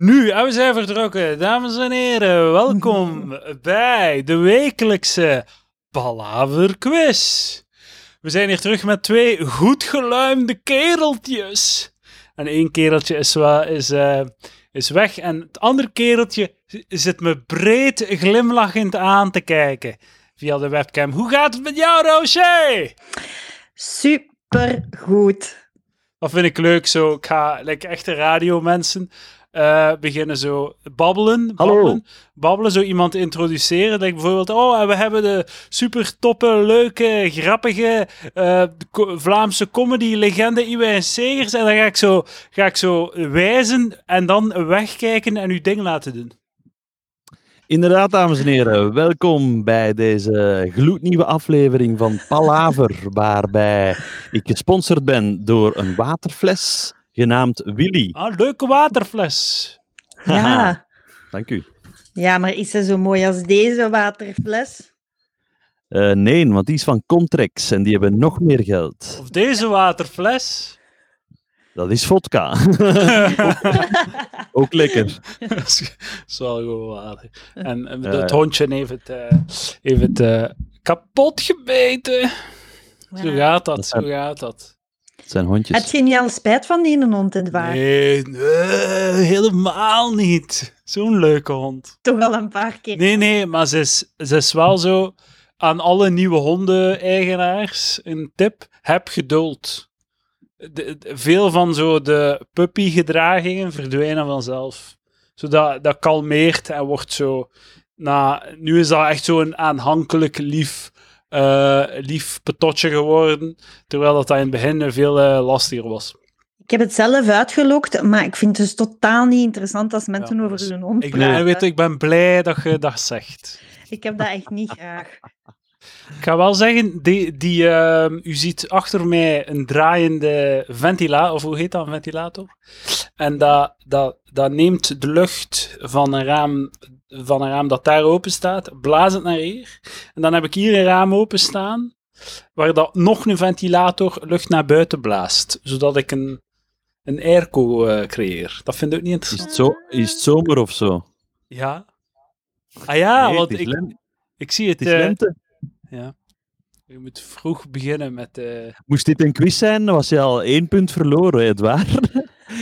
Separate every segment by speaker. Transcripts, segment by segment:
Speaker 1: Nu, en we zijn vertrokken. Dames en heren, welkom bij de wekelijkse Palaver Quiz. We zijn hier terug met twee goed geluimde kereltjes. En één kereltje is, wel, is, eh, is weg en het andere kereltje z- zit me breed glimlachend aan te kijken via de webcam. Hoe gaat het met jou, Roosje?
Speaker 2: Supergoed.
Speaker 1: Dat vind ik leuk zo. Ik ga, like, echte radiomensen eh, beginnen zo babbelen.
Speaker 3: Hallo.
Speaker 1: Babbelen, babbelen, zo iemand introduceren. Like bijvoorbeeld, oh, en we hebben de super toppe, leuke, grappige eh, co- Vlaamse comedy-legende Iwijn Segers. En dan ga ik, zo, ga ik zo wijzen en dan wegkijken en uw ding laten doen.
Speaker 3: Inderdaad, dames en heren, welkom bij deze gloednieuwe aflevering van Palaver, waarbij ik gesponsord ben door een waterfles genaamd Willy.
Speaker 1: Ah, leuke waterfles.
Speaker 3: Haha,
Speaker 2: Ja.
Speaker 3: Dank u.
Speaker 2: ja, maar is ze zo mooi als deze waterfles?
Speaker 3: Eh, nee, want die is van Contrex en die hebben nog meer geld.
Speaker 1: Of deze waterfles.
Speaker 3: Dat is vodka. Ook lekker.
Speaker 1: Dat is- dat is wel gewoon water. En, en
Speaker 3: Ja,
Speaker 1: het
Speaker 3: ja.
Speaker 1: hondje heeft het, eh, heeft het eh, kapot gebeten. Zo
Speaker 2: Ja.
Speaker 1: gaat dat,
Speaker 3: Dat
Speaker 1: zo
Speaker 3: zijn-
Speaker 1: gaat dat.
Speaker 3: Het zijn
Speaker 2: Had
Speaker 3: hondjes.
Speaker 2: je niet al spijt van die ene hond in het water?
Speaker 1: dus- Nee, nee, helemaal niet. Zo'n leuke hond.
Speaker 2: Toch al een paar keer.
Speaker 1: Nee, nee, maar ze is, ze is wel zo aan alle nieuwe hondeneigenaars een tip. Heb geduld. De- de- veel van zo de puppygedragingen verdwijnen vanzelf. Zodat dat kalmeert en wordt zo... Na, nu is dat echt zo'n aanhankelijk lief, eh, lief petotje geworden. Terwijl dat, dat in het begin veel eh, lastiger was.
Speaker 2: Ik heb het zelf uitgelokt, maar ik vind het dus totaal niet interessant als mensen
Speaker 1: Ja,
Speaker 2: over
Speaker 1: dus
Speaker 2: hun hond
Speaker 1: Ik,
Speaker 2: praten.
Speaker 1: ben, weet, ik ben blij dat je dat zegt.
Speaker 2: Ik heb dat echt niet graag.
Speaker 1: Ik ga wel zeggen, die, die, ehm, u ziet achter mij een draaiende ventilator, of hoe heet dat, een ventilator? En dat, dat, dat neemt de lucht van een, raam, van een raam dat daar open staat, blaast het naar hier. En dan heb ik hier een raam open staan, waar dat nog een ventilator lucht naar buiten blaast, zodat ik een, een airco eh, creëer. Dat vind ik ook niet
Speaker 3: Is
Speaker 1: interessant.
Speaker 3: het, zo, is het zomer of zo?
Speaker 1: Ja. Ah ja,
Speaker 3: Nee,
Speaker 1: want
Speaker 3: het is,
Speaker 1: ik,
Speaker 3: lente.
Speaker 1: ik zie het.
Speaker 3: Het is
Speaker 1: eh,
Speaker 3: lente.
Speaker 1: je moet vroeg beginnen met... eh,
Speaker 3: Moest dit een quiz zijn, dan was je al één punt verloren, Edouard.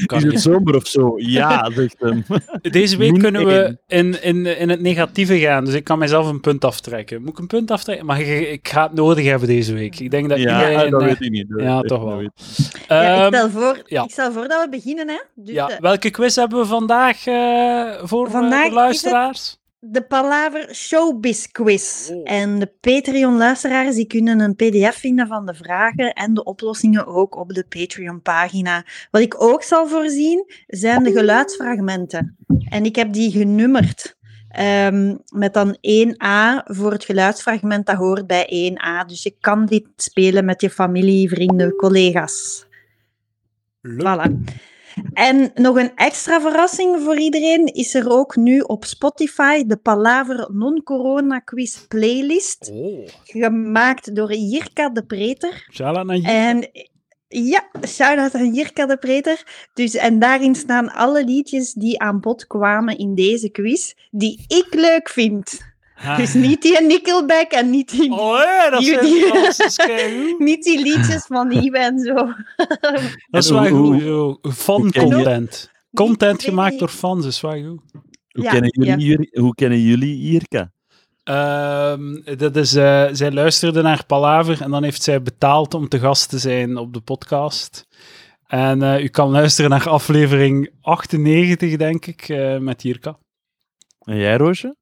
Speaker 1: kan
Speaker 3: Is
Speaker 1: niet.
Speaker 3: het zomer of zo? Ja, zegt hem.
Speaker 1: Deze week
Speaker 3: Min
Speaker 1: kunnen we in, in, in het negatieve gaan, dus ik kan mezelf een punt aftrekken. Moet ik een punt aftrekken? Maar ik, ik ga het nodig hebben deze week. Ik denk dat
Speaker 3: Ja,
Speaker 1: iedereen...
Speaker 3: dat
Speaker 1: eh,
Speaker 3: weet ik niet. dat
Speaker 1: ja,
Speaker 3: weet ik
Speaker 1: toch
Speaker 3: niet,
Speaker 1: wel.
Speaker 3: dat weet ik
Speaker 2: ja, ik,
Speaker 1: ehm,
Speaker 2: stel voor,
Speaker 1: ja.
Speaker 2: ik stel voor dat we beginnen, hè. Dus
Speaker 1: ja,
Speaker 2: de,
Speaker 1: welke quiz hebben we vandaag eh, voor eh,
Speaker 2: Vandaag is
Speaker 1: de
Speaker 2: het- Eh,
Speaker 1: luisteraars?
Speaker 2: de Palaver Showbiz Quiz.
Speaker 1: Oh.
Speaker 2: En de Patreon-luisteraars die kunnen een pdf vinden van de vragen en de oplossingen ook op de Patreon-pagina. Wat ik ook zal voorzien, zijn de geluidsfragmenten. En ik heb die genummerd. Ehm, met dan 1a voor het geluidsfragment dat hoort bij 1a. Dus je kan dit spelen met je familie, vrienden, collega's. Voilà. En nog een extra verrassing voor iedereen is er ook nu op Spotify de Palaver Non-Corona Quiz playlist,
Speaker 1: Oh,
Speaker 2: gemaakt door Jirka de Preter.
Speaker 1: shout-out naar Jim.
Speaker 2: En ja, shout-out aan Jirka de Preter. Dus, en daarin staan alle liedjes die aan bod kwamen in deze quiz, die ik leuk vind. Dus niet die Nickelback en niet die,
Speaker 1: Ah. Oh, hé, dat zijn
Speaker 2: Jullie-
Speaker 1: dat is keigoed.
Speaker 2: niet die liedjes van Nieuwe en zo.
Speaker 1: Dat is
Speaker 3: En
Speaker 1: wel
Speaker 3: hoe-
Speaker 1: goed.
Speaker 3: hoe-
Speaker 1: zo.
Speaker 3: hoe ken je-
Speaker 1: Fan-content. Content
Speaker 2: Die-
Speaker 1: gemaakt door fans, is wel goed.
Speaker 3: Hoe,
Speaker 2: Ja,
Speaker 3: kennen
Speaker 2: ja.
Speaker 3: jullie, Jur- hoe kennen jullie Jirka?
Speaker 1: Ehm, dat is, eh, zij luisterde naar Palaver en dan heeft zij betaald om te gast te zijn op de podcast. En eh, u kan luisteren naar aflevering 98, denk ik, eh, met Jirka.
Speaker 3: En jij, Roosje?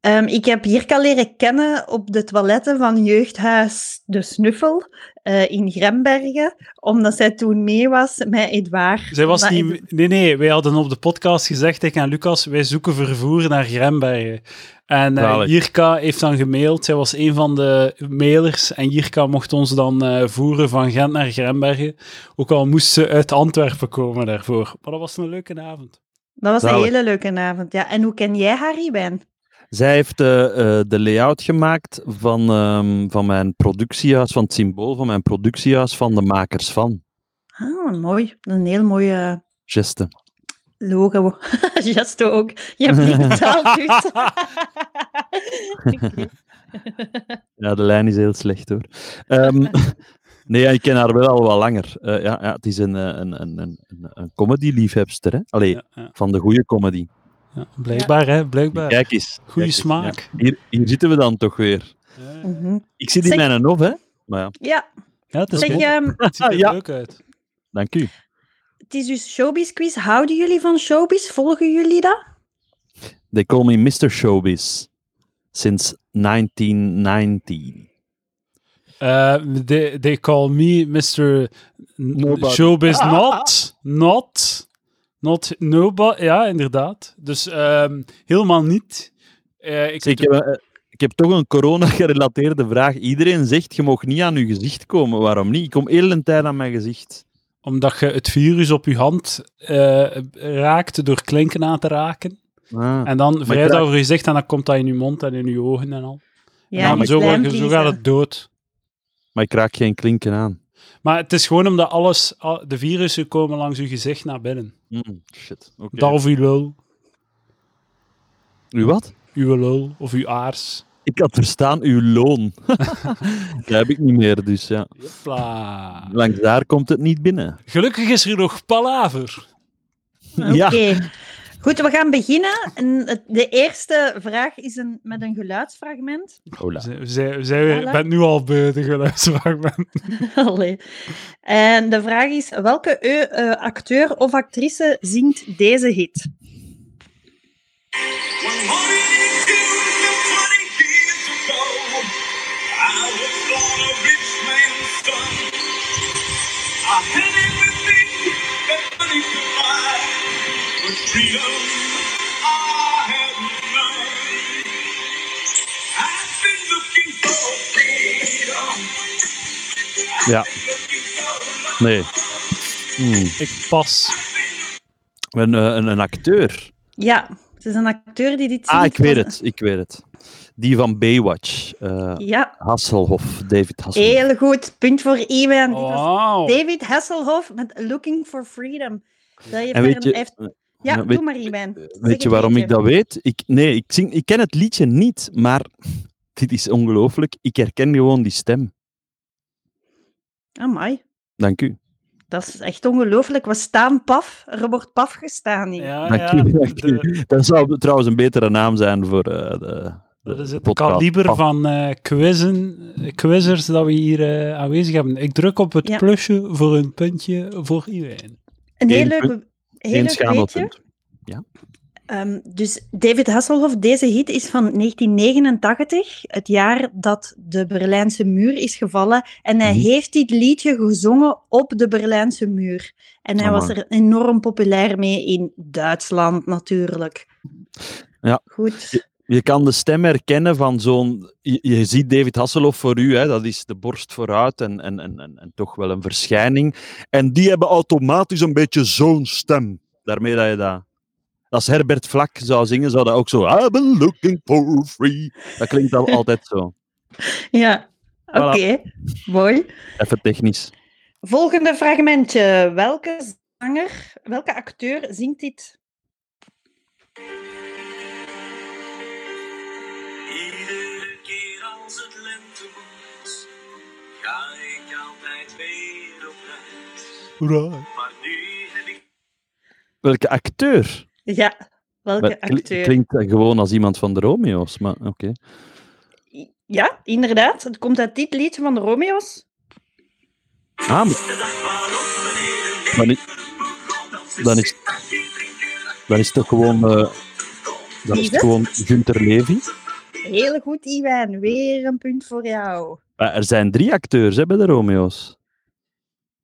Speaker 2: Ehm, ik heb Jirka leren kennen op de toiletten van jeugdhuis De Snuffel eh, in Grembergen, omdat zij toen mee was met Edouard.
Speaker 1: Zij was
Speaker 2: Omdat
Speaker 1: niet...
Speaker 2: Ed-
Speaker 1: me- Nee, nee, wij hadden op de podcast gezegd, ik en Lucas, wij zoeken vervoer naar Grembergen. En eh,
Speaker 3: Zalig.
Speaker 1: Jirka heeft dan gemaild, zij was een van de mailers en Jirka mocht ons dan eh, voeren van Gent naar Grembergen. Ook al moest ze uit Antwerpen komen daarvoor. Maar dat was een leuke avond.
Speaker 2: Dat was een
Speaker 3: Zalig.
Speaker 2: hele leuke avond. Ja. En hoe ken jij haar, Iwijn?
Speaker 3: Zij heeft eh, eh, de layout gemaakt van, ehm, van mijn productiehuis, van het symbool van mijn productiehuis van de makers van.
Speaker 2: Ah, mooi. Een heel mooie
Speaker 3: Geste.
Speaker 2: Logo. Gesto ook. Je hebt niet betaald, dus. Alsjeblieft.
Speaker 3: Ja, de lijn is heel slecht hoor. Ehm, nee, ja, ik ken haar wel al wat langer. Eh, ja, ja, het is een, eh, een, een, een, een- een comedy-liefhebster. Hè? Allee,
Speaker 1: Ja, ja,
Speaker 3: van de goede comedy.
Speaker 1: ja. Blijkbaar, hè? Blijkbaar.
Speaker 3: Kijk eens. kijk
Speaker 1: Goede
Speaker 3: eens, ja.
Speaker 1: smaak.
Speaker 3: Hier, hier zitten we dan toch weer.
Speaker 1: Ja,
Speaker 2: Mhm.
Speaker 3: Ik zit in
Speaker 2: Zeg-
Speaker 3: mijn hof, hè? Maar ja,
Speaker 2: Ja,
Speaker 1: Ja, het is
Speaker 2: zeg,
Speaker 1: goed.
Speaker 2: ehm,
Speaker 1: Het ziet er
Speaker 3: Ja.
Speaker 1: leuk uit.
Speaker 3: dank u.
Speaker 2: het is dus Showbiz Quiz. Houden jullie van Showbiz? Volgen jullie dat?
Speaker 3: They call me Mr. Showbiz since 1990.
Speaker 1: Uh, they, they call me Mr. N-
Speaker 3: Nobody.
Speaker 1: Showbiz
Speaker 2: Ah.
Speaker 1: Not. Not. Not nobody. Ja, inderdaad. Dus ehm, helemaal niet. Eh, ik
Speaker 3: Zeg, ik, heb, eh, ik heb toch een corona-gerelateerde vraag. Iedereen zegt, je mag niet aan je gezicht komen. Waarom niet? Ik kom heel de tijd aan mijn gezicht.
Speaker 1: Omdat je het virus op je hand eh, raakt door klinken aan te raken.
Speaker 3: Ah.
Speaker 1: En dan
Speaker 3: ik
Speaker 1: vrijt
Speaker 3: raak-
Speaker 1: over je gezicht en dan komt dat in je mond en in je ogen en al.
Speaker 2: Ja,
Speaker 1: en dan
Speaker 2: die
Speaker 1: zo, word je- zo
Speaker 2: slijmvliezen.
Speaker 1: gaat het dood.
Speaker 3: Maar ik raak geen klinken aan.
Speaker 1: Maar het is gewoon omdat alles, al- de virussen komen langs je gezicht naar binnen.
Speaker 3: Mm, shit. Oké.
Speaker 1: Dat of uw lul,
Speaker 3: Uw wat?
Speaker 1: uw lul of uw aars.
Speaker 3: Ik had verstaan uw loon. dat heb ik niet meer, dus ja.
Speaker 1: Hopla.
Speaker 3: Langs daar komt het niet binnen.
Speaker 1: Gelukkig is er nog palaver.
Speaker 3: Ja.
Speaker 2: Oké. Goed, we gaan beginnen. En het- De eerste vraag is een, met een geluidsfragment.
Speaker 3: Hola.
Speaker 1: Zij, zij, zij,
Speaker 2: Voilà.
Speaker 1: ik ben nu al beu de geluidsfragment.
Speaker 2: Allee. En de vraag is, welke eu- eh, acteur of actrice zingt deze hit?
Speaker 4: One morning in June, some 20 years ago, I was born a rich man's son. I had everything that money could buy, but freedom I had none. I've been looking for freedom,
Speaker 3: Ja.
Speaker 4: looking for love.
Speaker 3: Nee. Hmm.
Speaker 1: Ik pas.
Speaker 3: Een, eh, een, een acteur.
Speaker 2: Ja, het is een acteur die dit zingt.
Speaker 3: Ah, ik weet
Speaker 2: van-
Speaker 3: het. Ik weet het. Die van Baywatch. eh,
Speaker 2: Ja,
Speaker 3: Hasselhoff. David Hasselhoff.
Speaker 2: heel goed. Punt voor Iwan. Dit was
Speaker 1: Wauw.
Speaker 2: David Hasselhoff met Looking for Freedom. Dat je
Speaker 3: En weet
Speaker 2: verder
Speaker 3: je,
Speaker 2: heeft- Ja,
Speaker 3: ja,
Speaker 2: doe
Speaker 3: weet-
Speaker 2: maar, Iwan. Zeg
Speaker 3: Weet
Speaker 2: het
Speaker 3: je waarom ik
Speaker 2: liedje.
Speaker 3: dat weet? Ik, nee, ik, zing, ik ken het liedje niet, maar dit is ongelooflijk. Ik herken gewoon die stem.
Speaker 2: Amai,
Speaker 3: Dank u.
Speaker 2: dat is echt ongelooflijk. We staan paf. Er wordt paf gestaan hier.
Speaker 1: Ja,
Speaker 3: Dank
Speaker 1: Ah, ja,
Speaker 3: u, dank u.
Speaker 1: de-
Speaker 3: Dat zou trouwens een betere naam zijn voor eh, de, de
Speaker 1: dat is het
Speaker 3: podcast.
Speaker 1: kaliber
Speaker 3: Paf.
Speaker 1: van eh, quizzen, eh, quizzers dat we hier eh, aanwezig hebben. Ik druk op het
Speaker 2: Ja.
Speaker 1: plusje voor een puntje voor iedereen.
Speaker 2: Een heel
Speaker 3: Eén
Speaker 2: leuk,
Speaker 3: punt-
Speaker 2: heel leuk
Speaker 3: Eén
Speaker 2: weetje.
Speaker 3: schamelpunt.
Speaker 2: Ehm, dus David Hasselhoff, deze hit is van 1989, het jaar dat de Berlijnse muur is gevallen. En hij
Speaker 3: Mhm.
Speaker 2: heeft dit liedje gezongen op de Berlijnse muur. En hij was
Speaker 3: Amai.
Speaker 2: er enorm populair mee in Duitsland natuurlijk.
Speaker 3: Ja.
Speaker 2: Goed.
Speaker 3: Je kan de stem herkennen van zo'n... Je, je ziet David Hasselhoff voor u, hè, dat is de borst vooruit en, en, en, en, en toch wel een verschijning. En die hebben automatisch een beetje zo'n stem. Daarmee dat je dat... Als Herbert Vlak zou zingen, zou dat ook zo... I've been looking for free. Dat klinkt al altijd zo.
Speaker 2: Ja, oké. Mooi.
Speaker 3: Even technisch.
Speaker 2: Volgende fragmentje. Welke zanger, welke acteur zingt dit?
Speaker 4: Iedere keer als het lente wordt, ga ik altijd weer op reis.
Speaker 1: Hoera.
Speaker 4: Maar nu heb ik
Speaker 3: Welke acteur?
Speaker 2: Ja, welke
Speaker 3: Maar kli-
Speaker 2: acteur?
Speaker 3: Klinkt dat gewoon als iemand van de Romeo's, maar oké.
Speaker 2: I- Ja, inderdaad. Het komt uit dit liedje van de Romeo's.
Speaker 3: Ah, maar
Speaker 4: de dag waarop meneer
Speaker 3: dan is, dan is, dan is het toch gewoon, eh, dan is het gewoon Gunther Levy.
Speaker 2: Heel goed, Iwan. Weer een punt voor jou.
Speaker 3: Maar Ah, er zijn drie acteurs hè, bij de Romeo's.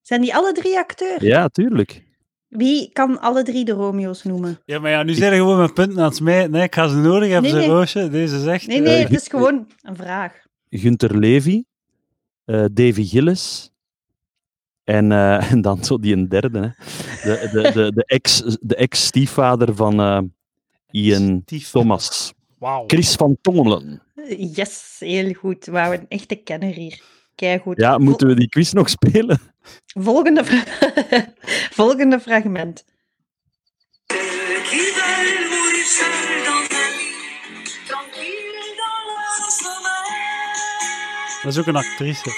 Speaker 2: Zijn die alle drie acteurs?
Speaker 3: Ja, tuurlijk.
Speaker 2: Wie kan alle drie de Romeo's noemen?
Speaker 1: Ja, maar ja, nu zijn er gewoon mijn punten aan het smijten. Nee, ik ga ze nodig hebben,
Speaker 2: Nee,
Speaker 1: ze
Speaker 2: nee.
Speaker 1: roosje. Deze is echt...
Speaker 2: Nee, nee,
Speaker 1: eh,
Speaker 2: het is gewoon een vraag.
Speaker 3: Gunther Levy, eh, Davy Gillis en, eh, en dan zo die een derde. Hè. De, de, de, de, ex, de ex-stiefvader van eh, Ian
Speaker 1: Stief-
Speaker 3: Thomas.
Speaker 1: Wauw.
Speaker 3: Chris van Tongelen.
Speaker 2: Yes, heel goed. Wauw, een echte kenner hier. Keigoed.
Speaker 3: Ja,
Speaker 2: Vol-
Speaker 3: moeten we die quiz nog spelen?
Speaker 2: volgende, fra- volgende fragment.
Speaker 4: Iedere
Speaker 1: Dat is ook een actrice.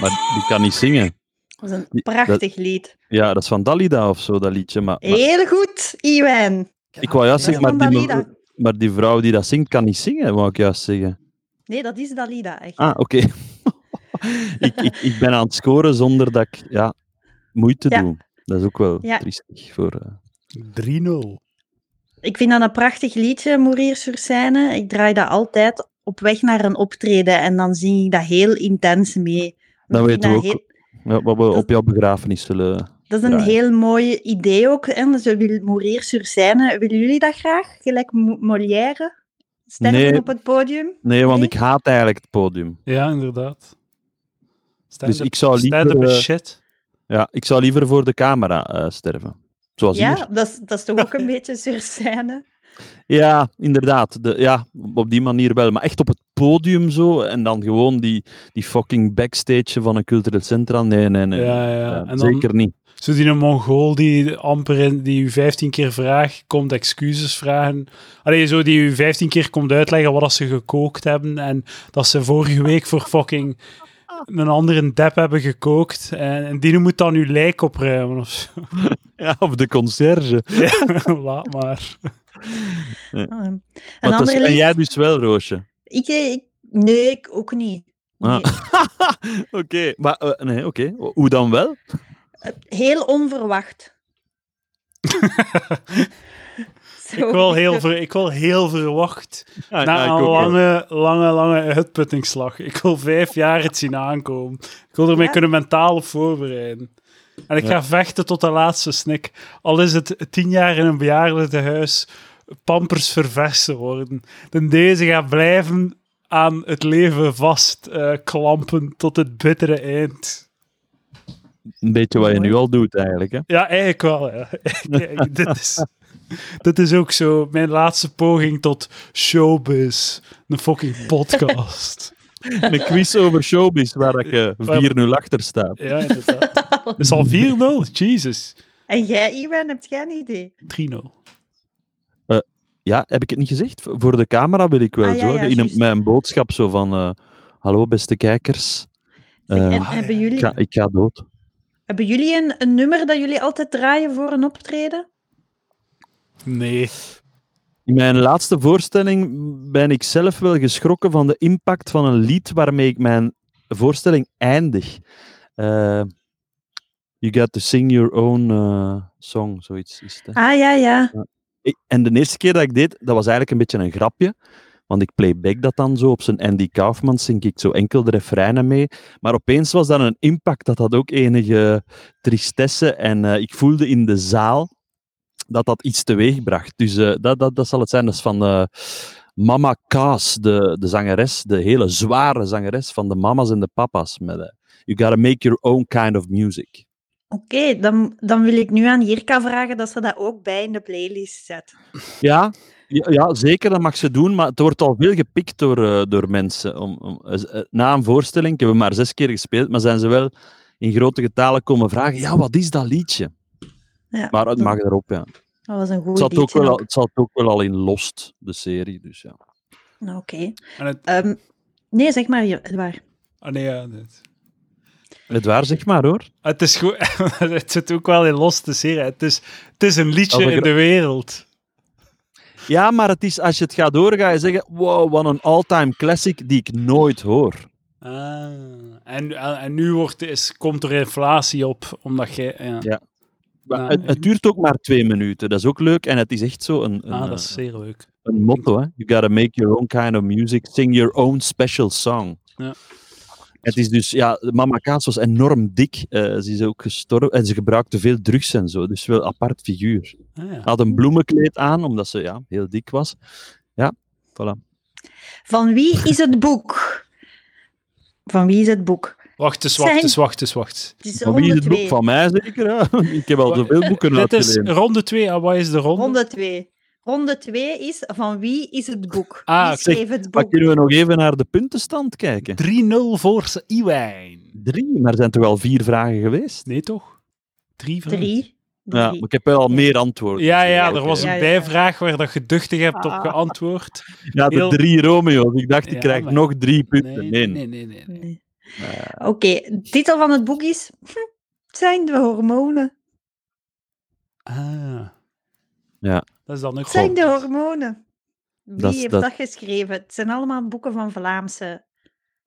Speaker 3: Maar die kan niet zingen.
Speaker 2: Dat is een
Speaker 3: Die-
Speaker 2: prachtig lied.
Speaker 3: Ja, dat is van Dalida of zo, dat liedje. Maar, maar
Speaker 2: Heel goed, Iwan.
Speaker 3: ik wou juist
Speaker 2: Dat is
Speaker 3: zeggen,
Speaker 2: van
Speaker 3: maar die,
Speaker 2: Dalida.
Speaker 3: me- maar die vrouw die dat zingt, kan niet zingen, wou ik juist zeggen.
Speaker 2: Nee, dat is Dalida, echt.
Speaker 3: Ah, oké. ik, ik, ik ben aan het scoren zonder dat ik ja, moeite
Speaker 2: Ja.
Speaker 3: doe. Dat is ook wel
Speaker 2: Ja.
Speaker 3: triestig voor... eh,
Speaker 1: 3-0.
Speaker 2: Ik vind dat een prachtig liedje, Moerier sur Seine. Ik draai dat altijd op weg naar een optreden en dan zing ik dat heel intens mee.
Speaker 3: Dan
Speaker 2: Ik vind
Speaker 3: weten
Speaker 2: dat
Speaker 3: we ook-
Speaker 2: heel-
Speaker 3: Ja, wat we op jouw begrafenis zullen.
Speaker 2: dat is een
Speaker 3: draaien.
Speaker 2: heel mooi idee ook. Hè? Dus we willen Moerier sur Seine. Willen jullie dat graag? Gelijk Mo- Molière? Sterren
Speaker 3: Nee.
Speaker 2: op het podium?
Speaker 3: Nee, want
Speaker 2: Nee?
Speaker 3: ik haat eigenlijk het podium.
Speaker 1: Ja, inderdaad. Stand-up-
Speaker 3: Dus ik zou liever,
Speaker 1: stand-up is
Speaker 3: eh,
Speaker 1: shit.
Speaker 3: Ja, ik zou liever voor de camera eh, sterven. Zoals
Speaker 2: Ja,
Speaker 3: hier.
Speaker 2: dat is, dat is toch ook een beetje sur Seine?
Speaker 3: Ja, inderdaad. De, ja, op die manier wel. Maar echt op het podium zo. En dan gewoon die, die fucking backstage van een cultureel centra. Nee, nee, nee.
Speaker 1: Ja, ja.
Speaker 3: Eh,
Speaker 1: En dan-
Speaker 3: zeker niet.
Speaker 1: Zo die een Mongool die amper in, die u 15 keer vraagt, komt excuses vragen. Allee, zo die u 15 keer komt uitleggen wat dat ze gekookt hebben en dat ze vorige week voor fucking een andere dep hebben gekookt. En, en die moet dan uw lijk opruimen of zo.
Speaker 3: Ja, of de concierge.
Speaker 1: Laat maar.
Speaker 2: Ah. Een
Speaker 3: Maar dat
Speaker 2: ander
Speaker 3: ben
Speaker 2: lied?
Speaker 3: jij dus wel, Roosje.
Speaker 2: Ik, eh, ik- nee, ik ook niet.
Speaker 3: Ah.
Speaker 2: Nee.
Speaker 3: Oké, maar eh, nee, oké. Hoe dan wel?
Speaker 2: Heel onverwacht. Zo
Speaker 1: Ik wil
Speaker 2: is
Speaker 1: heel,
Speaker 2: het.
Speaker 1: ver, ik wil heel verwacht
Speaker 3: Ja, ja,
Speaker 1: na
Speaker 3: ik
Speaker 1: een
Speaker 3: ook, ja.
Speaker 1: lange, lange, lange uitputtingsslag. Ik wil vijf jaar het zien aankomen. Ik wil ermee
Speaker 2: Ja.
Speaker 1: kunnen mentaal op voorbereiden. En ik
Speaker 3: Ja.
Speaker 1: ga vechten tot de laatste snik. Al is het tien jaar in een bejaardentehuis pampers verversen worden. Dan deze gaat blijven aan het leven vastklampen tot het bittere eind.
Speaker 3: Een beetje wat je nu al doet eigenlijk. Hè?
Speaker 1: Ja, eigenlijk wel. Ja. Kijk, dit, is, dit is ook zo mijn laatste poging tot showbiz. Een fucking podcast.
Speaker 3: Een quiz over showbiz waar ik eh 4-0 achter sta.
Speaker 1: Ja, inderdaad. Het is al 4-0. Jesus.
Speaker 2: En jij, Iwan, hebt jij een idee?
Speaker 1: 3-0.
Speaker 3: Ja, heb ik het niet gezegd? V- Voor de camera wil ik wel
Speaker 2: Ah, ja,
Speaker 3: zorgen.
Speaker 2: ja,
Speaker 3: In een,
Speaker 2: juist.
Speaker 3: met een boodschap zo van... eh, Hallo, beste kijkers.
Speaker 2: Zeg,
Speaker 3: Eh,
Speaker 2: en
Speaker 1: ah,
Speaker 2: hebben,
Speaker 1: ja,
Speaker 3: ik,
Speaker 2: jullie,
Speaker 3: ga, ik ga dood.
Speaker 2: hebben jullie een, een nummer dat jullie altijd draaien voor een optreden?
Speaker 1: Nee.
Speaker 3: In mijn laatste voorstelling ben ik zelf wel geschrokken van de impact van een lied waarmee ik mijn voorstelling eindig. Eh, you got to sing your own eh, song, zoiets is het. hè.
Speaker 2: Ah, ja, ja.
Speaker 3: Ik- En de eerste keer dat ik deed, dat was eigenlijk een beetje een grapje. Want ik playback dat dan zo op zijn Andy Kaufman, zing ik zo enkel de refreinen mee. Maar opeens was dat een impact, dat had ook enige tristesse. En eh, ik voelde in de zaal dat dat iets teweegbracht. Dus eh, dat, dat, dat zal het zijn. Dat is van eh, Mama Kaas, de, de zangeres, de hele zware zangeres van de mama's en de papa's. Met, eh, you gotta make your own kind of music.
Speaker 2: Oké, dan, dan wil ik nu aan Jirka vragen dat ze dat ook bij in de playlist zet.
Speaker 3: Ja, ja, ja, zeker, dat mag ze doen, maar het wordt al veel gepikt door, eh, door mensen. Om, om, eh, na een voorstelling, ik heb hem maar zes keer gespeeld, maar zijn ze wel in grote getalen komen vragen, ja, wat is dat liedje?
Speaker 2: Ja,
Speaker 3: Maar het mag erop, ja.
Speaker 2: Dat was een goed
Speaker 3: Het zat
Speaker 2: liedje.
Speaker 3: ook wel, al-
Speaker 2: ook.
Speaker 3: het zat ook wel al in Lost, de serie, dus ja.
Speaker 2: Nou, Oké.
Speaker 1: En het,
Speaker 2: Ehm, nee, zeg maar, Edouard.
Speaker 1: ah, nee ja, dit.
Speaker 3: Het waar, zeg maar, hoor.
Speaker 1: Het is goed. het zit ook wel in los te serie. Het is, het is een liedje
Speaker 3: Als ik
Speaker 1: in
Speaker 3: er-
Speaker 1: de wereld.
Speaker 3: Ja, maar het is, als je het gaat door, ga je zeggen, wow, wat een all-time classic die ik nooit hoor.
Speaker 1: Ah. En, eh, en nu wordt, is, komt er inflatie op, omdat jij... Ja.
Speaker 3: Ja. Maar
Speaker 1: Nou,
Speaker 3: het, het duurt ook maar twee minuten, dat is ook leuk. En het is echt zo een, een,
Speaker 1: Ah, dat
Speaker 3: eh,
Speaker 1: is zeer leuk.
Speaker 3: een motto, hè? You gotta make your own kind of music, sing your own special song.
Speaker 1: Ja.
Speaker 3: Het is dus, ja, Mama Kaas was enorm dik. eh, ze is ook gestorven en ze gebruikte veel drugs en zo. Dus wel een apart figuur. Ze
Speaker 1: Ah, ja.
Speaker 3: had een bloemenkleed aan, omdat ze ja, heel dik was. Ja, voilà.
Speaker 2: Van wie is het boek? Van wie is het boek?
Speaker 1: Wacht eens, wacht
Speaker 2: Zijn-
Speaker 1: eens, wacht eens, wacht.
Speaker 2: Het is
Speaker 3: Van wie is
Speaker 2: ronde
Speaker 3: het boek?
Speaker 2: twee.
Speaker 3: Van mij zeker. Hè? Ik heb al zoveel boeken
Speaker 1: Dit is
Speaker 3: uitgeleend.
Speaker 1: ronde 2. En wat is de ronde?
Speaker 2: Ronde twee. Ronde 2 is van wie is het boek?
Speaker 1: Ah,
Speaker 2: wie
Speaker 3: zeg,
Speaker 2: schreef het
Speaker 3: Maar
Speaker 2: boek?
Speaker 3: kunnen we nog even naar de puntenstand kijken?
Speaker 1: 3-0 voor S- Iwijn.
Speaker 3: Drie, maar er zijn toch al vier vragen geweest?
Speaker 1: Nee, toch? Drie vragen.
Speaker 2: Drie.
Speaker 3: Ja, maar
Speaker 2: Drie.
Speaker 3: ik heb wel al meer antwoorden.
Speaker 1: Ja, ja,
Speaker 3: Oké.
Speaker 1: er was
Speaker 2: Ja,
Speaker 1: een
Speaker 2: ja.
Speaker 1: bijvraag waar dat je duchtig hebt op
Speaker 2: Ah.
Speaker 1: geantwoord.
Speaker 3: Ja, de
Speaker 1: heel-
Speaker 3: drie Romeo's. Ik dacht, ik
Speaker 1: Ja,
Speaker 3: krijg
Speaker 1: maar-
Speaker 3: nog drie punten.
Speaker 1: Nee, nee,
Speaker 3: Nee,
Speaker 1: nee. nee, nee.
Speaker 2: Nee. Oké, de titel van het boek is hm, Het zijn de hormonen.
Speaker 1: Ah.
Speaker 3: Ja.
Speaker 1: Dat is dan ook
Speaker 2: Het zijn
Speaker 1: goed.
Speaker 2: de hormonen. Wie
Speaker 3: Dat is-
Speaker 2: heeft
Speaker 3: dat-
Speaker 2: dat... geschreven? Het zijn allemaal boeken van Vlaamse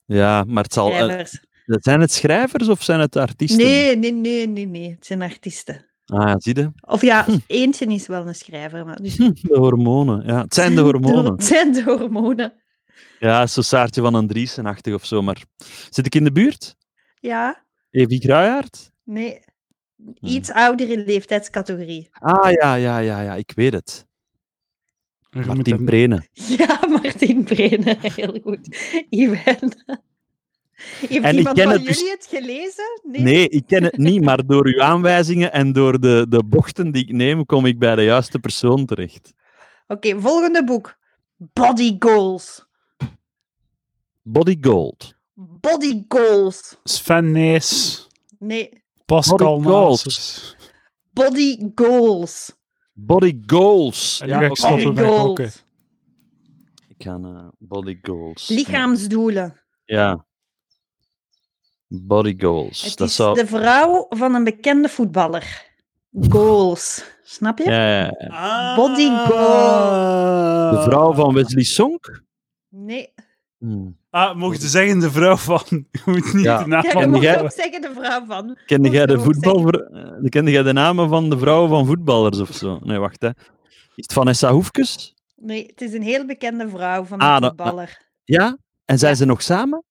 Speaker 3: Ja, maar het zal... eh,
Speaker 2: schrijvers.
Speaker 3: zijn het schrijvers of zijn het artiesten?
Speaker 2: Nee, nee, nee, nee, nee. Het zijn artiesten.
Speaker 3: Ah, zie je?
Speaker 2: Of ja,
Speaker 3: Hm.
Speaker 2: eentje is wel een schrijver. Maar dus...
Speaker 3: De hormonen. Ja, het zijn de hormonen.
Speaker 2: Het zijn de hormonen.
Speaker 3: Ja, zo Saartje van een Driesenachtig of zo. Maar zit ik in de buurt?
Speaker 2: Ja,
Speaker 3: Evi Kruijaard?
Speaker 2: nee.
Speaker 3: Hm.
Speaker 2: Iets oudere leeftijdscategorie.
Speaker 3: Ah, ja, ja, ja, ja. Ik weet het.
Speaker 1: Je moet
Speaker 3: Martin
Speaker 1: hem-
Speaker 3: Prene.
Speaker 2: Ja, Martin Brenen, heel goed. Iwan. Heeft
Speaker 3: En ik
Speaker 2: iemand
Speaker 3: ken
Speaker 2: van
Speaker 3: het dus-
Speaker 2: jullie het gelezen?
Speaker 3: Nee, ik ken het niet, maar door uw aanwijzingen en door de, de bochten die ik neem, kom ik bij de juiste persoon terecht.
Speaker 2: Oké, volgende boek. Body Goals.
Speaker 3: Body Gold.
Speaker 2: Body Goals.
Speaker 1: Sven Nys,
Speaker 2: Nee,
Speaker 1: Pascal
Speaker 3: Bobby Gold.
Speaker 1: Naasers.
Speaker 2: Body Goals.
Speaker 3: Body Goals.
Speaker 1: En nu ga ik
Speaker 3: oké.
Speaker 1: stoppen.
Speaker 2: Body
Speaker 1: Stoppen bij gokken.
Speaker 2: Goals.
Speaker 3: Ik ga naar Body Goals.
Speaker 2: Lichaamsdoelen.
Speaker 3: Ja. Body Goals.
Speaker 2: Het
Speaker 3: dat
Speaker 2: is
Speaker 3: zou...
Speaker 2: de vrouw van een bekende voetballer. Goals. Snap je?
Speaker 3: Ja, ja.
Speaker 2: Ah. Body Gold.
Speaker 3: De vrouw van Wesley Sonk?
Speaker 2: Nee.
Speaker 3: Hmm.
Speaker 1: Ah, mocht je zeggen de vrouw van. Je moet niet
Speaker 3: Ja.
Speaker 1: de naam
Speaker 2: Ja,
Speaker 1: van
Speaker 2: je
Speaker 3: en
Speaker 1: de
Speaker 2: mag
Speaker 3: jij-
Speaker 1: vrouw.
Speaker 2: ook zeggen de vrouw van.
Speaker 3: Kende
Speaker 2: Moet
Speaker 3: jij
Speaker 2: ik
Speaker 3: de
Speaker 2: ook zeggen.
Speaker 3: voetbalver... eh, Kende jij de namen van de vrouwen van voetballers of zo? Nee, wacht hè. Is het Vanessa Hoefkes?
Speaker 2: Nee, het is een heel bekende vrouw van een
Speaker 3: Ah, dat-
Speaker 2: voetballer.
Speaker 3: Ja? En zijn
Speaker 2: Ja.
Speaker 3: ze nog samen?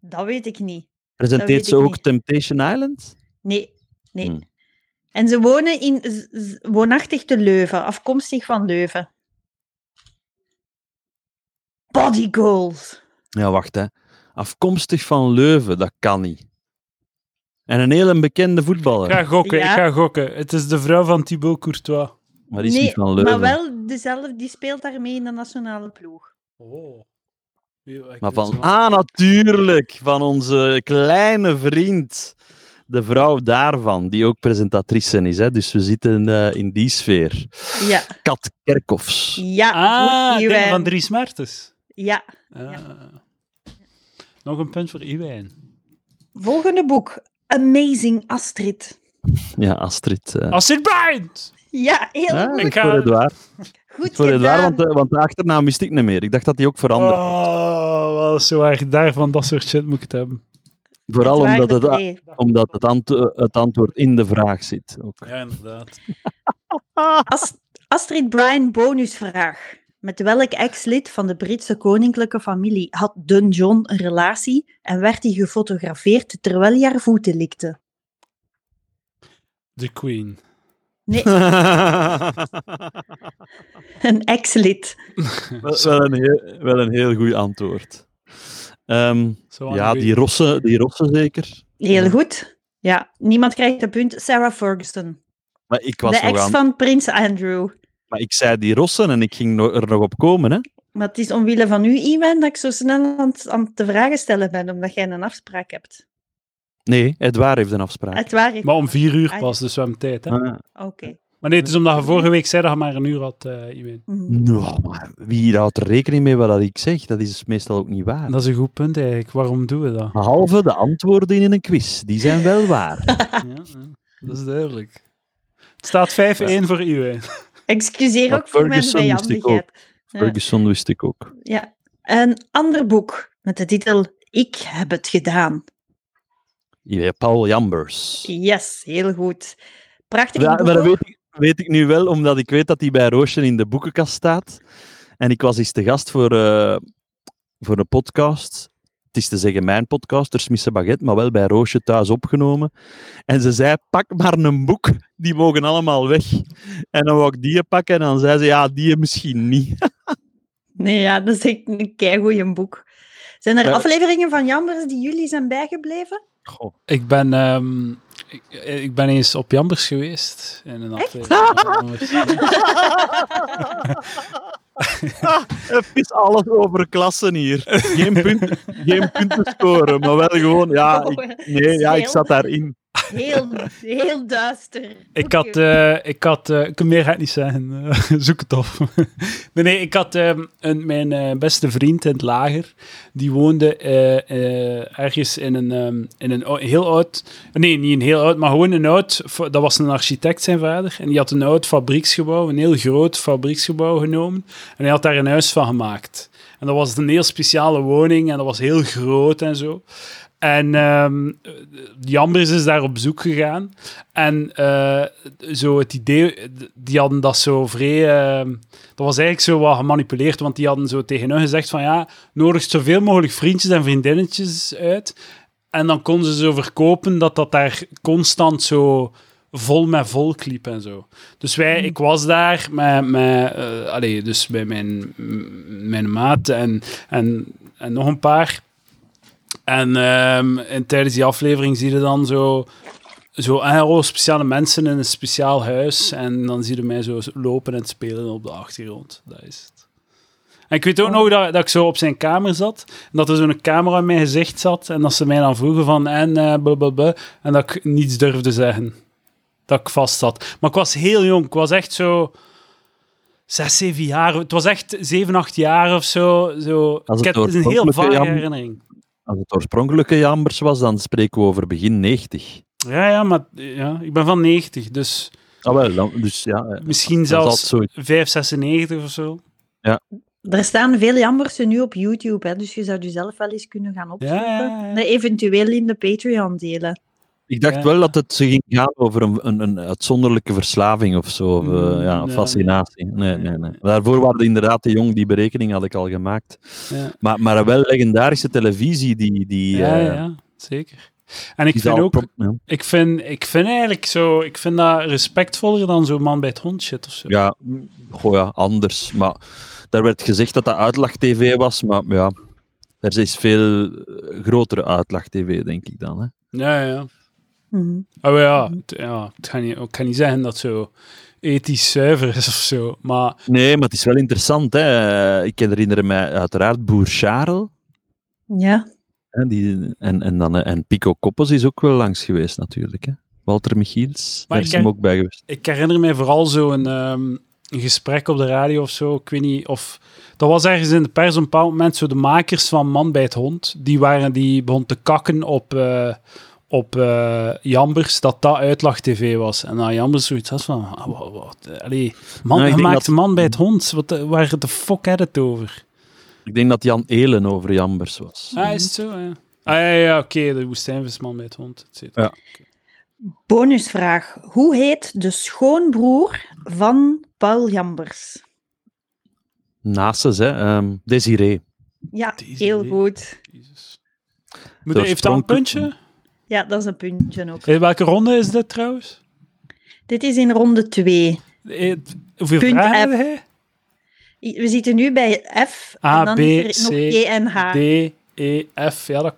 Speaker 2: Dat weet ik niet.
Speaker 3: Presenteert
Speaker 2: weet
Speaker 3: ze
Speaker 2: ik
Speaker 3: ook
Speaker 2: niet.
Speaker 3: Temptation Island?
Speaker 2: Nee, nee.
Speaker 3: Hmm.
Speaker 2: En ze wonen in z- z- woonachtig te Leuven, afkomstig van Leuven. Body goals.
Speaker 3: Ja, wacht hè. Afkomstig van Leuven, dat kan niet. En een hele bekende voetballer.
Speaker 1: Ik ga gokken,
Speaker 2: Ja.
Speaker 1: ik ga gokken. Het is de vrouw van Thibaut Courtois.
Speaker 3: Maar die is niet
Speaker 2: maar
Speaker 3: van Leuven.
Speaker 2: wel dezelfde, die speelt daarmee in de nationale ploeg.
Speaker 1: Oh.
Speaker 3: Maar van, ah, natuurlijk, van onze kleine vriend. De vrouw daarvan, die ook presentatrice is. Hè? Dus we zitten eh, in die sfeer.
Speaker 2: Ja,
Speaker 3: Kat Kerkhoffs.
Speaker 2: ja.
Speaker 1: Ah,
Speaker 2: goed,
Speaker 1: ding
Speaker 2: Iwijn.
Speaker 1: van Dries Mertens.
Speaker 2: Ja.
Speaker 1: Ah. Nog een punt voor Iwijn.
Speaker 2: Volgende boek. Amazing Astrid.
Speaker 3: Ja, Astrid. eh.
Speaker 1: Astrid Bryant!
Speaker 2: Ja, heel
Speaker 3: Ja,
Speaker 2: goed.
Speaker 3: ik
Speaker 1: Oh, Ik ga-
Speaker 3: voor Edouard.
Speaker 2: Goed
Speaker 3: Ah. Voor Edouard
Speaker 2: gedaan.
Speaker 3: want, eh, want de achternaam wist ik niet meer. Ik dacht dat die ook veranderd.
Speaker 1: Oh, wel zo waar. Daar van dat soort shit moet ik het hebben.
Speaker 3: Vooral
Speaker 2: Edouard
Speaker 3: omdat
Speaker 2: de
Speaker 3: het,
Speaker 2: Vree.
Speaker 3: omdat het, ant- eh, het antwoord in de vraag zit. Ook.
Speaker 1: Ja, inderdaad.
Speaker 2: Ast- Astrid Bryan bonusvraag. Met welk ex-lid van de Britse koninklijke familie had Dun John een relatie en werd hij gefotografeerd terwijl hij haar voeten likte?
Speaker 1: De Queen.
Speaker 2: Een ex-lid.
Speaker 3: wel, wel een heel, wel een heel goed antwoord. Ehm,
Speaker 1: Zo aan
Speaker 3: ja,
Speaker 1: de
Speaker 3: die rossen, die rossen zeker.
Speaker 2: Heel goed. Ja, niemand krijgt een punt. Sarah Ferguson.
Speaker 3: Maar ik, was
Speaker 2: De
Speaker 3: nog
Speaker 2: ex
Speaker 3: aan,
Speaker 2: van prins Andrew.
Speaker 3: maar ik zei die rossen en ik ging no- er nog op komen. Hè?
Speaker 2: Maar het is omwille van u, Iwan, dat ik zo snel aan het, aan te vragen stellen ben, omdat jij een afspraak hebt.
Speaker 3: Nee, Edouard heeft een afspraak.
Speaker 2: Het waar. ik-
Speaker 1: Maar om vier uur
Speaker 2: Ah,
Speaker 1: pas, dus we hebben tijd. Hè?
Speaker 3: Ah.
Speaker 2: Oké.
Speaker 1: Maar nee, het is omdat je vorige week zei dat je maar een uur had, eh Iwijn.
Speaker 2: Mhm.
Speaker 3: Nou, maar wie houdt er rekening mee wat dat ik zeg? Dat is meestal ook niet waar.
Speaker 1: Dat is een goed punt eigenlijk. Waarom doen we dat?
Speaker 3: Behalve de antwoorden in een quiz, die zijn wel waar.
Speaker 1: Ja, ja, dat is duidelijk. Het staat 5-1 voor Iwijn.
Speaker 2: Excuseer
Speaker 3: Maar
Speaker 2: ook voor mijn
Speaker 3: Ferguson moest ik ook.
Speaker 2: vijandigheid. Ja.
Speaker 3: Ferguson wist ik ook.
Speaker 2: Ja, een ander boek met de titel Ik heb het gedaan.
Speaker 3: Ja, Paul Jambers.
Speaker 2: Yes, heel goed. Prachtig
Speaker 3: Ja,
Speaker 2: boek
Speaker 3: maar dat
Speaker 2: ook.
Speaker 3: weet ik, weet ik nu wel, omdat ik weet dat hij bij Roosje in de boekenkast staat. En ik was eens te gast voor, eh, voor een podcast. Het is te zeggen mijn podcast, er smisse baguette, maar wel bij Roosje thuis opgenomen. En ze zei, pak maar een boek, die mogen allemaal weg. En dan wou ik die pakken en dan zei ze, ja, die misschien niet.
Speaker 2: Nee, ja, dat is echt een keigoeie boek. Zijn er
Speaker 3: Ja.
Speaker 2: afleveringen van Jambers die jullie zijn bijgebleven?
Speaker 3: Goh.
Speaker 1: Ik ben, ehm, ik, ik ben eens op Jambers geweest. In een aflevering van Jambers.
Speaker 3: Ah, Het is alles over klassen hier. Geen, punt, geen punten scoren, maar wel gewoon, ja, ik, nee, ja, ik zat daarin.
Speaker 2: Oh. Heel, heel duister.
Speaker 1: Ik
Speaker 2: Oké.
Speaker 1: had, eh, ik had, eh, ik kan meer ga ik niet zeggen, eh, zoek het op. nee, nee, ik had ehm, een, mijn eh, beste vriend in het lager, die woonde eh, eh, ergens in een, ehm, in een ou- heel oud, nee, niet een heel oud, maar gewoon een oud, fa- dat was een architect zijn vader, en die had een oud fabrieksgebouw, een heel groot fabrieksgebouw genomen, en hij had daar een huis van gemaakt. En dat was een heel speciale woning, en dat was heel groot en zo. En ehm Jambers is daar op bezoek gegaan. En eh, zo het idee, die hadden dat zo vrij. eh, dat was eigenlijk zo wat gemanipuleerd, want die hadden zo tegen hun gezegd: van ja, nodig zoveel mogelijk vriendjes en vriendinnetjes uit. En dan konden ze zo verkopen dat dat daar constant zo vol met volk liep en zo. Dus wij, ik was daar met, met eh, allee, dus bij mijn, m- mijn maat en, en, en nog een paar. En, ehm, en tijdens die aflevering zie je dan zo zo ah, oh, speciale mensen in een speciaal huis. En dan zie je mij zo lopen en spelen op de achtergrond. Dat is het. En ik weet ook nog dat, dat ik zo op zijn kamer zat. En dat er zo'n camera in mijn gezicht zat. En dat ze mij dan vroegen van en eh blablabla. En dat ik niets durfde zeggen. Dat ik vast zat. Maar ik was heel jong. Ik was echt zo... Zes, zeven jaar. Het was echt zeven, acht jaar of zo. zo.
Speaker 3: het
Speaker 1: Ik heb
Speaker 3: door
Speaker 1: een heel
Speaker 3: Poppenke,
Speaker 1: vage
Speaker 3: Jan.
Speaker 1: herinnering.
Speaker 3: Als het oorspronkelijke Jambers was, dan spreken we over begin 90.
Speaker 1: Ja, ja, maar ja, ik ben van 90, dus
Speaker 3: Ah, wel, dan, dus ja, eh,
Speaker 1: misschien
Speaker 3: dat
Speaker 1: zelfs
Speaker 3: is altijd zoiets.
Speaker 1: 5,96 of zo.
Speaker 2: Er staan veel jammersen nu op YouTube, hè, dus je zou jezelf wel eens kunnen gaan opzoeken.
Speaker 1: Ja, ja, ja.
Speaker 2: Nee, Eventueel in de Patreon delen.
Speaker 3: Ik dacht
Speaker 1: Ja.
Speaker 3: wel dat het ze ging gaan over een, een, een uitzonderlijke verslaving of zo. Of, eh,
Speaker 1: Mm,
Speaker 3: ja,
Speaker 1: nee,
Speaker 3: fascinatie. Nee,
Speaker 1: Nee,
Speaker 3: nee, nee.
Speaker 1: nee.
Speaker 3: Daarvoor waren we inderdaad te jong, die berekening had ik al gemaakt.
Speaker 1: Ja.
Speaker 3: Maar, maar wel legendarische televisie die. die
Speaker 1: Ja,
Speaker 3: eh,
Speaker 1: ja, ja, zeker. En ik
Speaker 3: die
Speaker 1: vind
Speaker 3: daar
Speaker 1: ook,
Speaker 3: pro- ja.
Speaker 1: ik vind, ik vind eigenlijk zo, ik vind dat respectvoller dan zo'n man bij het hond shit of zo.
Speaker 3: Ja, mm, goh, ja, anders. Maar daar werd gezegd dat dat uitlag-tv was, maar ja, er is veel eh, grotere uitlag-tv, denk ik dan. Hè.
Speaker 1: Ja, ja.
Speaker 2: Mhm.
Speaker 1: Oh ja, het, ja het kan niet, ik kan niet zeggen dat het zo ethisch zuiver is of zo, maar
Speaker 3: Nee, maar het is wel interessant. Hè. Ik herinner mij uiteraard Boer Charel.
Speaker 2: Ja,
Speaker 3: Hè, die, en, en, dan, eh, en Pico Koppos is ook wel langs geweest, natuurlijk. Hè. Walter Michiels,
Speaker 1: Maar
Speaker 3: daar
Speaker 1: ik
Speaker 3: is
Speaker 1: ken-
Speaker 3: hem ook bij geweest.
Speaker 1: ik herinner me vooral zo'n ehm, een gesprek op de radio of zo, ik weet niet, of... Dat was ergens in de pers op een bepaald moment zo de makers van Man bij het Hond, die, waren, die begon te kakken op... eh, op eh, Jambers dat dat uitlag tv was. En dan Jambers zoiets had van, ah, wa- wat, eh, allee, man,
Speaker 3: Nou, ik
Speaker 1: je
Speaker 3: denk
Speaker 1: maakt
Speaker 3: dat-
Speaker 1: man bij het hond. Wat, eh, waar de fuck had het over?
Speaker 3: Ik denk dat Jan Elen over Jambers was.
Speaker 1: Ah, is het zo, ja. Ah, ja, ja, oké, de woestijnvis man bij het hond, et cetera.
Speaker 3: Ja.
Speaker 2: bonusvraag. Hoe heet de schoonbroer van Paul Jambers?
Speaker 3: Naast ze, hè, ehm, Desiree.
Speaker 2: Ja,
Speaker 1: Deze
Speaker 2: heel
Speaker 1: week.
Speaker 2: goed.
Speaker 1: Jezus. Moet, heeft dat een puntje?
Speaker 3: oorspronkelijk-
Speaker 2: Ja, dat is een puntje ook.
Speaker 1: In welke ronde is dit trouwens?
Speaker 2: Dit is in ronde 2.
Speaker 1: Eh, Hoeveel
Speaker 2: Punt
Speaker 1: vragen
Speaker 2: F.
Speaker 1: hebben wij?
Speaker 2: We zitten nu bij F.
Speaker 1: A,
Speaker 2: en dan
Speaker 1: B,
Speaker 2: is er nog
Speaker 1: C,
Speaker 2: G en H. Oké,
Speaker 1: D, E, F. Ja, dat...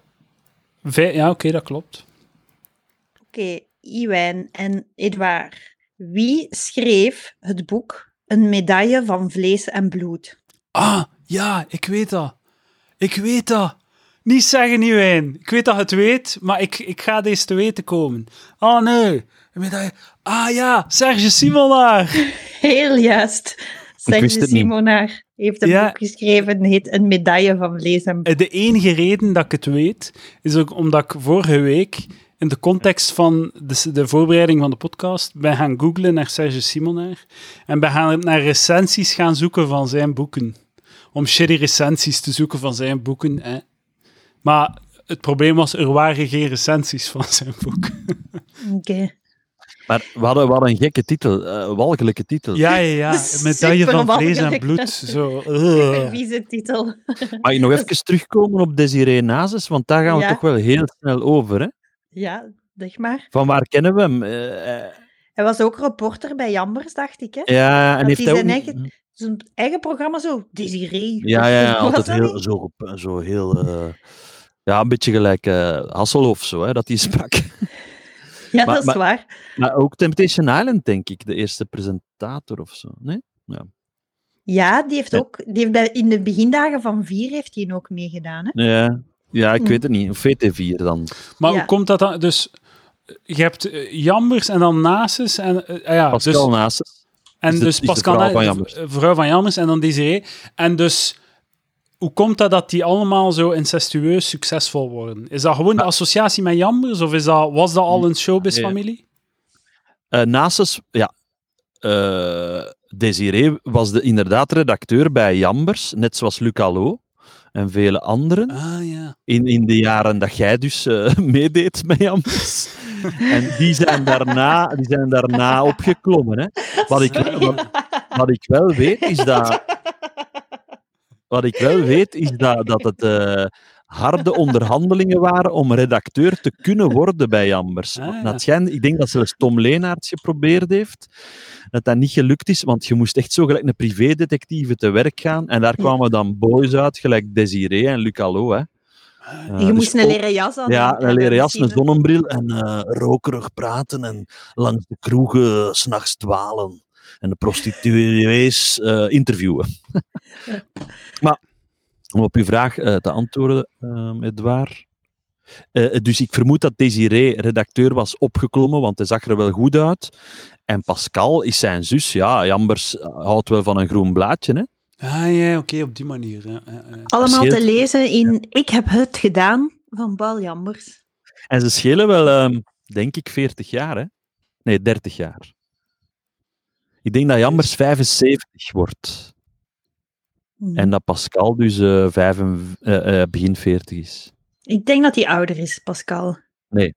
Speaker 1: Vij- ja oké, dat klopt.
Speaker 2: Iwijn en Edouard. Wie schreef het boek Een medaille van vlees en bloed?
Speaker 1: Ah, ja, ik weet dat. Ik weet dat. Niet zeggen, niet wijn. Ik weet dat je het weet, maar ik, ik ga deze te weten komen. Oh nee. Ik weet dat je- Ah ja, Serge Simonaar.
Speaker 2: Heel juist.
Speaker 3: wist
Speaker 2: Serge
Speaker 3: het niet.
Speaker 2: Simonaar heeft een
Speaker 1: Ja.
Speaker 2: boek geschreven, het heet Een medaille van vlees en bloed.
Speaker 1: Eh, De enige reden dat ik het weet, is ook omdat ik vorige week in de context van de, s- de voorbereiding van de podcast ben gaan googlen naar Serge Simonaar en ben gaan naar recensies gaan zoeken van zijn boeken. Om shitty recensies te zoeken van zijn boeken. Hè. Maar het probleem was, er waren geen recensies van zijn boek.
Speaker 2: Oké.
Speaker 3: Maar wat, een- wat een gekke titel, eh, walgelijke titel.
Speaker 1: Ja, ja, ja. Medaille van vlees en
Speaker 2: Superwalgelijk.
Speaker 1: bloed. Zo.
Speaker 2: Een
Speaker 1: ugh.
Speaker 2: vieze titel.
Speaker 3: Mag ik nog even terugkomen op Desiree Nazes? Want daar gaan we
Speaker 2: Ja.
Speaker 3: toch wel heel snel over. Hè?
Speaker 2: Ja, zeg maar.
Speaker 3: Van waar kennen we hem? Eh, eh,
Speaker 2: Hij was ook reporter bij Jambers, dacht ik. Hè?
Speaker 3: ja, en
Speaker 2: Dat
Speaker 3: heeft
Speaker 2: is
Speaker 3: hij ook...
Speaker 2: zijn
Speaker 3: niet-
Speaker 2: eigen- Zijn eigen programma zo, Desiree.
Speaker 3: Ja, ja, ja
Speaker 2: Was
Speaker 3: altijd
Speaker 2: dat
Speaker 3: heel,
Speaker 2: niet?
Speaker 3: zo, gep- zo heel eh, Ja, een beetje gelijk eh Hasselhoff zo, hè, dat die sprak.
Speaker 2: Ja,
Speaker 3: Maar-
Speaker 2: dat is
Speaker 3: maar-
Speaker 2: waar.
Speaker 3: maar ook Temptation Island, denk ik, de eerste presentator of zo. Nee?
Speaker 2: Ja, die heeft
Speaker 3: Ja.
Speaker 2: ook, die heeft bij, in de begindagen van vier heeft hij ook meegedaan. Hè?
Speaker 3: Ja, ja ik
Speaker 2: Hm.
Speaker 3: weet het niet. VT4 dan.
Speaker 1: Maar
Speaker 2: Ja.
Speaker 1: hoe komt dat dan? Dus eh, je hebt eh, Jambers en dan Nasus en eh, ah ja,
Speaker 3: Pascal
Speaker 1: dus,
Speaker 3: naast.
Speaker 1: en
Speaker 3: is de-
Speaker 1: dus
Speaker 3: is de
Speaker 1: Pascal
Speaker 3: vrouw
Speaker 1: Na-
Speaker 3: van
Speaker 1: de
Speaker 3: Jambers.
Speaker 1: v- eh, vrouw van Jambers en dan Desiree. En dus hoe komt dat dat die allemaal zo incestueus succesvol worden? Is dat
Speaker 3: Ah.
Speaker 1: gewoon de associatie met Jambers of is dat, was dat al een showbiz-familie?
Speaker 3: Eh naast, ja. eh Desiree was de, inderdaad redacteur bij Jambers, net zoals Luc Allo en vele anderen.
Speaker 1: Ah ja.
Speaker 3: in, in de jaren dat jij dus eh, meedeed met Jambers. en die zijn daarna, die zijn daarna opgeklommen. Hè. Wat, ik,
Speaker 1: Ah,
Speaker 3: wel- wat, wat ik wel weet is dat. Wat ik wel weet is dat, dat het eh, harde onderhandelingen waren om redacteur te kunnen worden bij Jambers.
Speaker 1: Ah, ja.
Speaker 3: Dat schijnt- ik denk dat zelfs Tom Leenaerts geprobeerd heeft. Dat dat niet gelukt is, want je moest echt zo gelijk een privédetectieve te werk gaan. En daar kwamen dan boys uit, gelijk Desiree en Luc Allo. Hè.
Speaker 1: Ah,
Speaker 3: Eh,
Speaker 2: je
Speaker 3: dus
Speaker 2: moest een
Speaker 3: ook-
Speaker 2: leren jas aan.
Speaker 3: ja,
Speaker 2: hebben,
Speaker 3: een leren jas,
Speaker 2: misschien
Speaker 3: een
Speaker 2: ook.
Speaker 3: zonnebril en eh, rokerig praten en langs de kroegen eh, s'nachts dwalen. En de prostituees eh, interviewen. maar om op uw vraag eh, te antwoorden, ehm Edouard. Eh, dus ik vermoed dat Desiree redacteur was opgeklommen, want hij zag er wel goed uit. En Pascal is zijn zus. Ja, Jambers eh, houdt wel van een groen blaadje. Hè?
Speaker 1: Ah ja, oké, op die manier. Ja, ja, ja.
Speaker 2: Allemaal te
Speaker 3: Scheelt-
Speaker 2: lezen in Ik heb het gedaan van Bal Jambers.
Speaker 3: En ze schelen wel, ehm, denk ik, 40 jaar, hè? Nee, 30 jaar. Ik denk dat Jambers 75 wordt.
Speaker 2: Hm.
Speaker 3: En dat Pascal dus eh, vijf en- eh, eh, begin 40 is.
Speaker 2: Ik denk dat hij ouder is, Pascal.
Speaker 3: Nee.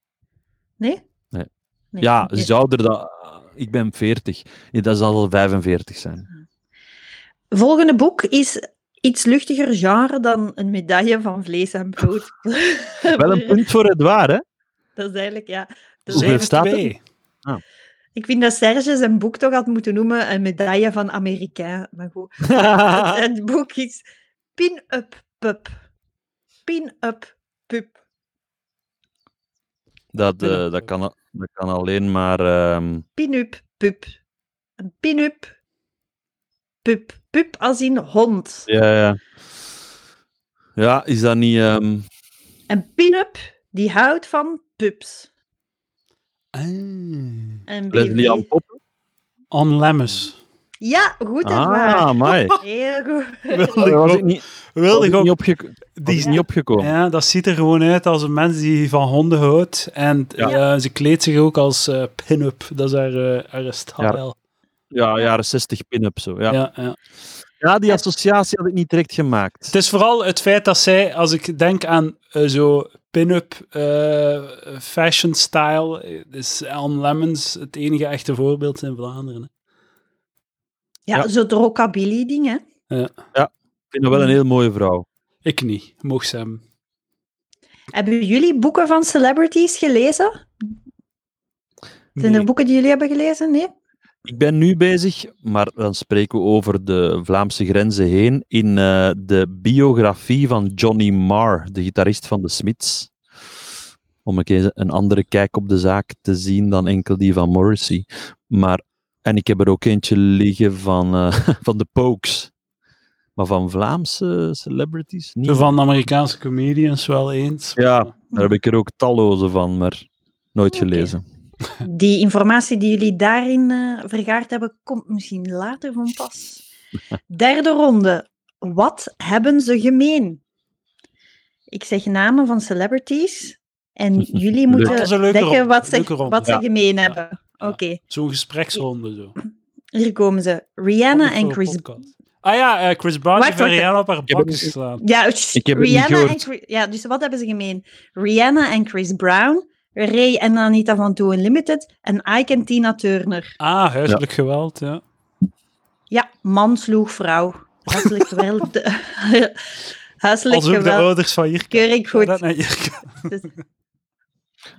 Speaker 2: Nee?
Speaker 3: Nee.
Speaker 2: Nee,
Speaker 3: Ja,
Speaker 2: oké.
Speaker 3: ze zouden dat... Ik ben 40. Ja, dat zal wel 45 zijn.
Speaker 2: Volgende boek is iets luchtiger genre dan een medaille van vlees en brood.
Speaker 3: Wel
Speaker 2: eh.
Speaker 3: een punt voor het waar, hè?
Speaker 2: Dat is eigenlijk, ja. dat is
Speaker 3: Hoeveel
Speaker 2: eigenlijk-
Speaker 3: staat er?
Speaker 1: Twee.
Speaker 2: Ik vind dat Serge zijn boek toch had moeten noemen een medaille van Amerikaan. Maar goed,
Speaker 3: Ah.
Speaker 2: het boek is Pin-up pup. Pin-up pup.
Speaker 3: dat, eh, dat, kan, al- dat kan alleen maar... ehm,
Speaker 2: Pin-up pup. Een pin-up pup. Pup als in hond.
Speaker 3: ja, ja. Ja, is dat niet... ehm,
Speaker 2: En pin-up, die houdt van pups.
Speaker 1: Ah.
Speaker 2: En
Speaker 3: Leslie Ann
Speaker 2: BV.
Speaker 3: Poppen?
Speaker 1: On Lemmes.
Speaker 2: Ja, goed en waar.
Speaker 3: Ah, amai.
Speaker 2: Heel goed.
Speaker 3: Daar was ik niet, was ik niet, opge- was
Speaker 1: Die
Speaker 3: ik niet opgekomen.
Speaker 1: Ja, dat ziet er gewoon uit als een mens die van honden houdt. En
Speaker 3: Ja.
Speaker 1: eh, ze kleedt zich ook als eh, pin-up. Dat is haar, eh, haar stijl.
Speaker 3: Ja, jaren 60 pin-up zo. Ja.
Speaker 1: Ja.
Speaker 3: Ja.
Speaker 1: Ja,
Speaker 3: die associatie had ik niet direct gemaakt.
Speaker 1: Het is vooral het feit dat zij, als ik denk aan eh, zo pin-up eh, fashion style, eh, is On Lemons het enige echte voorbeeld in Vlaanderen. hè.
Speaker 2: Ja,
Speaker 3: Ja.
Speaker 2: zo'n rockabilly ding, hè.
Speaker 3: Ik vind haar wel een heel mooie vrouw.
Speaker 1: Ik niet, mocht ze hem.
Speaker 2: Hebben jullie boeken van celebrities gelezen? Zijn
Speaker 1: Nee.
Speaker 2: er boeken die jullie hebben gelezen? Nee?
Speaker 3: Ik ben nu bezig, maar dan spreken we over de Vlaamse grenzen heen, in eh, de biografie van Johnny Marr, de gitarist van de Smiths. Om een keer een andere kijk op de zaak te zien dan enkel die van Morrissey. Maar, en ik heb er ook eentje liggen van, eh, van de Pokes. Maar van Vlaamse celebrities? Niet.
Speaker 1: Zo van Amerikaanse comedians wel eens.
Speaker 3: Ja,
Speaker 1: maar-
Speaker 3: daar heb ik er ook talloze van, maar nooit
Speaker 2: Oké.
Speaker 3: gelezen.
Speaker 2: Die informatie die jullie daarin eh, vergaard hebben, komt misschien later van pas. Derde ronde. Wat hebben ze gemeen? Ik zeg namen van celebrities en jullie
Speaker 1: Dat is
Speaker 2: moeten
Speaker 1: een leuke
Speaker 2: denken
Speaker 1: ronde,
Speaker 2: wat ze,
Speaker 1: leuke ronde.
Speaker 2: wat ze
Speaker 1: Ja.
Speaker 2: gemeen hebben.
Speaker 1: Ja.
Speaker 2: Oké,
Speaker 1: Zo'n gespreksronde zo.
Speaker 2: hier komen ze. Rihanna en Chris
Speaker 1: Ah ja, eh, Chris Brown
Speaker 2: Wacht,
Speaker 1: heeft
Speaker 2: wacht,
Speaker 1: Rihanna op haar
Speaker 3: heb
Speaker 1: bak
Speaker 3: het-
Speaker 1: geslaan.
Speaker 2: Ja, sh-
Speaker 3: Ik heb het niet
Speaker 2: Rihanna en
Speaker 3: gehoord.
Speaker 2: Chris, ja, dus wat hebben ze gemeen? Rihanna en Chris Brown, Ray en Anita van Two Unlimited en Ike en Tina Turner.
Speaker 1: Ah, huiselijk geweld, ja.
Speaker 2: Ja, man sloeg vrouw. Huiselijk geweld. Huiselijk
Speaker 1: Als ook de
Speaker 2: geweld.
Speaker 1: ouders van Jirka.
Speaker 2: Keur
Speaker 1: Dat
Speaker 2: ik goed.
Speaker 1: naar Jirka.
Speaker 2: Dus-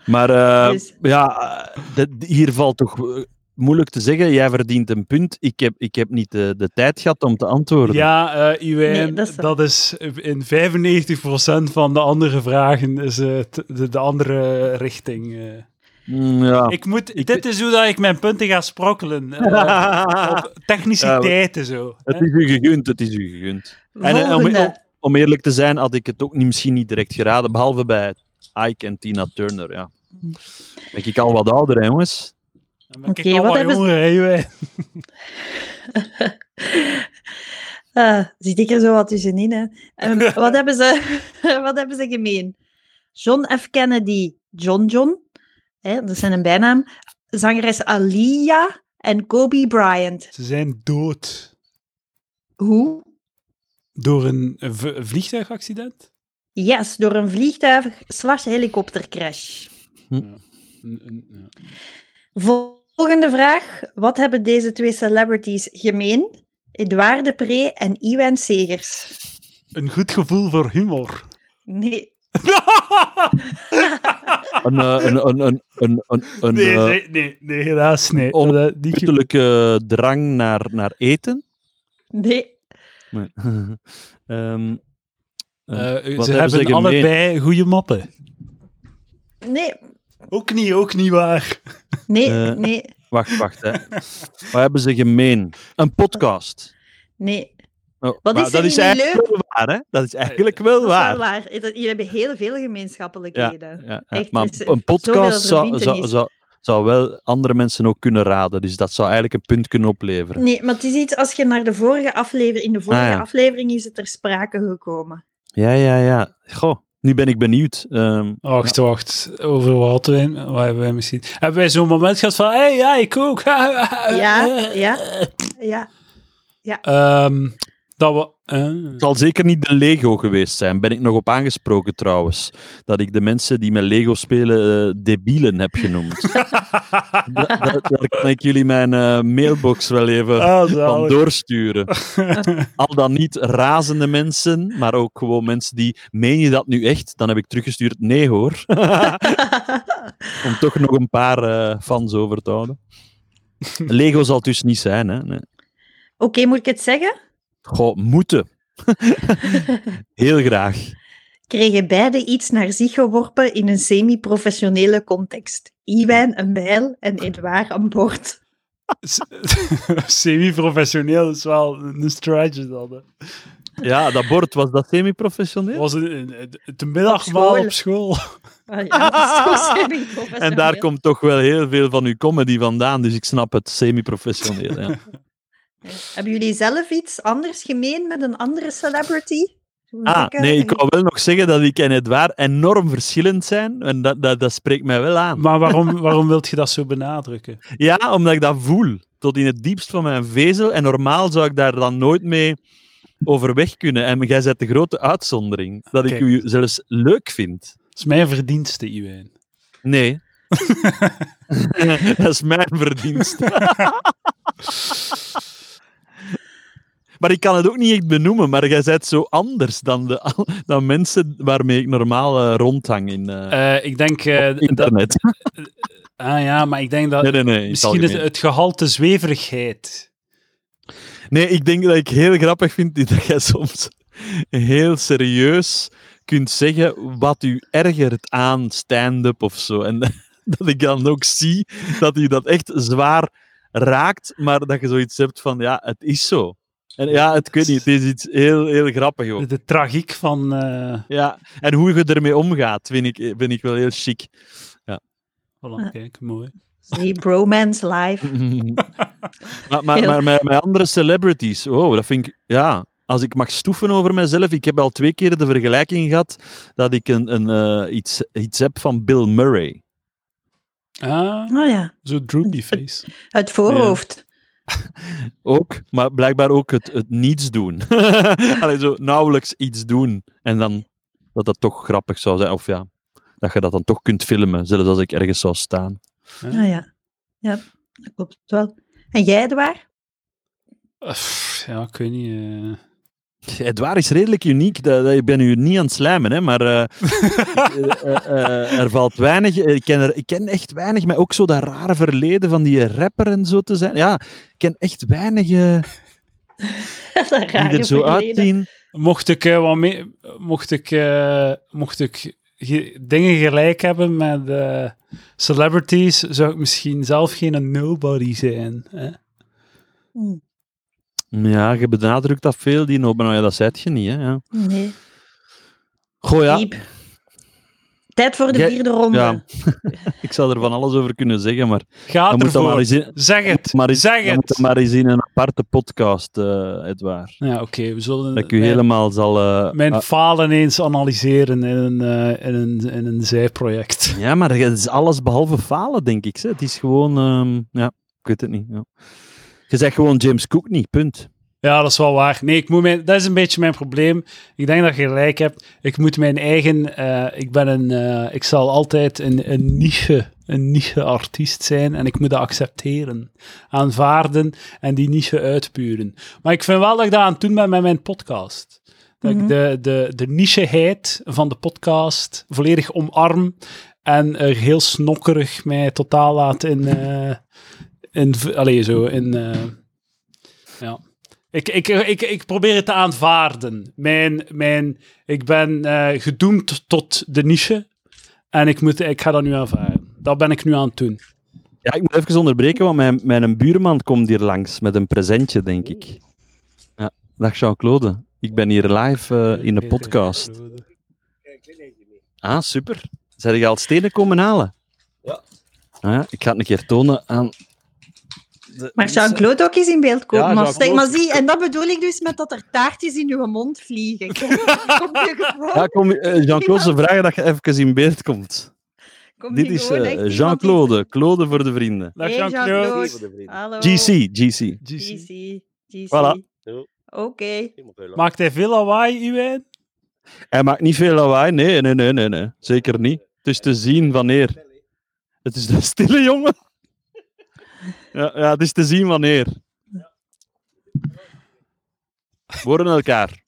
Speaker 3: Maar eh,
Speaker 2: Dus-
Speaker 3: ja, eh, dat- hier valt toch eh, moeilijk te zeggen. Jij verdient een punt. Ik heb, ik heb niet de, de tijd gehad om te antwoorden.
Speaker 1: Ja, eh Iwijn,
Speaker 2: Nee, dat
Speaker 1: dat,
Speaker 2: is
Speaker 1: is
Speaker 2: waar.
Speaker 1: in 95% van de andere vragen is het de, de andere richting. eh.
Speaker 3: Mm, ja.
Speaker 1: Ik moet, dit is hoe dat ik mijn punten ga sprokkelen. eh, op techniciteiten zo.
Speaker 3: het is u gegund, het is u gegund. En, eh, om,
Speaker 2: Volgende.
Speaker 3: om- om eerlijk te zijn, had ik het ook niet, misschien niet direct geraden, behalve bij Ike en Tina Turner. Ja. Ben ik al wat ouder, hè, jongens?
Speaker 1: Dan ben ik
Speaker 2: Oké,
Speaker 1: al
Speaker 2: wat
Speaker 1: wat
Speaker 2: hebben ze-
Speaker 1: jonger, hè, Iwijn.
Speaker 2: Eh, zit ik er zo wat tussenin, hè. Ehm, wat, hebben ze, wat hebben ze gemeen? John F. Kennedy, John John, hè, dat is zijn bijnaam. Zangeres Alia en Kobe Bryant.
Speaker 1: Ze zijn dood
Speaker 2: Hoe?
Speaker 1: door een v- vliegtuigaccident.
Speaker 2: Yes, door een vliegtuig slash helikoptercrash.
Speaker 1: Een- een- ja.
Speaker 2: Volgende vraag. Wat hebben deze twee celebrities gemeen? Edouard de Pre en Iwan Segers.
Speaker 1: Een goed gevoel voor humor.
Speaker 2: Nee.
Speaker 3: Een, eh, een, een, een, een, een, een
Speaker 1: nee,
Speaker 3: eh,
Speaker 1: nee, nee, nee, helaas nee.
Speaker 3: om-
Speaker 1: Dat- die-
Speaker 3: uiterlijke drang naar, naar eten.
Speaker 2: Nee.
Speaker 3: Nee. Ehm,
Speaker 1: Eh,
Speaker 3: Wat
Speaker 1: ze
Speaker 3: hebben
Speaker 1: hebben
Speaker 3: ze gemeen?
Speaker 1: allebei goede moppen.
Speaker 2: Nee.
Speaker 1: Ook niet, ook niet waar.
Speaker 2: Nee.
Speaker 3: Eh.
Speaker 2: Nee.
Speaker 3: wacht, wacht. Hè. Wat hebben ze gemeen? Een podcast.
Speaker 2: Nee.
Speaker 3: Oh,
Speaker 2: Wat
Speaker 3: maar
Speaker 2: is er
Speaker 3: dat is
Speaker 2: niet
Speaker 3: eigenlijk wel waar, hè? Dat is eigenlijk wel
Speaker 2: Dat is wel
Speaker 3: waar.
Speaker 2: waar. Eh, dat- Jullie hebben heel veel gemeenschappelijkheden.
Speaker 3: Ja, ja,
Speaker 2: Echt,
Speaker 3: maar
Speaker 2: het is, eh,
Speaker 3: een podcast
Speaker 2: zoveel
Speaker 3: zou, zou,
Speaker 2: verbintenis.
Speaker 3: zou, zou wel andere mensen ook kunnen raden. Dus dat zou eigenlijk een punt kunnen opleveren.
Speaker 2: Nee, maar het is iets als je naar de vorige aflevering. In de vorige
Speaker 3: Ah, ja.
Speaker 2: aflevering is het ter sprake gekomen.
Speaker 3: Ja, ja, ja. Goh, nu ben ik benieuwd. Ehm,
Speaker 1: Wacht, wacht. Over wat hadden wij, wat hebben wij misschien... Hebben wij zo'n moment gehad van... Hé, hey, ja, ik ook. Eh,
Speaker 2: Ja, ja. Ja.
Speaker 1: Ehm, dat we...
Speaker 3: het
Speaker 1: eh,
Speaker 3: zal zeker niet de Lego geweest zijn. Ben ik nog op aangesproken trouwens. Dat ik de mensen die met Lego spelen eh, debielen heb genoemd. Da- da- daar kan ik jullie mijn eh, mailbox wel even
Speaker 1: ah,
Speaker 3: van
Speaker 1: zalig.
Speaker 3: doorsturen. Al dan niet razende mensen, maar ook gewoon mensen die, meen je dat nu echt? Dan heb ik teruggestuurd, nee hoor. Om toch nog een paar eh, fans over te houden. Lego zal het dus niet zijn, hè? Nee.
Speaker 2: Oké, moet ik het zeggen?
Speaker 3: Goh, moeten. Heel graag.
Speaker 2: Kregen beide iets naar zich geworpen in een semi-professionele context. Iwijn een bijl en Edouard een bord.
Speaker 1: S- Semi-professioneel is wel een stretch. Dat hè.
Speaker 3: Ja, dat bord, was dat semi-professioneel?
Speaker 1: was een, een, een- het middagmaal
Speaker 2: school.
Speaker 1: op school.
Speaker 2: Ah, ja, dat is zo semi-professioneel.
Speaker 3: En daar komt toch wel heel veel van uw comedy vandaan, dus ik snap het, semi-professioneel. Ja.
Speaker 2: Hebben jullie zelf iets anders gemeen met een andere celebrity? Moet
Speaker 3: Ah,
Speaker 2: ik, eh,
Speaker 3: nee, ik wou wel nog zeggen dat ik en Edouard enorm verschillend zijn. En dat, dat, dat spreekt mij wel aan.
Speaker 1: Maar waarom, waarom wilt je dat zo benadrukken?
Speaker 3: Ja, omdat ik dat voel. Tot in het diepst van mijn vezel. En normaal zou ik daar dan nooit mee overweg kunnen. En jij bent de grote uitzondering. Dat ik
Speaker 1: Kijk.
Speaker 3: u zelfs leuk vind.
Speaker 1: Dat is mijn verdienste, Iwijn.
Speaker 3: Nee. dat is mijn verdienst. maar ik kan het ook niet echt benoemen. Maar jij bent zo anders dan, de, al- dan mensen waarmee ik normaal eh, rondhang in eh,
Speaker 1: Eh, ik denk... eh,
Speaker 3: op
Speaker 1: dat,
Speaker 3: internet.
Speaker 1: ah ja, maar ik denk dat...
Speaker 3: nee, nee, nee. in het
Speaker 1: misschien het,
Speaker 3: algemeen.
Speaker 1: het gehalte zweverigheid.
Speaker 3: Nee, ik denk dat ik heel grappig vind dat jij soms heel serieus kunt zeggen wat u ergert aan stand-up of zo. En dat ik dan ook zie dat u dat echt zwaar raakt, maar dat je zoiets hebt van, ja, het is zo. En ja, het, ik weet niet, het is iets heel, heel grappig ook.
Speaker 1: De, de tragiek van... eh,
Speaker 3: Ja, en hoe je ermee omgaat, vind ik, vind ik wel heel chic.
Speaker 1: voilà, kijk, mooi.
Speaker 2: zie, Bromance Live.
Speaker 3: maar maar,
Speaker 2: Heel.
Speaker 3: maar met, met andere celebrities, oh, dat vind ik, ja. Als ik mag stoeven over mezelf, ik heb al twee keer de vergelijking gehad dat ik een, een, eh, iets, iets heb van Bill Murray.
Speaker 1: Ah,
Speaker 2: Oh ja,
Speaker 1: zo droopy face.
Speaker 2: het voorhoofd.
Speaker 3: Ook, maar blijkbaar ook het, het niets doen. Allee, zo nauwelijks iets doen. En dan dat dat toch grappig zou zijn. Of ja, dat je dat dan toch kunt filmen, zelfs als ik ergens zou staan.
Speaker 1: Ja.
Speaker 2: Ja, Ah ja. ja, dat klopt wel. En jij, Edouard?
Speaker 1: Pff, Ja, ik weet niet. eh.
Speaker 3: Edouard is redelijk uniek. Dat, dat- ik ben u niet aan het slijmen, hè, maar eh, eh, eh, eh, er valt weinig. Ik ken, er, ik ken echt weinig, maar ook zo dat rare verleden van die rapper en zo te zijn. Ja, ik ken echt weinig eh,
Speaker 2: Dat
Speaker 3: die
Speaker 2: rare
Speaker 3: er zo
Speaker 2: verleden.
Speaker 3: uitzien.
Speaker 1: Mocht ik, eh, wat mee, mocht ik, eh, mocht ik ge- dingen gelijk hebben met eh, celebrities, zou ik misschien zelf geen nobody zijn. Hè?
Speaker 2: Hm,
Speaker 3: Ja, je benadrukt dat veel, die Nobel. Nou ja, dat zei je niet, hè. Ja.
Speaker 2: Nee.
Speaker 3: Goh, ja.
Speaker 2: Diep. Tijd voor de
Speaker 3: Jij-
Speaker 2: vierde ronde.
Speaker 3: ja. Ik zou er van alles over kunnen zeggen, maar
Speaker 1: Ga
Speaker 3: dan moet dat maar
Speaker 1: ervoor.
Speaker 3: eens in,
Speaker 1: Zeg het.
Speaker 3: maar eens,
Speaker 1: zeg
Speaker 3: dan moet dat
Speaker 1: het.
Speaker 3: maar eens in een aparte podcast, eh Edouard.
Speaker 1: Ja, oké. we zullen
Speaker 3: Dat ik u
Speaker 1: mijn,
Speaker 3: helemaal zal... eh,
Speaker 1: mijn
Speaker 3: ah,
Speaker 1: falen eens analyseren in een, eh, in een, in een zijproject.
Speaker 3: ja, maar het is alles behalve falen, denk ik. Ze. Het is gewoon... ehm, ja, ik weet het niet. Ja. Je zegt gewoon James Cook niet, punt.
Speaker 1: Ja, dat is wel waar. Nee, ik moet mijn, dat is een beetje mijn probleem. Ik denk dat je gelijk hebt. Ik moet mijn eigen. eh, ik ben een. eh, ik zal altijd een, een niche. Een niche artiest zijn en ik moet dat accepteren, aanvaarden en die niche uitpuren. Maar ik vind wel dat ik dat aan het doen ben met mijn podcast. Dat
Speaker 2: Mhm.
Speaker 1: ik de, de, de nicheheid van de podcast volledig omarm en er heel snokkerig mij totaal laat in. eh, in v- allee, zo. In, eh, ja. Ik, ik, ik, ik probeer het te aanvaarden. Mijn, mijn, ik ben eh, gedoemd tot de niche. En ik, moet, ik ga dat nu aanvaarden. Dat ben ik nu aan het doen.
Speaker 3: Ja, ik moet even onderbreken, want mijn, mijn buurman komt hier langs met een presentje, denk ik. Ja. Dag Jean-Claude. Ik ben hier live eh, in de podcast. Ah, super. Zijn je al stenen komen halen? Ah, Ja. ja. Ik ga het een keer tonen aan... de
Speaker 2: Maar
Speaker 3: mensen.
Speaker 2: Jean-Claude ook eens in beeld komen.
Speaker 3: Dus, eh, Ja,
Speaker 2: maar, stel- maar
Speaker 3: Jean-Claude.
Speaker 2: zie, en dat bedoel ik dus met dat er taartjes in uw mond vliegen. Kom, kom je gewoon,
Speaker 3: Ja, kom, eh, Jean-Claude, ze vragen dat je even in beeld komt.
Speaker 2: kom je
Speaker 3: Dit is
Speaker 2: gewoon
Speaker 3: eh,
Speaker 2: echt iemand
Speaker 3: Jean-Claude, Claude voor de vrienden.
Speaker 1: Dag
Speaker 2: Hey,
Speaker 1: Jean-Claude.
Speaker 2: die- Hallo.
Speaker 3: GC, GC.
Speaker 1: GC.
Speaker 2: GC. GC.
Speaker 3: Voilà.
Speaker 2: Oké.
Speaker 1: Maakt hij veel lawaai, Iwijn?
Speaker 3: Hij maakt niet veel lawaai, nee, nee, nee, nee, nee. Zeker niet. Het is te zien wanneer. Het is de stille jongen. Ja, ja het is te zien wanneer. We horen elkaar.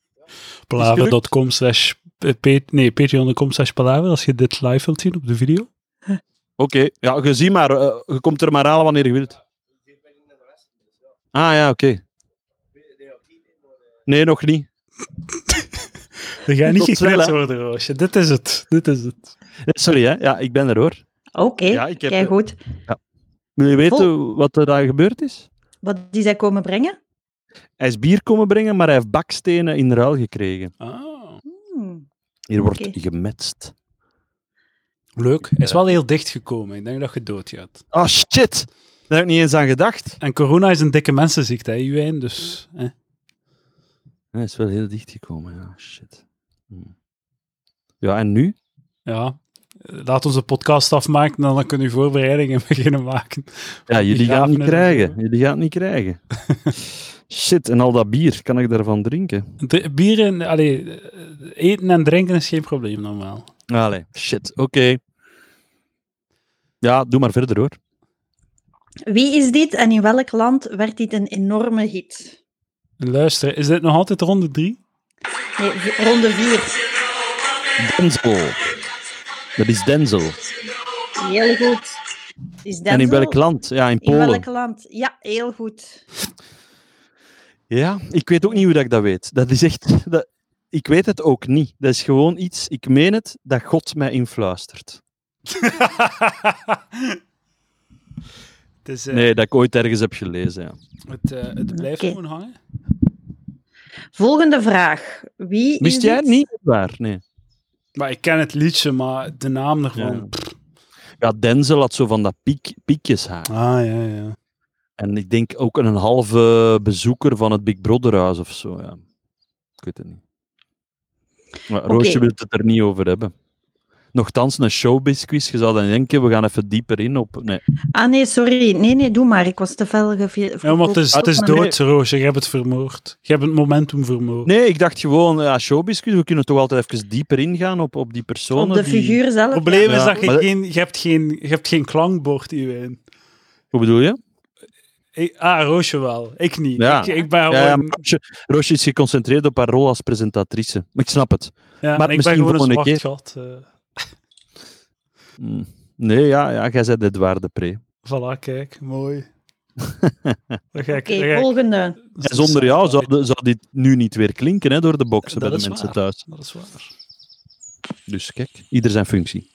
Speaker 1: Palaver.com slash... eh, pa- Nee, patreon.com slash palaver, als je dit live wilt zien op de video.
Speaker 3: Oké, ja, je ziet maar, eh, je komt er maar halen wanneer je wilt. Ah ja, oké. Nee, nog niet.
Speaker 1: Er gaat niet
Speaker 3: Tot snel,
Speaker 1: geknipt
Speaker 3: hè.
Speaker 1: worden, Roosje. Dit is het. Dit is het.
Speaker 3: Eh, Sorry, hè. Ja, ik ben er hoor.
Speaker 2: Oké.
Speaker 3: Ja, ik heb- eh,
Speaker 2: Kijk goed.
Speaker 3: Wil je weten wat er daar gebeurd is?
Speaker 2: Wat die zij komen brengen?
Speaker 3: Hij is bier komen brengen, maar hij heeft bakstenen in ruil gekregen.
Speaker 1: Ah.
Speaker 2: Hmm.
Speaker 3: Hier wordt
Speaker 2: Oké.
Speaker 3: gemetst.
Speaker 1: Leuk. Hij is wel heel dicht gekomen. Ik denk dat je dood gaat.
Speaker 3: Ah, shit! Daar heb ik niet eens aan gedacht.
Speaker 1: En corona is een dikke mensenziekte, hè, Iwijn? Dus... eh.
Speaker 3: Hij is wel heel dicht gekomen, ja. Shit. Hm. Ja, en nu?
Speaker 1: Ja. Laat onze podcast afmaken en dan kunnen we voorbereidingen beginnen maken.
Speaker 3: Ja, jullie gaan het niet
Speaker 1: begrafenis en
Speaker 3: krijgen. Jullie gaan het niet krijgen. Shit, en al dat bier, kan ik daarvan drinken?
Speaker 1: Dr- Bieren, allee, eh, eten en drinken is geen probleem normaal.
Speaker 3: Allee, shit, oké. Ja, doe maar verder hoor.
Speaker 2: Wie is dit en in welk land werd dit een enorme hit?
Speaker 1: Luister, is dit nog altijd ronde drie?
Speaker 2: Nee, v- ronde 4.
Speaker 3: Denzel. Dat is Denzel.
Speaker 2: Heel goed. Is Denzel,
Speaker 3: En in welk land? Ja, in
Speaker 2: In
Speaker 3: Polen.
Speaker 2: welk land? Ja, heel goed.
Speaker 3: Ja, ik weet ook niet hoe dat ik dat weet. Dat is echt... Dat, ik weet het ook niet. Dat is gewoon iets, ik meen het, dat God mij influistert.
Speaker 1: het, is, eh,
Speaker 3: Nee, dat ik ooit ergens heb gelezen, ja.
Speaker 1: het, eh, het blijft
Speaker 2: Oké.
Speaker 1: gewoon hangen.
Speaker 2: Volgende vraag. Wie is
Speaker 3: Wist jij het
Speaker 2: dit?
Speaker 3: niet? Waar? Nee.
Speaker 1: Maar ik ken het liedje, maar de naam ervan.
Speaker 3: Ja. Ja, Denzel had zo van dat piek, piekjeshaar.
Speaker 1: Ah, ja, ja.
Speaker 3: En ik denk ook een halve bezoeker van het Big Brother huis of zo. Ja. Ik weet het niet. Maar
Speaker 2: Oké.
Speaker 3: Roosje wil het er niet over hebben. Nochtans, een showbizquiz. Je zou dan denken, we gaan even dieper in op... Nee.
Speaker 2: Ah nee, sorry. Nee, nee, doe maar. Ik was te fel geveerd.
Speaker 1: Ja, maar het is, het is
Speaker 3: Ah, nee.
Speaker 1: dood, Roosje. Je hebt het vermoord. Je hebt het momentum vermoord.
Speaker 3: nee, ik dacht gewoon, ja, showbizquiz. We kunnen toch altijd even dieper ingaan op, op die personen.
Speaker 2: Op de
Speaker 3: die-
Speaker 2: figuur zelf.
Speaker 1: Het probleem
Speaker 2: ja.
Speaker 1: is
Speaker 3: Ja,
Speaker 1: dat je,
Speaker 3: maar dat-
Speaker 1: geen, je, hebt geen, je hebt geen klankbord, Iwijn.
Speaker 3: Hoe bedoel je?
Speaker 1: Eh, Ik- ah, Roosje wel. Ik niet.
Speaker 3: Ja.
Speaker 1: Ik, ik ben gewoon,
Speaker 3: Ja, ja,
Speaker 1: ja,
Speaker 3: maar Roosje, Roosje is geconcentreerd op haar rol als presentatrice. Maar ik snap het.
Speaker 1: maar ik ben
Speaker 3: misschien
Speaker 1: gewoon een
Speaker 3: volgende
Speaker 1: zwart
Speaker 3: keer.
Speaker 1: gat. eh.
Speaker 3: Hm. Nee, ja, ja jij bent Edouard de Pre.
Speaker 1: voilà, kijk. Mooi. Dan ga ik,
Speaker 2: Oké,
Speaker 1: dan ga ik-
Speaker 2: volgende.
Speaker 3: En zonder jou zou, de- zou dit nu niet weer klinken hè, door de boxen
Speaker 1: Dat
Speaker 3: bij de
Speaker 1: is
Speaker 3: mensen
Speaker 1: waar.
Speaker 3: thuis.
Speaker 1: Dat is waar.
Speaker 3: Dus kijk, ieder zijn functie.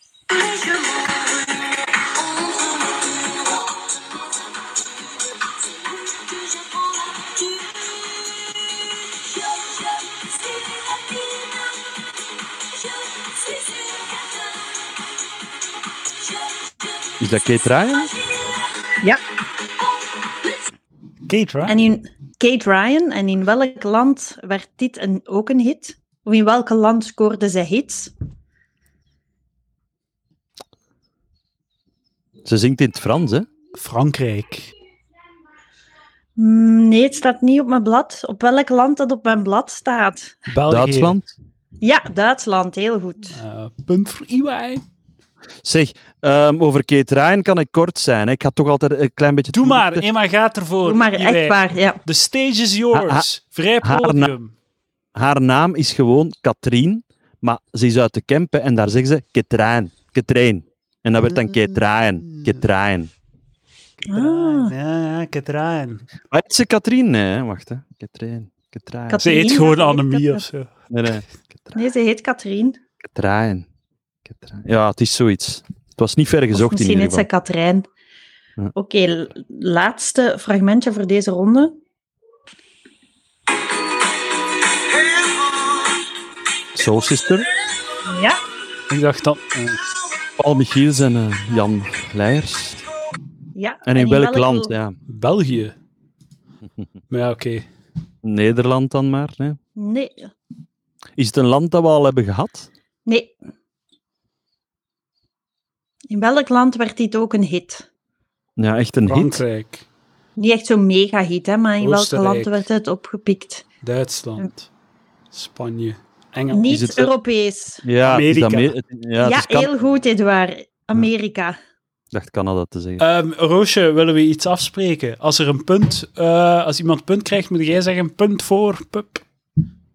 Speaker 3: Is dat Kate Ryan?
Speaker 1: Kate, right?
Speaker 2: En in Kate Ryan, en in welk land werd dit een, ook een hit? Of in welk land scoorde zij hits?
Speaker 3: Ze zingt in het Frans,
Speaker 1: Oh,
Speaker 3: hè?
Speaker 1: Frankrijk.
Speaker 2: Mm, Nee, het staat niet op mijn blad. Op welk land dat op mijn blad staat?
Speaker 1: België.
Speaker 3: Duitsland.
Speaker 2: Ja, Duitsland, heel goed.
Speaker 1: Eh, punt voor EY.
Speaker 3: Zeg, ehm, over Kate Ryan kan ik kort zijn. hè. Ik ga toch altijd een klein beetje...
Speaker 1: Doe maar, Emma gaat ervoor.
Speaker 2: Doe maar
Speaker 1: EY.
Speaker 2: echt waar, ja.
Speaker 1: The stage is yours. Vrij
Speaker 3: haar na-
Speaker 1: podium.
Speaker 3: Haar naam is gewoon Katrien, maar ze is uit de Kempen en daar zeggen ze Ketrijn. Ketrijn. En dat
Speaker 2: Mm.
Speaker 3: werd dan Ketrijn. Ketrijn.
Speaker 2: Ah.
Speaker 1: Ketrijn, Ja, ja, Ketrijn.
Speaker 3: Maar heet ze Katrien? Nee, hè. wacht hè. Ketrijn. Ketrijn.
Speaker 2: Kat-
Speaker 1: Ze eet
Speaker 2: Katrien,
Speaker 1: gewoon
Speaker 2: dat weet ik
Speaker 1: anemie
Speaker 2: dat
Speaker 1: of zo.
Speaker 3: Nee, nee. Ketrijn.
Speaker 2: Nee, ze heet Katrien.
Speaker 3: Ketrijn. Ketrijn. Ja, het is zoiets. Het was niet ver
Speaker 2: Of
Speaker 3: gezocht in
Speaker 2: Misschien
Speaker 3: ieder
Speaker 2: heet
Speaker 3: geval.
Speaker 2: ze Katrijn.
Speaker 3: Ja.
Speaker 2: Oké, l- laatste fragmentje voor deze ronde.
Speaker 3: Soul Sister.
Speaker 2: Ja,
Speaker 1: Ik dacht dan... eh,
Speaker 3: Paul Michiels en eh, Jan Leijers.
Speaker 2: ja.
Speaker 3: En in, welk, land? Ja.
Speaker 1: België. Maar ja, oké.
Speaker 3: Nederland dan maar. Hè.
Speaker 2: Nee,
Speaker 3: Is het een land dat we al hebben gehad?
Speaker 2: nee. In welk land werd dit ook een hit?
Speaker 3: Ja, echt een hit.
Speaker 1: Frankrijk.
Speaker 2: Niet echt zo'n mega hit, hè, maar in welk
Speaker 1: Oostenrijk.
Speaker 2: land werd het opgepikt?
Speaker 1: Duitsland. Spanje. Engeland.
Speaker 3: Is het,
Speaker 2: Niet
Speaker 3: eh,
Speaker 2: Europees.
Speaker 3: Ja, het is
Speaker 1: Amerika.
Speaker 3: Amer- het- ja,
Speaker 2: Ja,
Speaker 3: het is Can-
Speaker 2: heel goed, Edouard. Amerika.
Speaker 3: Ik dacht Canada te zeggen.
Speaker 1: Ehm, Roosje, willen we iets afspreken? Als er een punt... eh, als iemand punt krijgt, moet jij zeggen punt voor Pup.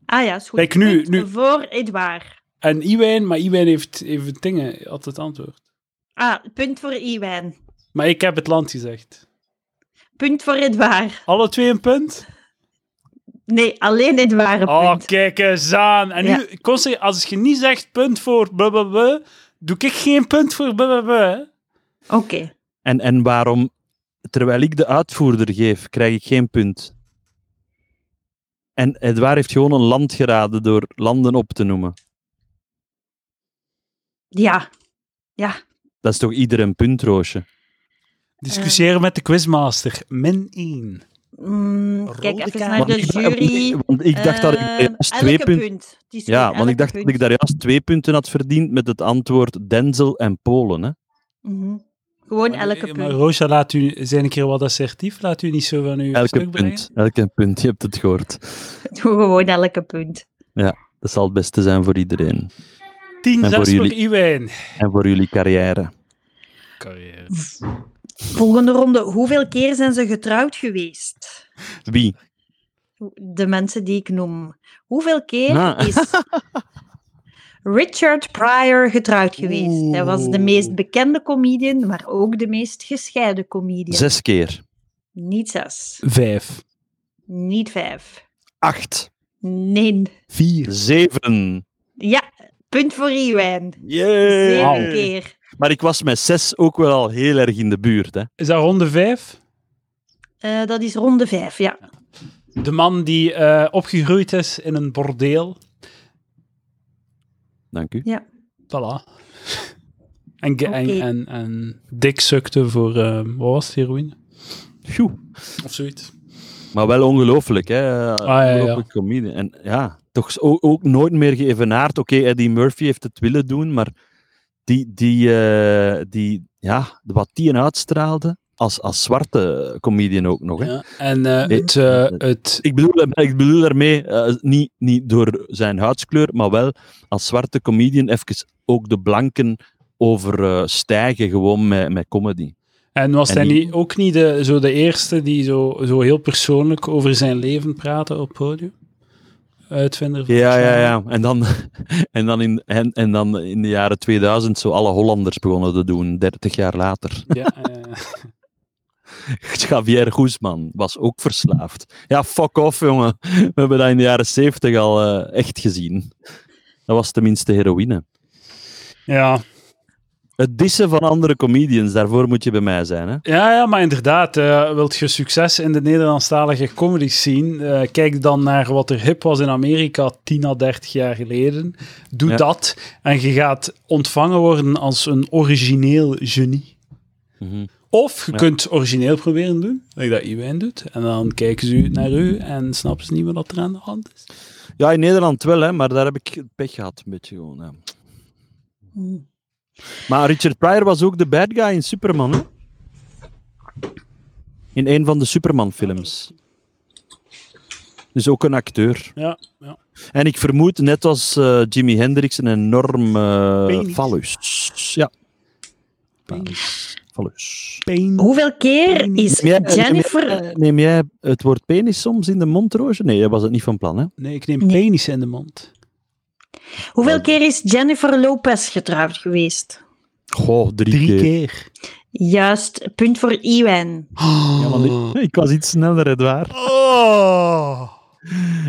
Speaker 2: Ah ja, is goed.
Speaker 1: Kijk, nu-
Speaker 2: Punt
Speaker 1: nu-
Speaker 2: Voor Edouard.
Speaker 1: En Iwijn, maar Iwijn heeft even dingen altijd antwoord.
Speaker 2: Ah, punt voor Iwijn.
Speaker 1: Maar ik heb het land gezegd.
Speaker 2: Punt voor Edouard.
Speaker 1: Alle twee een punt?
Speaker 2: Nee, alleen Edouard een
Speaker 1: Oh,
Speaker 2: punt.
Speaker 1: kijk eens aan. En
Speaker 2: Ja.
Speaker 1: nu, Constance, als je niet zegt punt voor blablabla, doe ik geen punt voor blablabla.
Speaker 2: Oké.
Speaker 3: En, en waarom, terwijl ik de uitvoerder geef, krijg ik geen punt? En Edouard heeft gewoon een land geraden door landen op te noemen.
Speaker 2: Ja. Ja.
Speaker 3: Dat is toch ieder een punt, Roosje?
Speaker 1: Discussiëren met de quizmaster. Min 1.
Speaker 2: Mm,
Speaker 1: Rode
Speaker 2: kijk even
Speaker 1: kaart.
Speaker 2: naar de jury.
Speaker 3: want ik dacht dat ik daar
Speaker 2: Ehm,
Speaker 3: juist
Speaker 2: elke
Speaker 3: twee punten...
Speaker 2: punt. Het is
Speaker 3: Ja,
Speaker 2: goed,
Speaker 3: want ik
Speaker 2: elke
Speaker 3: dacht dat ik
Speaker 2: punt.
Speaker 3: daar juist twee punten had verdiend met het antwoord Denzel en Polen. Hè?
Speaker 2: Mhm. Gewoon elke
Speaker 1: Maar
Speaker 2: punt.
Speaker 1: Roosje, laat u zijn een keer wat assertief. Laat u niet zo van uw
Speaker 3: Elke
Speaker 1: stuk brengen.
Speaker 3: punt. Elke punt, je hebt het gehoord.
Speaker 2: Doe gewoon elke punt.
Speaker 3: Dat zal het beste zijn voor iedereen.
Speaker 1: 10
Speaker 3: En voor
Speaker 1: 6 voor
Speaker 3: jullie.
Speaker 1: Iwijn.
Speaker 3: En voor jullie carrière.
Speaker 2: Volgende ronde. Hoeveel keer zijn ze getrouwd geweest?
Speaker 3: Wie?
Speaker 2: De mensen die ik noem. Hoeveel keer
Speaker 1: Nou.
Speaker 3: Ah.
Speaker 2: is Richard Pryor getrouwd geweest? Hij was de meest
Speaker 1: Oeh.
Speaker 2: bekende comedian, maar ook de meest gescheiden comedian.
Speaker 3: Zes keer.
Speaker 2: Niet zes.
Speaker 1: 5.
Speaker 2: Niet vijf.
Speaker 3: Acht.
Speaker 2: Nee.
Speaker 1: 4.
Speaker 3: Zeven.
Speaker 2: Ja, punt voor Iwijn.
Speaker 3: Yay!
Speaker 2: Zeven
Speaker 1: Wauw.
Speaker 2: keer.
Speaker 3: Maar ik was met zes ook wel al heel erg in de buurt. Hè.
Speaker 1: Is dat ronde 5?
Speaker 2: Eh, dat is ronde vijf, ja.
Speaker 1: De man die eh, opgegroeid is in een bordeel.
Speaker 3: Dank u.
Speaker 1: Voilà. En, ge- en,
Speaker 2: Oké.
Speaker 1: en, en dik sukte voor, eh, wat was het, heroïne?
Speaker 3: Phew.
Speaker 1: Of zoiets.
Speaker 3: Maar wel ongelooflijk, hè?
Speaker 1: Ah, ja, ja.
Speaker 3: Ongelooflijk comedie. En ja, toch ook, ook nooit meer geëvenaard. Oké, Eddie Murphy heeft het willen doen, maar die, die, eh, die ja, wat die uitstraalde, als, als zwarte comedian ook nog. Hè?
Speaker 1: Ja. En eh,
Speaker 3: Nee.
Speaker 1: het, eh, het,
Speaker 3: Ik bedoel, ik bedoel daarmee eh, niet, niet door zijn huidskleur, maar wel als zwarte comedian even ook de blanken overstijgen, gewoon met, met comedy.
Speaker 1: En was
Speaker 3: En
Speaker 1: hij
Speaker 3: die-
Speaker 1: niet, ook niet de, zo de eerste die zo, zo heel persoonlijk over zijn leven praatte op het podium? Uitvinder van
Speaker 3: Ja, ja,
Speaker 1: Shine.
Speaker 3: ja. En dan, en, dan in, en, en dan in de jaren 2000 zo alle Hollanders begonnen te doen, 30 jaar later.
Speaker 1: Ja, eh,
Speaker 3: Javier Guzman was ook verslaafd. Ja, fuck off, jongen. We hebben dat in de jaren 70 al eh, echt gezien. Dat was tenminste heroïne.
Speaker 1: ja.
Speaker 3: Het dissen van andere comedians, daarvoor moet je bij mij zijn. Hè?
Speaker 1: Ja, ja, maar inderdaad. eh, wilt je succes in de Nederlandstalige comedy scene? eh, kijk dan naar wat er hip was in Amerika 10 à 30 jaar geleden. Doe
Speaker 3: Ja.
Speaker 1: dat en je gaat ontvangen worden als een origineel genie.
Speaker 3: Mhm.
Speaker 1: Of je
Speaker 3: Ja.
Speaker 1: kunt origineel proberen doen, like dat Iwijn doet. En dan kijken ze u naar u en snappen ze niet meer wat er aan de hand is.
Speaker 3: Ja, in Nederland wel, hè, maar daar heb ik pech gehad. Een beetje gewoon, ja.
Speaker 2: Hm.
Speaker 3: Maar Richard Pryor was ook de bad guy in Superman. Hè? In een van de Superman-films. Dus ook een acteur.
Speaker 1: Ja, ja.
Speaker 3: En ik vermoed, net als eh, Jimi Hendrix, een enorm eh
Speaker 1: Penis.
Speaker 3: fallus. Ja. Fallus.
Speaker 1: Pain.
Speaker 2: Hoeveel
Speaker 1: Mm.
Speaker 2: keer is
Speaker 3: Neem jij,
Speaker 1: eh,
Speaker 2: Jennifer...
Speaker 3: neem jij het woord penis soms in de mond, Roosje? Nee, dat was het niet van plan, hè?
Speaker 1: Nee, ik neem penis in de mond.
Speaker 2: Hoeveel keer is Jennifer Lopez getrouwd geweest?
Speaker 3: Goh, drie,
Speaker 1: Drie
Speaker 3: keer.
Speaker 1: keer.
Speaker 2: Juist, punt voor Iwan.
Speaker 3: Ja, maar
Speaker 1: Oh.
Speaker 3: niet- ik was iets sneller, het waar.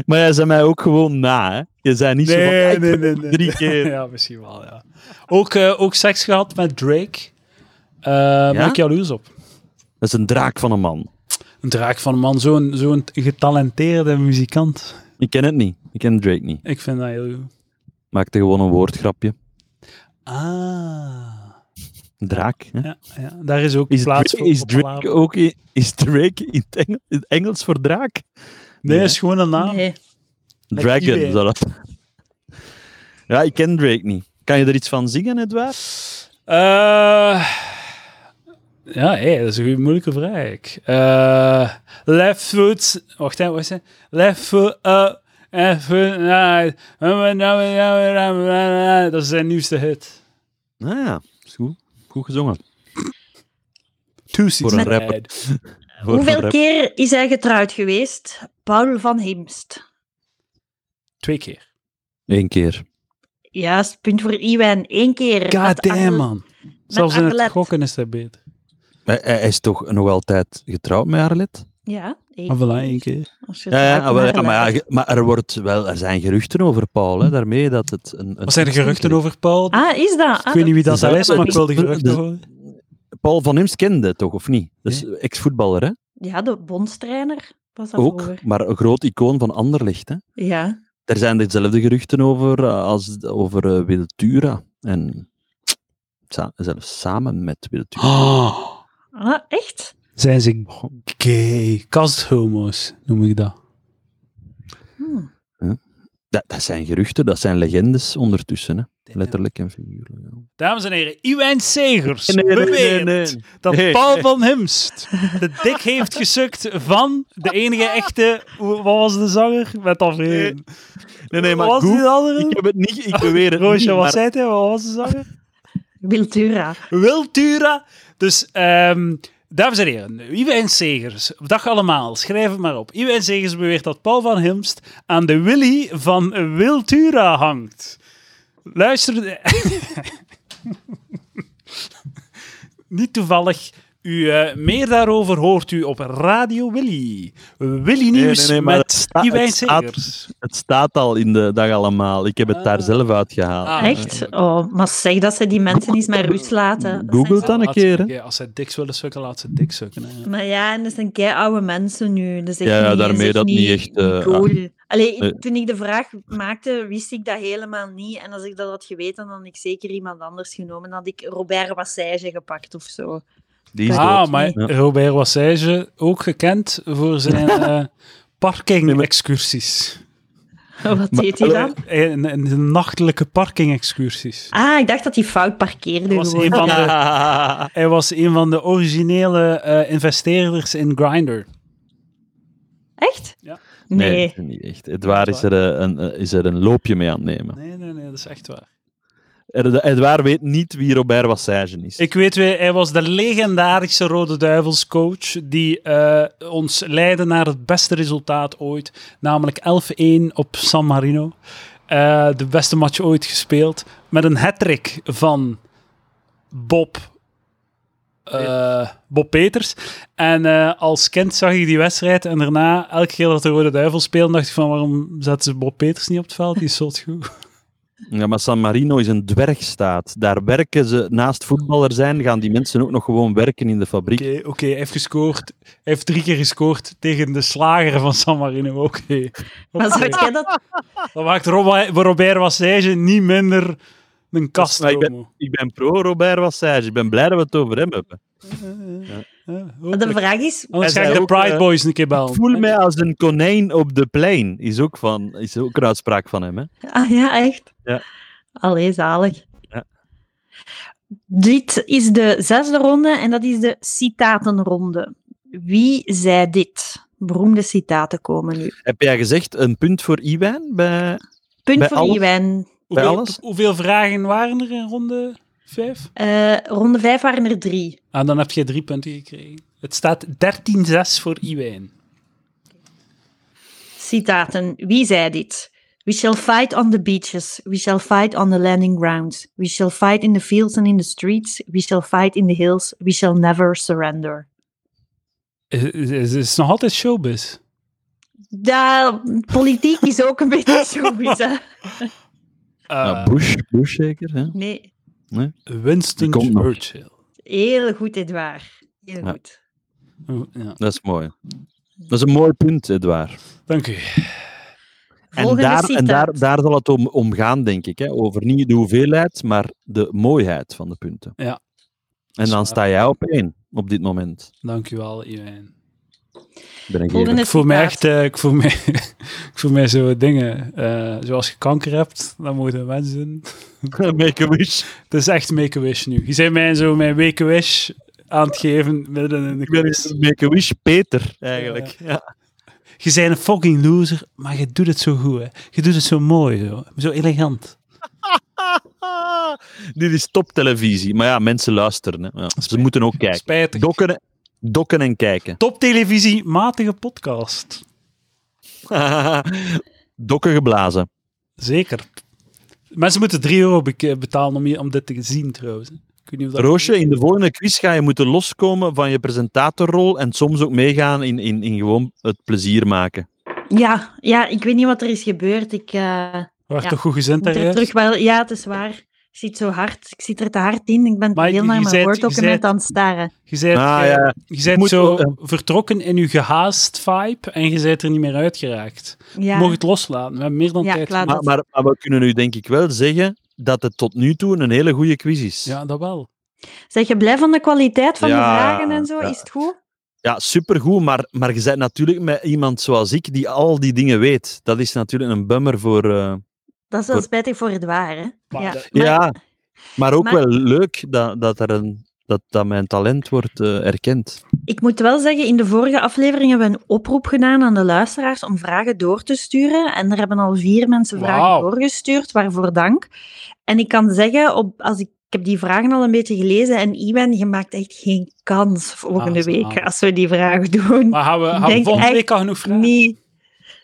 Speaker 3: Maar jij zei mij ook gewoon na, hè? Je zei niet zo van, "Ah,
Speaker 1: Nee,
Speaker 3: ik
Speaker 1: nee,
Speaker 3: heb
Speaker 1: nee,
Speaker 3: het
Speaker 1: nee.
Speaker 3: drie keer.
Speaker 1: ja, misschien wel, ja. Ook, eh, ook seks gehad met Drake. Eh Ben ik jaloers op.
Speaker 3: Dat is een draak van een man.
Speaker 1: Een draak van een man, zo'n zo'n getalenteerde muzikant.
Speaker 3: Ik ken het niet. Ik ken Drake niet.
Speaker 1: Ik vind dat heel goed.
Speaker 3: Maakte gewoon een woordgrapje.
Speaker 1: Ah.
Speaker 3: Een draak. Hè?
Speaker 1: Ja, ja, daar is ook
Speaker 3: Is,
Speaker 1: plaats
Speaker 3: Drake,
Speaker 1: voor.
Speaker 3: is
Speaker 1: op
Speaker 3: Drake
Speaker 1: Palaver.
Speaker 3: ook in, is Drake in het Engels, in het Engels voor draak?
Speaker 1: Nee,
Speaker 3: Nee,
Speaker 1: is gewoon een naam.
Speaker 2: Nee.
Speaker 1: Met
Speaker 3: Dragon.
Speaker 1: eBay.
Speaker 3: Zou dat... Ja, ik ken Drake niet. Kan je er iets van zingen, Edouard?
Speaker 1: Eh, ja, hé, dat is een goeie, moeilijke vraag. Eh, left foot. Wacht even, wat is het? eh, Left foot up. Left foot right. eh, Dat is zijn nieuwste hit. Ah
Speaker 3: Nou ja, is goed. Goed gezongen.
Speaker 1: Two
Speaker 3: Voor een rapper. Voor
Speaker 2: Hoeveel
Speaker 3: rap.
Speaker 2: keer is hij getrouwd geweest? Paul van Himst.
Speaker 1: Twee keer.
Speaker 3: Eén keer.
Speaker 2: Juist, punt voor Iwan. Eén keer. Met
Speaker 1: God damn,
Speaker 2: Arle-
Speaker 1: man. Zelfs in het
Speaker 2: Arlette.
Speaker 1: gokken is dat beter.
Speaker 3: Hij, hij- hij is toch nog altijd getrouwd met Arlet?
Speaker 2: Ja, één.
Speaker 1: Maar Ah, voilà, één keer.
Speaker 2: Als je
Speaker 3: Ja, ja,
Speaker 2: het
Speaker 3: ah, wel, ja,
Speaker 2: uitmaakt,
Speaker 3: maar, ja,
Speaker 2: laat.
Speaker 3: ge- maar er, wordt wel, er zijn geruchten over Paul. Hè, daarmee dat het een, een
Speaker 1: Hm. Wat zijn de geruchten over Paul?
Speaker 2: Ah, is dat?
Speaker 1: ik weet niet wie dat
Speaker 3: dat
Speaker 1: is,
Speaker 3: zou-
Speaker 1: maar ik wil de
Speaker 3: dat-
Speaker 1: geruchten
Speaker 3: dat-
Speaker 1: horen.
Speaker 3: Paul van Imst kende toch, of niet? Dus ex-voetballer, hè?
Speaker 2: Ja, de bondstrainer was
Speaker 1: Ah,
Speaker 2: dat
Speaker 3: Ook,
Speaker 2: vroeger.
Speaker 3: maar een groot icoon van Anderlecht, hè?
Speaker 2: Ja,
Speaker 3: Er zijn dezelfde geruchten over eh, als over eh, Wiltura. En sa- zelfs samen met Wiltura.
Speaker 1: Oh,
Speaker 2: ah, echt?
Speaker 1: zijn ze gay? Kasthomo's noem ik dat.
Speaker 2: Hm.
Speaker 3: Dat, dat zijn geruchten, dat zijn legendes ondertussen, hè? Letterlijk en figuurlijk. ja.
Speaker 1: Dames en heren, Iwijn Segers beweert dat
Speaker 3: Nee.
Speaker 1: Paul van Himst de dik heeft gesukt van de enige echte... Wat was de zanger? Met afreden.
Speaker 3: Nee, nee, maar
Speaker 1: Wat was
Speaker 3: goed,
Speaker 1: die andere?
Speaker 3: Ik heb het niet, ik beweer het niet,
Speaker 1: Oh, Roosje,
Speaker 3: maar-
Speaker 1: wat zei hij? Wat was de zanger?
Speaker 2: Wiltura.
Speaker 1: Wiltura. Dus, ehm, dames en heren, Iwijn Segers, dag allemaal, schrijf het maar op. Iwijn Segers beweert dat Paul van Himst aan de Willy van Wiltura hangt. Luister... Niet toevallig. U, eh, meer daarover hoort u op Radio Willy. Willy
Speaker 3: Nee,
Speaker 1: Nieuws
Speaker 3: nee, nee, maar het
Speaker 1: met
Speaker 3: sta-
Speaker 1: Iwijn
Speaker 3: het staat-
Speaker 1: Segers.
Speaker 3: Het staat al in de dag allemaal. Ik heb het daar
Speaker 1: Ah.
Speaker 3: zelf uitgehaald.
Speaker 1: Ah,
Speaker 2: Echt? Oh, maar zeg dat ze die mensen eens met rust laten. Dat
Speaker 3: Google
Speaker 2: zijn
Speaker 3: dan een
Speaker 1: Laat ze-
Speaker 3: keer, hè?
Speaker 1: ja, Als zij dik willen sukken, laat ze dik sukken. hè.
Speaker 2: ze- Maar ja, en dat zijn kei oude mensen nu. Dat is echt
Speaker 3: Ja, ja,
Speaker 2: niet,
Speaker 3: daarmee
Speaker 2: is
Speaker 3: dat niet echt, eh,
Speaker 2: cool. Allee,
Speaker 3: Nee.
Speaker 2: toen ik de vraag maakte, wist ik dat helemaal niet. En als ik dat had geweten, dan had ik zeker iemand anders genomen. Dan had ik Robert Wassage gepakt of zo.
Speaker 3: Die is
Speaker 1: ah,
Speaker 3: dood.
Speaker 1: maar
Speaker 3: Ja.
Speaker 1: Robert Wassage, ook gekend voor zijn eh, parking-excursies.
Speaker 2: Wat deed hij dan?
Speaker 1: En, en de nachtelijke parking-excursies.
Speaker 2: Ah, ik dacht dat hij fout parkeerde.
Speaker 1: Hij was
Speaker 2: gewoon.
Speaker 1: een van de,
Speaker 3: Ah.
Speaker 1: hij was een van de originele eh, investeerders in Grindr.
Speaker 2: Echt?
Speaker 1: Ja.
Speaker 2: Nee.
Speaker 3: Nee, dat is niet echt. Het waar is er eh, een, eh, is er een loopje mee aan het nemen.
Speaker 1: Nee, nee, nee, dat is echt waar.
Speaker 3: Er- de- Edouard weet niet wie Robert Wassage is.
Speaker 1: Ik weet weer, hij was de legendarische Rode Duivels coach die eh, ons leidde naar het beste resultaat ooit, namelijk 11-1 op San Marino. Eh, de beste match ooit gespeeld met een hat-trick van Bob, eh, Bob Peters. En eh, als kind zag ik die wedstrijd en daarna, elke keer dat de Rode Duivels speelden, dacht ik van waarom zetten ze Bob Peters niet op het veld? Die is zot goed.
Speaker 3: Ja, maar San Marino is een dwergstaat. Daar werken ze, naast voetballer zijn, gaan die mensen ook nog gewoon werken in de fabriek.
Speaker 1: Oké, oké, hij heeft gescoord. Hij heeft drie keer gescoord tegen de slager van San Marino. Oké.
Speaker 2: Maar
Speaker 1: Oké.
Speaker 2: zag jij dat?
Speaker 1: Dat maakt Rob- Robert Wassage niet minder een kast.
Speaker 3: Maar ik ben, ik ben pro-Robert Wassage. Ik ben blij dat we het over hem hebben.
Speaker 2: De vraag is,
Speaker 1: Anders
Speaker 3: Hij
Speaker 1: ga ik
Speaker 3: zei
Speaker 1: de
Speaker 3: ook,
Speaker 1: Pride
Speaker 3: eh,
Speaker 1: Boys een keer
Speaker 3: Ik
Speaker 1: bellen.
Speaker 3: voel mij als een konijn op de plein. Is ook, van, is ook een uitspraak van hem. Hè?
Speaker 2: Ah ja, echt?
Speaker 3: Ja.
Speaker 2: Allee, zalig.
Speaker 3: Ja.
Speaker 2: Dit is de zesde ronde en dat is de citatenronde. Wie zei dit? Beroemde citaten komen nu.
Speaker 3: Heb jij gezegd een punt voor Iwijn? Bij...
Speaker 2: Punt
Speaker 3: Bij
Speaker 2: voor
Speaker 3: alles?
Speaker 2: Iwijn.
Speaker 1: Hoeveel,
Speaker 3: alles?
Speaker 1: hoeveel vragen waren er in ronde 5?
Speaker 2: Eh, ronde vijf waren er drie.
Speaker 1: Ah, dan heb je drie punten gekregen. Het staat 13-6 voor Iwijn.
Speaker 2: Citaten. Wie zei dit? We shall fight on the beaches. We shall fight on the landing grounds. We shall fight in the fields and in the streets. We shall fight in the hills. We shall never surrender.
Speaker 1: Het is, is, is nog altijd showbiz.
Speaker 2: Da, politiek is ook een beetje zoiets, hè?
Speaker 1: Eh,
Speaker 3: Ah, Bush, Bush zeker. Hè?
Speaker 2: Nee,
Speaker 1: Winston
Speaker 3: Nou, Die komt nog.
Speaker 1: Churchill.
Speaker 2: heel goed, Edouard. Heel
Speaker 3: Ja.
Speaker 2: goed.
Speaker 1: Oh, Ja,
Speaker 3: Dat is mooi. Dat is een mooi punt, Edouard.
Speaker 1: dank u.
Speaker 3: En,
Speaker 2: Volgende
Speaker 3: daar,
Speaker 2: citaat.
Speaker 3: en daar, daar zal het om, om gaan, denk ik. Hè? Over niet de hoeveelheid, maar de mooiheid van de punten.
Speaker 1: Ja.
Speaker 3: En dan sta jij op één op dit moment.
Speaker 1: Dank u wel, Iwijn.
Speaker 3: Ben ik
Speaker 2: Volgende
Speaker 3: eerlijk.
Speaker 1: Ik voel me
Speaker 2: citaat.
Speaker 1: echt, eh, ik voel me, ik voel me zo dingen, eh, zoals je kanker hebt, dan moeten mensen doen.
Speaker 3: Make a wish.
Speaker 1: Het is echt make-a-wish nu. Je bent mij zo mijn make-a-wish aan het geven midden in de
Speaker 3: Ik ben
Speaker 1: quiz.
Speaker 3: een make a wish Peter, eigenlijk. Ja.
Speaker 1: Je bent een fucking loser, maar je doet het zo goed, hè. Je doet het zo mooi, zo, zo elegant.
Speaker 3: Ah, dit is toptelevisie. Maar ja, mensen luisteren. Hè. Ja. Ze moeten ook kijken.
Speaker 1: Spijtig.
Speaker 3: Dokken, dokken en kijken.
Speaker 1: Top televisie, matige podcast.
Speaker 3: dokken geblazen.
Speaker 1: Zeker. Mensen moeten 3 euro bek- betalen om, hier- om dit te zien, trouwens. hè. Ik weet niet of dat...
Speaker 3: Roosje, in de volgende quiz ga je moeten loskomen van je presentatorrol en soms ook meegaan in, in, in gewoon het plezier maken.
Speaker 2: Ja, ja, ik weet niet wat er is gebeurd. Ik eh,
Speaker 1: Waar
Speaker 2: Ja.
Speaker 1: toch goed gezind
Speaker 2: moet er
Speaker 1: daaruit?
Speaker 2: terug wel... Ja, het is waar. Ik zit zo hard. Ik zit er te hard in. Ik ben
Speaker 1: Maar
Speaker 2: heel
Speaker 1: je-
Speaker 2: naar
Speaker 1: je
Speaker 2: mijn
Speaker 1: zei- je
Speaker 2: woorddocument
Speaker 1: zei-
Speaker 2: aan het staren.
Speaker 1: Je bent,
Speaker 3: Ah,
Speaker 1: eh,
Speaker 3: ja.
Speaker 1: je bent
Speaker 3: Moet-
Speaker 1: zo
Speaker 3: eh,
Speaker 1: vertrokken in je gehaast vibe en je bent er niet meer uitgeraakt.
Speaker 2: Ja,
Speaker 1: Mocht het loslaten, we hebben meer dan
Speaker 2: Ja,
Speaker 1: tijd.
Speaker 2: ik laat
Speaker 1: voor-
Speaker 3: Maar, maar, maar we kunnen u denk ik wel zeggen dat het tot nu toe een hele goede quiz is.
Speaker 1: Ja, dat wel.
Speaker 2: Zeg je blij van de kwaliteit van de
Speaker 3: Ja,
Speaker 2: vragen en zo?
Speaker 3: ja.
Speaker 2: Is het goed?
Speaker 3: Ja, supergoed, maar, maar je bent natuurlijk met iemand zoals ik die al die dingen weet. Dat is natuurlijk een bummer voor... eh,
Speaker 2: Dat is wel
Speaker 3: Goed.
Speaker 2: spijtig voor het waar, hè?
Speaker 1: Maar dat-
Speaker 2: maar-
Speaker 3: ja, maar ook
Speaker 2: maar-
Speaker 3: wel leuk dat, dat, er een, dat, dat mijn talent wordt eh, erkend.
Speaker 2: Ik moet wel zeggen, in de vorige aflevering hebben we een oproep gedaan aan de luisteraars om vragen door te sturen. En er hebben al vier mensen vragen
Speaker 1: Wauw.
Speaker 2: doorgestuurd, waarvoor dank. En ik kan zeggen, op, als ik, ik heb die vragen al een beetje gelezen en Iwan, je maakt echt geen kans volgende
Speaker 1: Ah, dat is Ah.
Speaker 2: week
Speaker 1: waar.
Speaker 2: als we die vragen doen.
Speaker 1: Maar gaan we, gaan we
Speaker 2: Denk
Speaker 1: volgende
Speaker 2: echt
Speaker 1: week al genoeg vragen?
Speaker 2: Nee.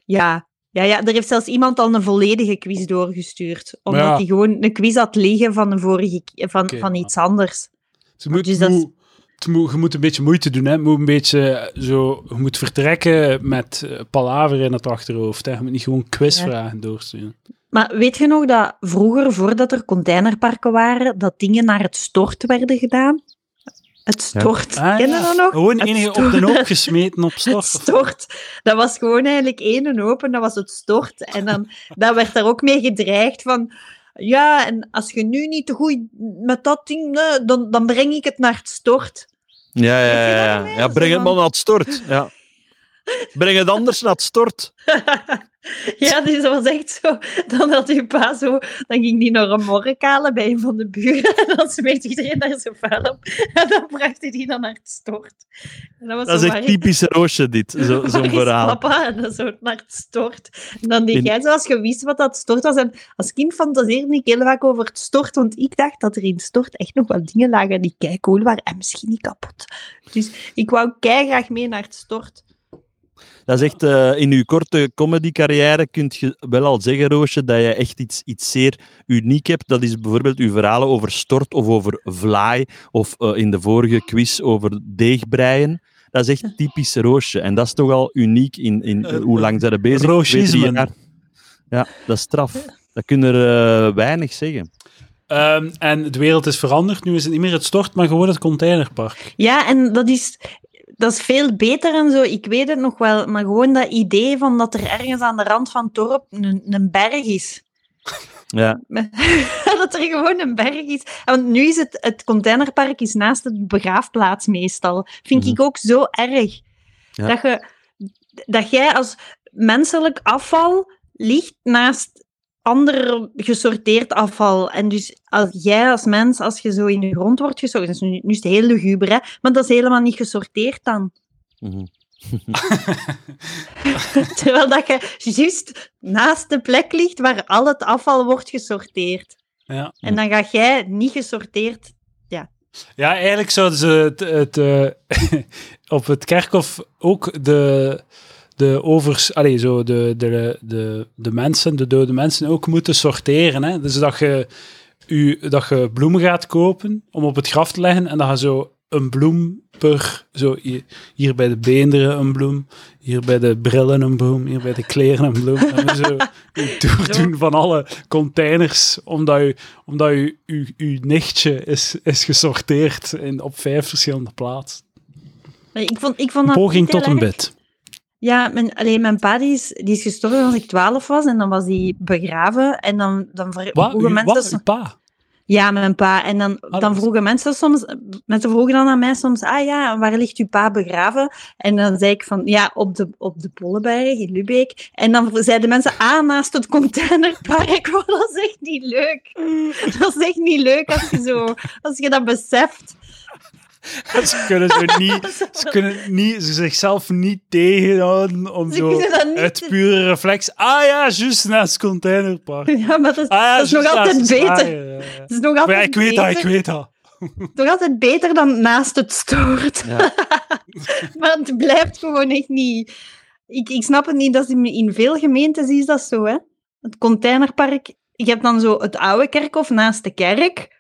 Speaker 2: Ja. Ja, ja, er heeft zelfs iemand al een volledige quiz doorgestuurd. Omdat
Speaker 1: ja.
Speaker 2: hij gewoon een quiz had liggen van, de vorige, k- van,
Speaker 1: Oké,
Speaker 2: van
Speaker 1: ja.
Speaker 2: iets anders.
Speaker 1: Ze moet,
Speaker 2: Dus dat is-
Speaker 1: moet- het moet- je moet een beetje moeite doen. Hè. Je, moet een beetje, eh, zo, je moet vertrekken met eh, palaver in het achterhoofd. Hè. Je moet niet gewoon quizvragen doorsturen.
Speaker 2: Maar weet je nog dat vroeger, voordat er containerparken waren, dat dingen naar het stort werden gedaan? Het stort.
Speaker 1: Ah,
Speaker 2: Ken je
Speaker 1: ja.
Speaker 2: dat nog?
Speaker 1: Gewoon
Speaker 2: Het
Speaker 1: enige op
Speaker 2: stort.
Speaker 1: de hoop gesmeten op
Speaker 2: Het
Speaker 1: stort.
Speaker 2: stort. Dat was gewoon eigenlijk één en open, dat was het stort. En dan daar werd daar ook mee gedreigd van... Ja, en als je nu niet te goed met dat ding... eh, Dan, dan breng ik het naar het stort.
Speaker 3: Ja, ja, ja.
Speaker 2: Weet je dat
Speaker 3: ja.
Speaker 2: niet meer?
Speaker 3: ja breng
Speaker 2: Zo
Speaker 3: het
Speaker 2: van-
Speaker 3: maar naar het stort. Ja. Breng het anders naar het stort.
Speaker 2: Ja, dus dat was echt zo. Dan had die pa zo... Dan ging die naar een mork halen bij een van de buren. En dan smeet iedereen daar zo vuil op. En dan bracht hij die dan naar het stort. En dat was
Speaker 3: Dat
Speaker 2: zo
Speaker 3: is echt
Speaker 2: waar-
Speaker 3: typisch Roosje, dit. zo- Zo'n
Speaker 2: waar is
Speaker 3: verhaal.
Speaker 2: papa? En dan zo naar het stort. En dan die
Speaker 3: In-
Speaker 2: jij zoals je wist wat dat stort was. En als kind fantaseerde ik heel vaak over het stort. Want ik dacht dat er in het stort echt nog wel dingen lagen die kei cool waren. En misschien niet kapot. Dus ik wou kei graag mee naar het stort.
Speaker 3: Dat is echt, eh, in uw korte comedycarrière kun je wel al zeggen, Roosje, dat je echt iets, iets zeer uniek hebt. Dat is bijvoorbeeld uw verhalen over stort of over vlaai. Of eh, in de vorige quiz over deegbreien. Dat is echt typisch Roosje. En dat is toch al uniek in, in
Speaker 1: Eh,
Speaker 3: hoe lang zijn er bezig? Twee, drie
Speaker 1: Roosjesmen.
Speaker 3: jaar. Ja, dat is straf. Dat kunnen er eh, weinig zeggen.
Speaker 1: Ehm, en de wereld is veranderd. Nu is het niet meer het stort, maar gewoon het containerpark.
Speaker 2: Ja, en dat is, dat is veel beter en zo. Ik weet het nog wel. Maar gewoon dat idee van dat er ergens aan de rand van het dorp een, een berg is.
Speaker 3: Ja.
Speaker 2: dat er gewoon een berg is. Want nu is het, het containerpark is naast het begraafplaats meestal. Vind
Speaker 3: Mhm.
Speaker 2: ik ook zo erg.
Speaker 3: Ja.
Speaker 2: Dat, je, dat jij als menselijk afval ligt naast ander gesorteerd afval. En dus als jij als mens, als je zo in de grond wordt gesorteerd, dus nu, nu is het heel luguber, hè, maar dat is helemaal niet gesorteerd dan.
Speaker 3: Mhm.
Speaker 2: Terwijl dat je juist naast de plek ligt waar al het afval wordt gesorteerd.
Speaker 1: Ja.
Speaker 2: En dan ga jij niet gesorteerd.
Speaker 1: Ja, eigenlijk zouden ze het, het, eh, op het kerkhof ook de, de overs, allee, zo de, de, de, de mensen, de dode mensen ook moeten sorteren. Hè? Dus dat je, u, dat je bloemen gaat kopen om op het graf te leggen en dat je zo een bloem per, zo hier, hier bij de beenderen een bloem, hier bij de brillen een bloem, hier bij de kleren een bloem. En zo een toer doen van alle containers, omdat je omdat uw, uw, uw nichtje is, is gesorteerd in, op vijf verschillende plaatsen.
Speaker 2: Ik vond, ik vond
Speaker 1: Een
Speaker 2: dat
Speaker 1: poging
Speaker 2: niet heel
Speaker 1: tot een
Speaker 2: erg.
Speaker 1: bed.
Speaker 2: Ja, mijn, alleen mijn pa die is, die is gestorven als ik 12 was en dan was hij begraven. En dan, dan ver-
Speaker 1: Wat?
Speaker 2: vroegen
Speaker 1: Uw-
Speaker 2: mensen.
Speaker 1: wat? Uw pa?
Speaker 2: Ja, mijn pa. En dan,
Speaker 1: Ah,
Speaker 2: dan
Speaker 1: dat-
Speaker 2: vroegen mensen soms, mensen vroegen dan aan mij soms, ah ja, waar ligt uw pa begraven? En dan zei ik van, ja, op de, op de Pollenberg in Lubeek. En dan zeiden mensen, ah, naast het containerpark. Maar dat is echt niet leuk. Dat is echt niet leuk als je, zo, als je dat beseft.
Speaker 1: Ze kunnen, zo niet, ze kunnen niet, ze zichzelf niet tegenhouden om
Speaker 2: Ze
Speaker 1: zo
Speaker 2: kunnen Dus dat niet-
Speaker 1: uit pure reflex. Ah ja, juist naast het containerpark. Ah
Speaker 2: Ja, maar dat is,
Speaker 1: ja,
Speaker 2: dat is
Speaker 1: juist
Speaker 2: nog
Speaker 1: naast
Speaker 2: altijd
Speaker 1: het
Speaker 2: beter.
Speaker 1: zwaaien, ja, ja.
Speaker 2: Het is
Speaker 1: Maar
Speaker 2: nog
Speaker 1: ja,
Speaker 2: altijd
Speaker 1: ik weet
Speaker 2: beter. Eh,
Speaker 1: dat, ik weet dat.
Speaker 2: nog altijd beter dan naast het stoort.
Speaker 3: Ja.
Speaker 2: maar het blijft gewoon echt niet. Ik, ik snap het niet, dat is in, in veel gemeentes is dat zo. Hè? Het containerpark, je hebt dan zo het oude kerkhof naast de kerk.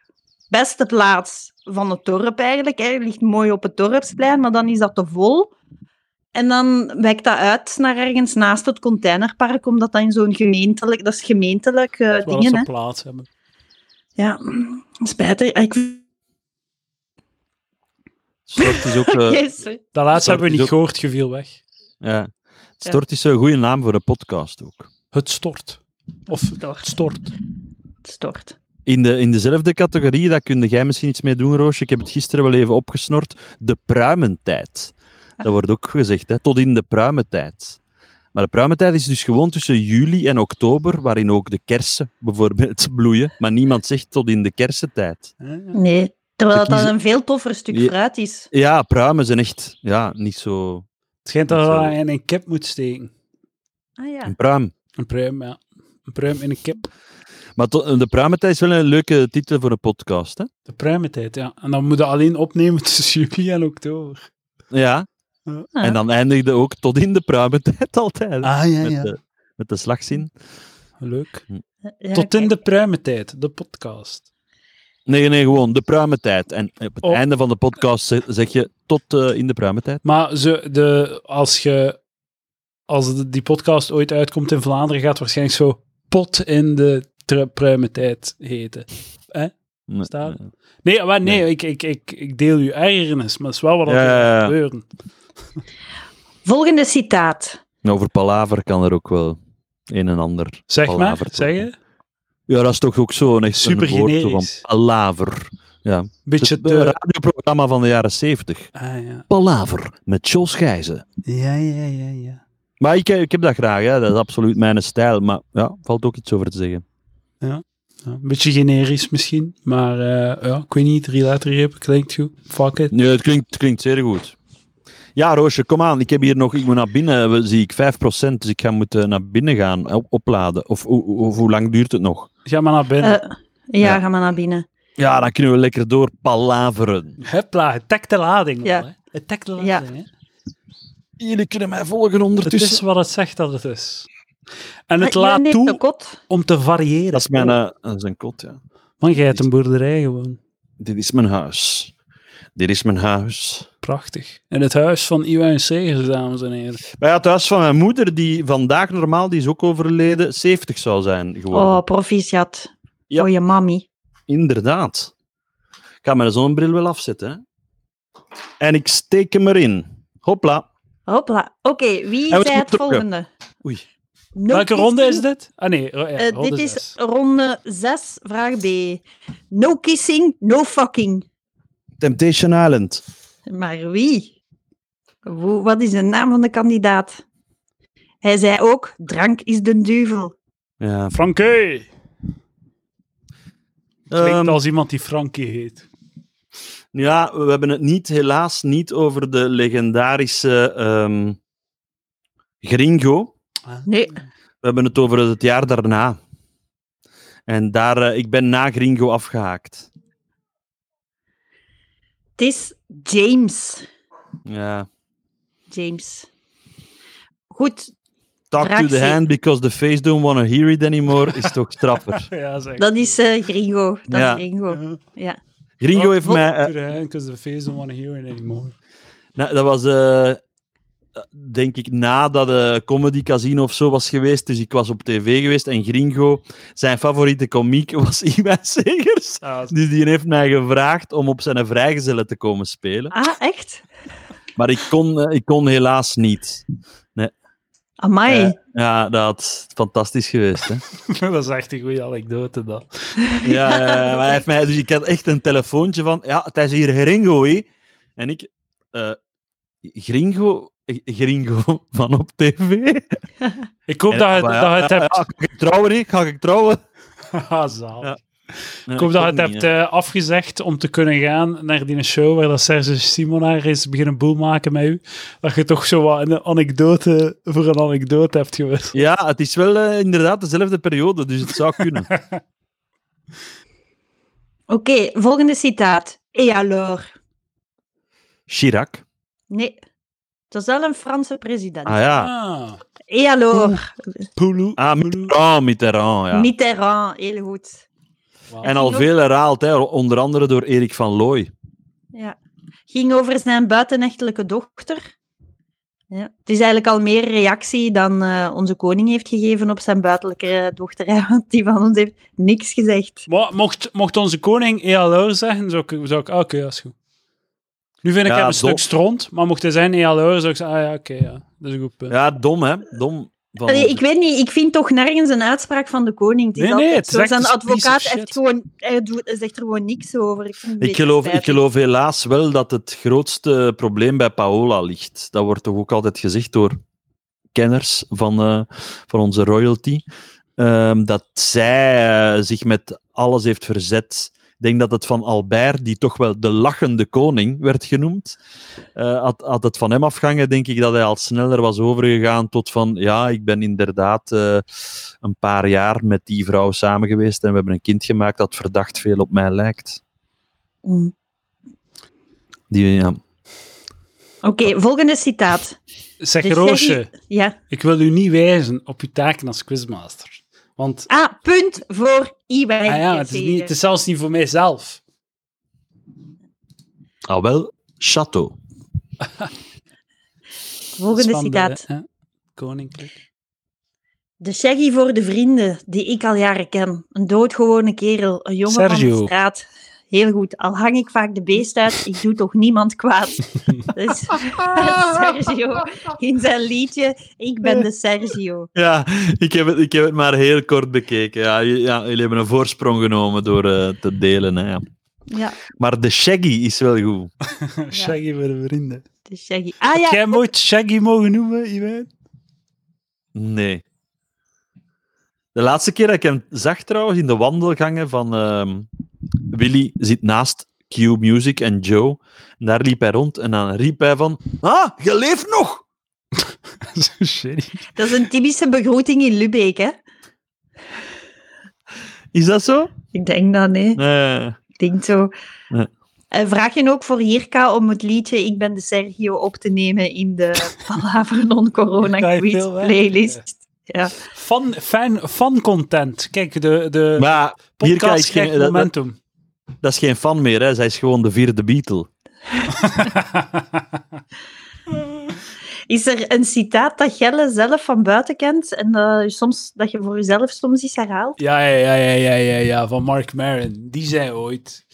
Speaker 2: Beste plaats van het dorp eigenlijk. Hè? Ligt mooi op het dorpsplein, maar dan is dat te vol. En dan wijkt dat uit naar ergens naast het containerpark, omdat dat in zo'n gemeentelijk, dat is gemeentelijk eh,
Speaker 1: Terwijl ze
Speaker 2: dingen. Hè?
Speaker 1: plaats hebben.
Speaker 2: Ja, spijtig. Ah, Ik...
Speaker 3: Stort is ook... eh,
Speaker 2: Jezus.
Speaker 1: Dat laatste
Speaker 3: Stort
Speaker 1: hebben we
Speaker 3: is
Speaker 1: niet gehoord, je viel weg.
Speaker 3: ja. Stort is een goede naam voor een podcast ook.
Speaker 1: Het stort. Of het
Speaker 2: Stort.
Speaker 1: stort.
Speaker 2: Het stort.
Speaker 3: In, de, in dezelfde categorie, daar kun jij misschien iets mee doen, Roosje. Ik heb het gisteren wel even opgesnort. De pruimentijd. Dat wordt ook gezegd, hè? tot in de pruimentijd. Maar de pruimentijd is dus gewoon tussen juli en oktober, waarin ook de kersen bijvoorbeeld bloeien. Maar niemand zegt tot in de kersentijd.
Speaker 2: Nee, terwijl
Speaker 3: Ze
Speaker 2: dat
Speaker 3: kiezen-
Speaker 2: een veel toffer stuk
Speaker 3: Ja.
Speaker 2: fruit is.
Speaker 3: Ja, pruimen zijn echt ja, niet zo...
Speaker 1: Het schijnt dat je dat in een kip moet steken.
Speaker 2: Ah ja.
Speaker 3: Een
Speaker 1: Mm.
Speaker 3: pruim.
Speaker 1: Een pruim, ja. Een pruim in een kip.
Speaker 3: Maar to- de pruimentijd is wel een leuke titel voor een podcast, hè?
Speaker 1: De pruimentijd, ja. En dan moet je alleen opnemen tussen juli en oktober.
Speaker 3: Ja.
Speaker 1: Ja.
Speaker 3: En dan eindigde ook tot in de pruimentijd altijd.
Speaker 1: Ah, ja,
Speaker 3: Met, de, met de slagzin.
Speaker 1: Leuk.
Speaker 2: eh, Ja,
Speaker 1: Tot in
Speaker 2: kijk.
Speaker 1: de pruimentijd, de podcast.
Speaker 3: Nee, nee, gewoon de pruimentijd. En op het
Speaker 1: Oh.
Speaker 3: einde van de podcast ze- zeg je tot eh, in de pruimentijd.
Speaker 1: Maar ze, de, als, je, als de- die podcast ooit uitkomt in Vlaanderen, gaat het waarschijnlijk zo pot in de tru- pruimentijd heten.
Speaker 3: Nee,
Speaker 1: Staat.
Speaker 3: nee.
Speaker 1: Nee, maar nee, Ik, ik, ik, ik deel uw ergernis, maar het is wel wat er
Speaker 3: Ja, ja, ja.
Speaker 1: gaat gebeuren.
Speaker 2: Volgende citaat.
Speaker 3: Over palaver kan er ook wel een en ander.
Speaker 1: Zeg maar,
Speaker 3: palaverd
Speaker 1: zeg
Speaker 3: worden.
Speaker 1: je?
Speaker 3: Ja, dat is toch ook zo'n echt een
Speaker 1: Super
Speaker 3: woord zo van
Speaker 1: generisch.
Speaker 3: palaver. Ja. Het
Speaker 1: Beetje
Speaker 3: een
Speaker 1: te...
Speaker 3: radioprogramma van de jaren zeventig.
Speaker 1: Ah, ja.
Speaker 3: Palaver met Jos Gijzen.
Speaker 1: Ja, ja, ja, ja.
Speaker 3: Maar ik, eh, ik heb dat graag, hè. dat is absoluut mijn stijl. Maar ja, valt ook iets over te zeggen.
Speaker 1: Ja, een beetje generisch misschien, maar eh, ja, ik weet niet, drie lettergrepen klinkt goed. Fuck it.
Speaker 3: Nee, het klinkt, het klinkt zeer goed. Ja, Roosje, kom aan. Ik heb hier nog, ik moet naar binnen, we- zie ik 5%, dus ik ga moeten naar binnen gaan op- opladen. Of, hoe- hoe- hoe lang duurt het nog?
Speaker 1: Ga maar naar binnen.
Speaker 2: Eh, ja,
Speaker 3: Ja.
Speaker 2: ga maar naar binnen.
Speaker 3: Ja, dan kunnen we lekker door palaveren.
Speaker 1: Hupla, het dekt de lading.
Speaker 2: Eh, Ja.
Speaker 1: al, hè. Het dekt de
Speaker 2: Ja.
Speaker 1: lading. Hè.
Speaker 3: Jullie kunnen mij volgen
Speaker 1: Het is
Speaker 3: ondertussen.
Speaker 1: wat het zegt dat het is. En het
Speaker 2: Eh,
Speaker 1: laat
Speaker 2: nee,
Speaker 1: toe
Speaker 2: de kot.
Speaker 1: om te variëren.
Speaker 3: Dat is mijn eh, dat is een kot, ja.
Speaker 1: Man, jij hebt een boerderij gewoon.
Speaker 3: Dit is mijn huis. Dit is mijn huis.
Speaker 1: Prachtig. In het huis van Iwijn Segers, dames en heren.
Speaker 3: Maar ja, het huis van mijn moeder, die vandaag normaal, die is ook overleden, 70 zou zijn geworden.
Speaker 2: Oh, proficiat.
Speaker 3: Ja.
Speaker 2: Voor je mami.
Speaker 3: Inderdaad. Ik ga mijn zonnebril wel afzetten. Hè? En ik steek hem erin. Hopla.
Speaker 2: Hopla. Oké, wie
Speaker 3: En we
Speaker 2: zei het
Speaker 3: moeten drukken.
Speaker 2: volgende?
Speaker 3: Oei.
Speaker 2: No
Speaker 1: Welke ronde
Speaker 2: kissing.
Speaker 1: is dit? Ah nee, ro- ja,
Speaker 2: Eh,
Speaker 1: ronde
Speaker 2: dit is
Speaker 1: zes.
Speaker 2: ronde 6, vraag B. No kissing, no fucking.
Speaker 3: Temptation Island.
Speaker 2: Maar wie? Wo- wat is de naam van de kandidaat? Hij zei ook, drank is de duivel.
Speaker 3: Ja.
Speaker 1: Frankie! Klinkt
Speaker 3: Ehm,
Speaker 1: als iemand die Frankie heet.
Speaker 3: ja, we hebben het niet, helaas niet over de legendarische ehm, Gringo.
Speaker 1: Ah,
Speaker 2: Nee,
Speaker 3: We hebben het over het jaar daarna. En daar, eh, ik ben na Gringo afgehaakt.
Speaker 2: het is James.
Speaker 3: Ja.
Speaker 2: James. Goed,
Speaker 3: Talk to the
Speaker 2: Reactie.
Speaker 3: hand because the face don't want to hear it anymore is toch straffer.
Speaker 1: Ja, zeg.
Speaker 2: dat is eh, Gringo. Dat
Speaker 3: Ja.
Speaker 2: is Gringo. Ja.
Speaker 3: Gringo
Speaker 1: Oh,
Speaker 3: heeft mij eh,
Speaker 1: Because the face don't want to hear it anymore.
Speaker 3: Nou, dat was, eh, denk ik, nadat de Comedy Casino of zo was geweest. Dus ik was op tv geweest en Gringo, zijn favoriete komiek, was Iwan Segers.
Speaker 1: Ah,
Speaker 3: Dus die heeft mij gevraagd om op zijn vrijgezellen te komen spelen.
Speaker 2: Ah, echt?
Speaker 3: Maar ik kon, eh, ik kon helaas niet.
Speaker 2: Amai.
Speaker 3: Eh, ja, dat is fantastisch geweest. Hè?
Speaker 1: dat is echt een goede anekdote, dat.
Speaker 3: Ja, eh, maar hij heeft mij, dus ik had echt een telefoontje van, ja, het is hier Gringo, hè. En ik, eh, Gringo, eh, Gringo van op tv.
Speaker 1: Ik hoop dat je dat je het hebt...
Speaker 3: Ga ik trouwen, hè? Ga ik trouwen?
Speaker 1: Haha, zalig.
Speaker 3: Ja.
Speaker 1: Ik hoop dat je het hebt eh, afgezegd om te kunnen gaan naar die show waar dat Serge Simonaar is beginnen boel maken met u. Dat je toch zo wat een anekdote voor een anekdote hebt gewist.
Speaker 3: Ja, het is wel eh, inderdaad dezelfde periode, dus het zou kunnen.
Speaker 2: Oké, volgende citaat. Et alors?
Speaker 3: Chirac.
Speaker 2: Nee. Dat is wel een Franse president.
Speaker 3: Ah ja.
Speaker 1: Ah.
Speaker 2: Et alors?
Speaker 1: Poeloe.
Speaker 3: Ah, Mitterrand, Mitterrand, ja.
Speaker 2: Mitterrand, heel goed.
Speaker 3: En al veel herhaald, hè, onder andere door Erik van Looy.
Speaker 2: Ja. Ging over zijn buitenechtelijke dochter. Ja. Het is eigenlijk al meer reactie dan eh, onze koning heeft gegeven op zijn buitenlijke dochter. hè, Want die van ons heeft niks gezegd.
Speaker 1: Maar mocht, mocht onze koning ELO zeggen, zou ik... Zou ik ah, oké, dat is goed. Nu vind ik
Speaker 3: Ja,
Speaker 1: hem een
Speaker 3: dom.
Speaker 1: stuk stront, maar mocht hij zijn ELO, zou ik zeggen, ah ja, oké, ja. dat is een goed punt.
Speaker 3: Ja, dom, hè. Dom. Van
Speaker 2: Allee,
Speaker 3: onze-
Speaker 2: ik weet niet, ik vind toch nergens een uitspraak van de koning. Het is
Speaker 1: Nee, nee,
Speaker 2: altijd
Speaker 1: het is
Speaker 2: zo.
Speaker 1: echt
Speaker 2: Zijn
Speaker 1: een piece of
Speaker 2: advocaat
Speaker 1: shit.
Speaker 2: heeft gewoon, hij doet- hij zegt er gewoon niks over. Ik, vind het een
Speaker 3: ik,
Speaker 2: beetje
Speaker 3: geloof, ik
Speaker 2: spijtig.
Speaker 3: geloof helaas wel dat het grootste probleem bij Paola ligt. Dat wordt toch ook altijd gezegd door kenners van, eh, van onze royalty. ehm, dat zij eh, zich met alles heeft verzet. Ik denk dat het van Albert, die toch wel de lachende koning werd genoemd, eh, had, had het van hem afgangen, denk ik dat hij al sneller was overgegaan tot van, ja, ik ben inderdaad eh, een paar jaar met die vrouw samen geweest en we hebben een kind gemaakt dat verdacht veel op mij lijkt.
Speaker 2: Mm.
Speaker 3: Die, ja.
Speaker 2: Oké, volgende citaat.
Speaker 1: Zeg,
Speaker 2: Dus jij-
Speaker 1: Roosje,
Speaker 2: Ja.
Speaker 1: ik wil u niet wijzen op uw taken als quizmaster. Want
Speaker 2: Ah, punt voor Iwijn.
Speaker 1: ah ja, het, is niet, het is zelfs niet voor mijzelf.
Speaker 3: Ah, wel, Chateau.
Speaker 2: Volgende
Speaker 1: Dat is van de-
Speaker 2: citaat.
Speaker 1: hè, Koninklijk.
Speaker 2: De Shaggy voor de vrienden, die ik al jaren ken. Een doodgewone kerel, een jongen van
Speaker 1: Sergio.
Speaker 2: de straat. Heel goed, al hang ik vaak de beest uit, ik doe toch niemand kwaad. Dus Sergio in zijn liedje, ik ben de Sergio.
Speaker 3: Ja, ik heb, het, ik heb het maar heel kort bekeken. Ja, j- ja, jullie hebben een voorsprong genomen door eh, te delen. Hè, ja.
Speaker 2: Ja,
Speaker 3: Maar de Shaggy is wel goed.
Speaker 1: Shaggy voor de vrienden.
Speaker 2: de Shaggy. Ah
Speaker 1: Heb
Speaker 2: ja,
Speaker 1: Jij nooit Shaggy mogen noemen, Iwijn?
Speaker 3: Nee. De laatste keer dat ik hem zag trouwens in de wandelgangen van ehm, Willy zit naast Q Music en Joe. En daar liep hij rond en dan riep hij van: Ah, je leeft nog!
Speaker 1: Zo shitty.
Speaker 2: Dat is een typische begroeting in Lubeek, hè?
Speaker 3: Is dat zo?
Speaker 2: Ik denk dat, nee.
Speaker 3: Nee.
Speaker 2: Ik denk zo.
Speaker 3: Ja.
Speaker 2: Eh, vraag je ook voor Jirka om het liedje Ik ben de Sergio op te nemen in de Palaver Non-Corona
Speaker 1: Kan je
Speaker 2: Quiz
Speaker 1: veel weg?
Speaker 2: playlist. Ja.
Speaker 1: Fun, fan, fun content. Kijk, de, de
Speaker 3: maar hier kijk
Speaker 1: podcast
Speaker 3: je,
Speaker 1: krijgt
Speaker 3: dat, dat-
Speaker 1: momentum.
Speaker 3: dat is geen fan meer, hè. zij is gewoon de vierde Beatle.
Speaker 2: Is er een citaat dat Gelle zelf van buiten kent en dat, je soms, dat je voor jezelf soms iets herhaalt?
Speaker 1: Ja, ja, ja, ja, ja, ja, ja, van Mark Maron. Die zei ooit: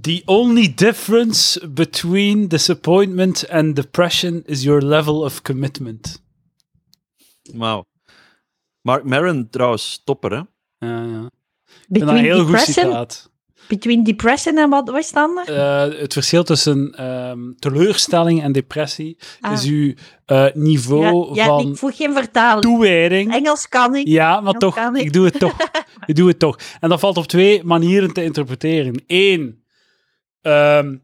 Speaker 1: The only difference between disappointment and depression is your level of commitment.
Speaker 3: Wauw. Mark Maron trouwens, topper hè?
Speaker 1: Ja, ja. Ik vind dat een
Speaker 2: Between
Speaker 1: heel goed
Speaker 2: depression,
Speaker 1: citaat.
Speaker 2: between depression en wat was het ander?
Speaker 1: Eh, het verschil tussen ehm, teleurstelling en depressie
Speaker 2: Ah.
Speaker 1: is uw eh, niveau
Speaker 2: ja, ja,
Speaker 1: van
Speaker 2: ik vroeg geen vertaling.
Speaker 1: toewijding.
Speaker 2: Engels kan ik.
Speaker 1: Ja, maar
Speaker 2: Dat
Speaker 1: toch,
Speaker 2: kan
Speaker 1: ik.
Speaker 2: ik.
Speaker 1: doe het toch. ik doe het toch. En dat valt op twee manieren te interpreteren. Eén, ehm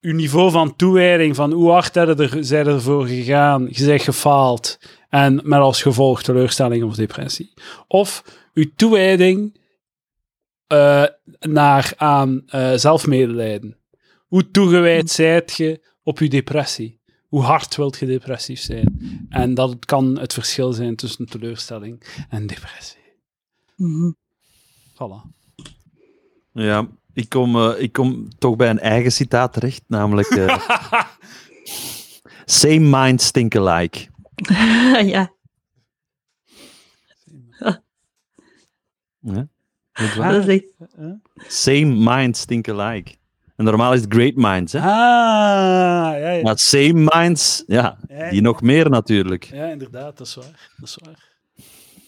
Speaker 1: uw niveau van toewijding, van hoe hard zijn er, zijn ervoor gegaan, je bent gefaald en met als gevolg teleurstelling of depressie. Of uw toewijding eh, naar aan eh, zelfmedelijden. Hoe toegewijd zijt je op je depressie? Hoe hard wilt je depressief zijn? En dat kan het verschil zijn tussen teleurstelling en depressie.
Speaker 2: Mhm.
Speaker 1: Voilà.
Speaker 3: Ja, ik kom, eh, ik kom toch bij een eigen citaat terecht, namelijk... eh, Same mind, think alike.
Speaker 2: ja.
Speaker 3: Niet waar?
Speaker 2: Dat is echt-
Speaker 3: Same minds think alike. En normaal is het great minds, hè?
Speaker 1: Ah, ja, ja.
Speaker 3: Maar same minds, ja,
Speaker 1: Ja,
Speaker 3: die nog meer natuurlijk.
Speaker 1: ja, inderdaad, dat is waar. Dat is waar.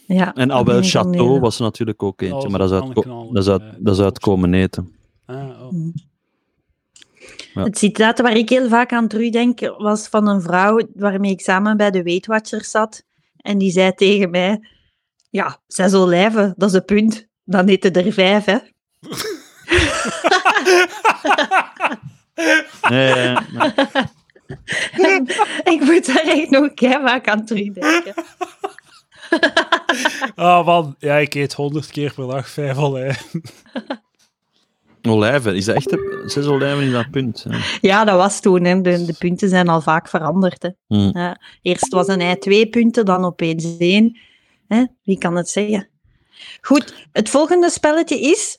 Speaker 2: ja.
Speaker 3: En
Speaker 2: dat
Speaker 3: Abel
Speaker 2: ben ik al
Speaker 3: Chateau
Speaker 2: meer.
Speaker 3: was er natuurlijk ook
Speaker 1: Oh,
Speaker 3: eentje, maar dat is
Speaker 1: zo'n
Speaker 3: uit,
Speaker 1: knallen,
Speaker 3: ko- dat is
Speaker 1: eh,
Speaker 3: uit, dat is uit komen eten.
Speaker 1: Ah, oh.
Speaker 3: Ja.
Speaker 2: Het citaat waar ik heel vaak aan terugdenk was van een vrouw waarmee ik samen bij de Weight Watchers zat. En die zei tegen mij: Ja, zes olijven, dat is een punt. Dan eten er vijf, hè?
Speaker 3: Nee, eh, nee.
Speaker 2: En ik moet daar echt nog kei vaak aan terugdenken.
Speaker 1: Ah, man. Ja, ik eet honderd keer per dag vijf olijven.
Speaker 3: olijven, is dat echt... een- Zes olijven in dat punt. hè?
Speaker 2: Ja, dat was toen. Hè. De, de punten zijn al vaak veranderd. Hè.
Speaker 3: Hm.
Speaker 2: Eerst was een ei twee punten, dan opeens één. Hè? Wie kan het zeggen? Goed, het volgende spelletje is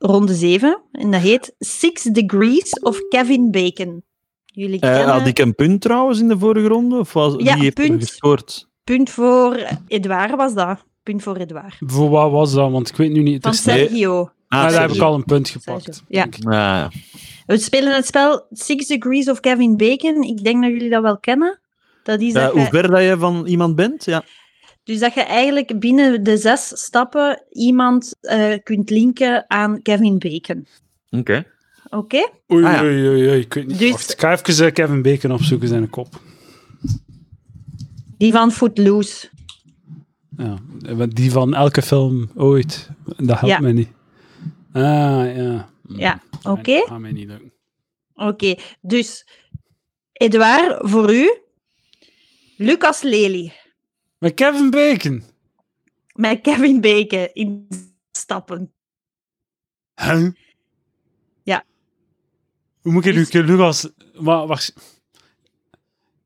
Speaker 2: ronde 7. En dat heet Six Degrees of Kevin Bacon. Jullie
Speaker 3: Eh,
Speaker 2: kennen
Speaker 3: had ik een punt trouwens in de vorige ronde? Of was,
Speaker 2: Ja,
Speaker 3: wie heeft er
Speaker 2: punt.
Speaker 3: gescoord?
Speaker 2: punt voor Edouard was dat. Punt voor Edouard.
Speaker 1: Voor wat was dat? Want ik weet nu niet.
Speaker 2: Van
Speaker 1: Het is-
Speaker 3: Dus Nee.
Speaker 2: Sergio.
Speaker 3: Ah,
Speaker 1: maar daar heb
Speaker 3: sorry.
Speaker 1: ik al een punt gepakt.
Speaker 2: Sergio. Ja.
Speaker 1: denk ik.
Speaker 3: Ah,
Speaker 2: We spelen het spel Six Degrees of Kevin Bacon. Ik denk dat jullie dat wel kennen. Dat is
Speaker 3: ja.
Speaker 2: dat
Speaker 3: Eh, hoe
Speaker 2: je-
Speaker 3: ver dat je van iemand bent? Ja.
Speaker 2: dus dat je eigenlijk binnen de zes stappen iemand eh, kunt linken aan Kevin Bacon.
Speaker 3: Oké.
Speaker 2: Oké?
Speaker 1: Oei,
Speaker 3: Ah, ja.
Speaker 1: oei, oei, oei, ik weet niet.
Speaker 2: Dus-
Speaker 1: Wacht, ik ga even eh, Kevin Bacon opzoeken, zijn kop.
Speaker 2: Die van Footloose.
Speaker 1: Ja, want die van elke film ooit, dat helpt
Speaker 2: Ja.
Speaker 1: mij niet. Ah, ja.
Speaker 2: Ja, oké.
Speaker 1: Dat gaat mij niet lukken.
Speaker 2: Oké, dus Edouard, voor u. Lucas Lely
Speaker 1: Maar Kevin Bacon.
Speaker 2: met Kevin Bacon in stappen.
Speaker 1: Huh?
Speaker 2: Ja.
Speaker 1: Hoe moet ik
Speaker 2: Dus-
Speaker 1: het nu Lucas... Maar wacht...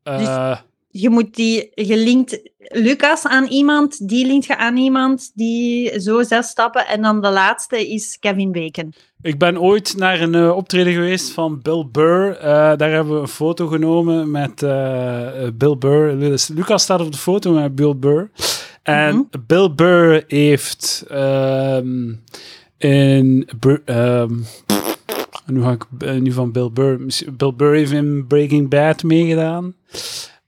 Speaker 1: Eh,
Speaker 2: Je moet die, je linkt Lucas aan iemand, die linkt je aan iemand, die zo zes stappen. En dan de laatste is Kevin Bacon.
Speaker 1: ik ben ooit naar een eh, optreden geweest van Bill Burr. Eh, daar hebben we een foto genomen met eh, eh, Bill Burr. Dus Lucas staat op de foto met Bill Burr. En Bill Burr heeft ehm, in... Br- ehm, nu ga ik eh, nu van Bill Burr. Misschien- Bill Burr heeft in Breaking Bad meegedaan.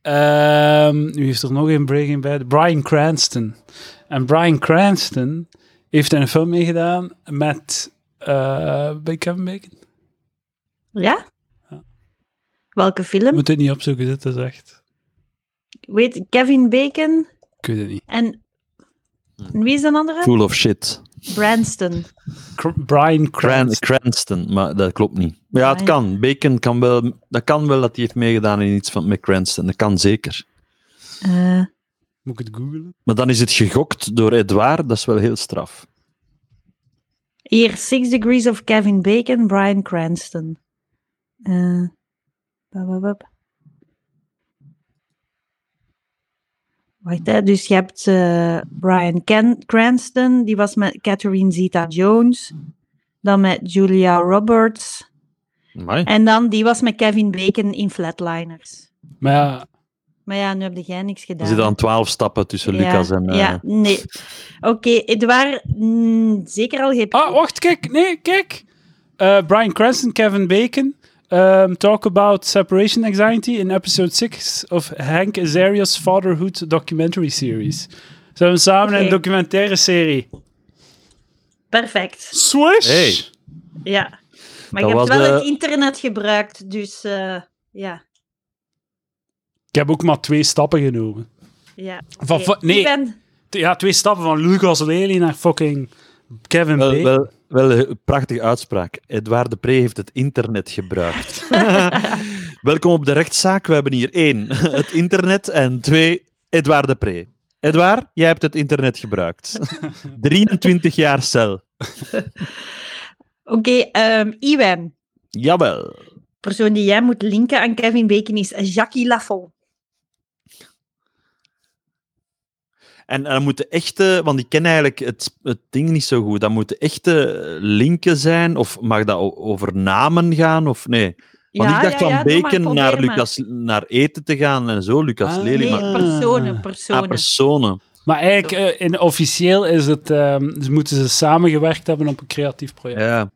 Speaker 1: Ehm, nu heeft er nog een Breaking Bad. Brian Cranston. En Brian Cranston heeft in een film meegedaan met eh bij Kevin Bacon.
Speaker 2: Ja?
Speaker 1: Ja.
Speaker 2: Welke
Speaker 1: Je
Speaker 2: film?
Speaker 1: moet het niet opzoeken, dit is echt.
Speaker 2: Weet Kevin Bacon?
Speaker 1: Ik weet het niet.
Speaker 2: En, en wie is de andere?
Speaker 3: Full of shit.
Speaker 2: Branston.
Speaker 1: Cr- Brian
Speaker 3: Cran
Speaker 1: Cranston.
Speaker 3: Cranston, maar dat klopt niet. Maar ja, het
Speaker 2: Ah, ja.
Speaker 3: kan. Bacon kan wel, dat kan wel dat hij heeft meegedaan in iets van, met Cranston. Dat kan zeker.
Speaker 2: Eh,
Speaker 1: Moet ik het googlen?
Speaker 3: Maar dan is het gegokt door Edouard, dat is wel heel straf.
Speaker 2: hier, Six Degrees of Kevin Bacon, Brian Cranston. Eh, bap, bap, bap. Wacht, hè. dus je hebt eh, Brian Ken- Cranston, die was met Catherine Zeta-Jones. Dan met Julia Roberts.
Speaker 3: Amai.
Speaker 2: En dan, die was met Kevin Bacon in Flatliners.
Speaker 1: Maar ja,
Speaker 2: Maar ja, nu heb jij niks
Speaker 3: Er
Speaker 2: gedaan.
Speaker 3: zitten dan twaalf stappen tussen Lucas en... eh,
Speaker 2: Ja, nee. Oké, Edouard, mm, zeker al geen...
Speaker 1: Ah, wacht, kijk. Nee, kijk. Eh, Brian Cranston, Kevin Bacon. ehm, talk about separation anxiety in episode 6 of Hank Azaria's Fatherhood documentary series. Ze hebben samen
Speaker 2: Oké.
Speaker 1: een documentaire serie.
Speaker 2: Perfect,
Speaker 1: Swish!
Speaker 3: Hey.
Speaker 2: ja. Maar
Speaker 3: Dat
Speaker 2: je hebt
Speaker 3: was eh,
Speaker 2: wel
Speaker 3: de-
Speaker 2: het internet gebruikt, dus eh, ja.
Speaker 1: Ik heb ook maar twee stappen genomen.
Speaker 2: ja.
Speaker 1: Van,
Speaker 2: Oké,
Speaker 1: van- nee,
Speaker 2: Ik ben...
Speaker 1: t- ja, twee stappen van Lucas Lely naar fucking Kevin
Speaker 3: Wel,
Speaker 1: Bacon.
Speaker 3: wel, wel een prachtige uitspraak. Edouard de Pre heeft het internet gebruikt. Welkom op de rechtszaak. We hebben hier één, het internet. En twee, Edouard de Pre. Edouard, jij hebt het internet gebruikt. 23 jaar cel.
Speaker 2: Oké, ehm Iwan.
Speaker 3: Jawel.
Speaker 2: De persoon die jij moet linken aan Kevin Bacon is Jackie Lafol.
Speaker 3: En dan moet de echte, want ik ken eigenlijk het, het ding niet zo goed. Dat moet de echte linken zijn, of mag dat o- over namen gaan, of nee? Want ik dacht van Bacon naar, Lucas, naar eten te gaan en zo, Lucas
Speaker 1: Ah,
Speaker 3: Lely.
Speaker 2: Nee,
Speaker 3: maar
Speaker 2: personen,
Speaker 1: Ah,
Speaker 2: personen.
Speaker 3: Ah, personen.
Speaker 1: Maar eigenlijk, eh, in, officieel is het, ehm, ze moeten ze samen gewerkt hebben op een creatief project.
Speaker 3: Ja.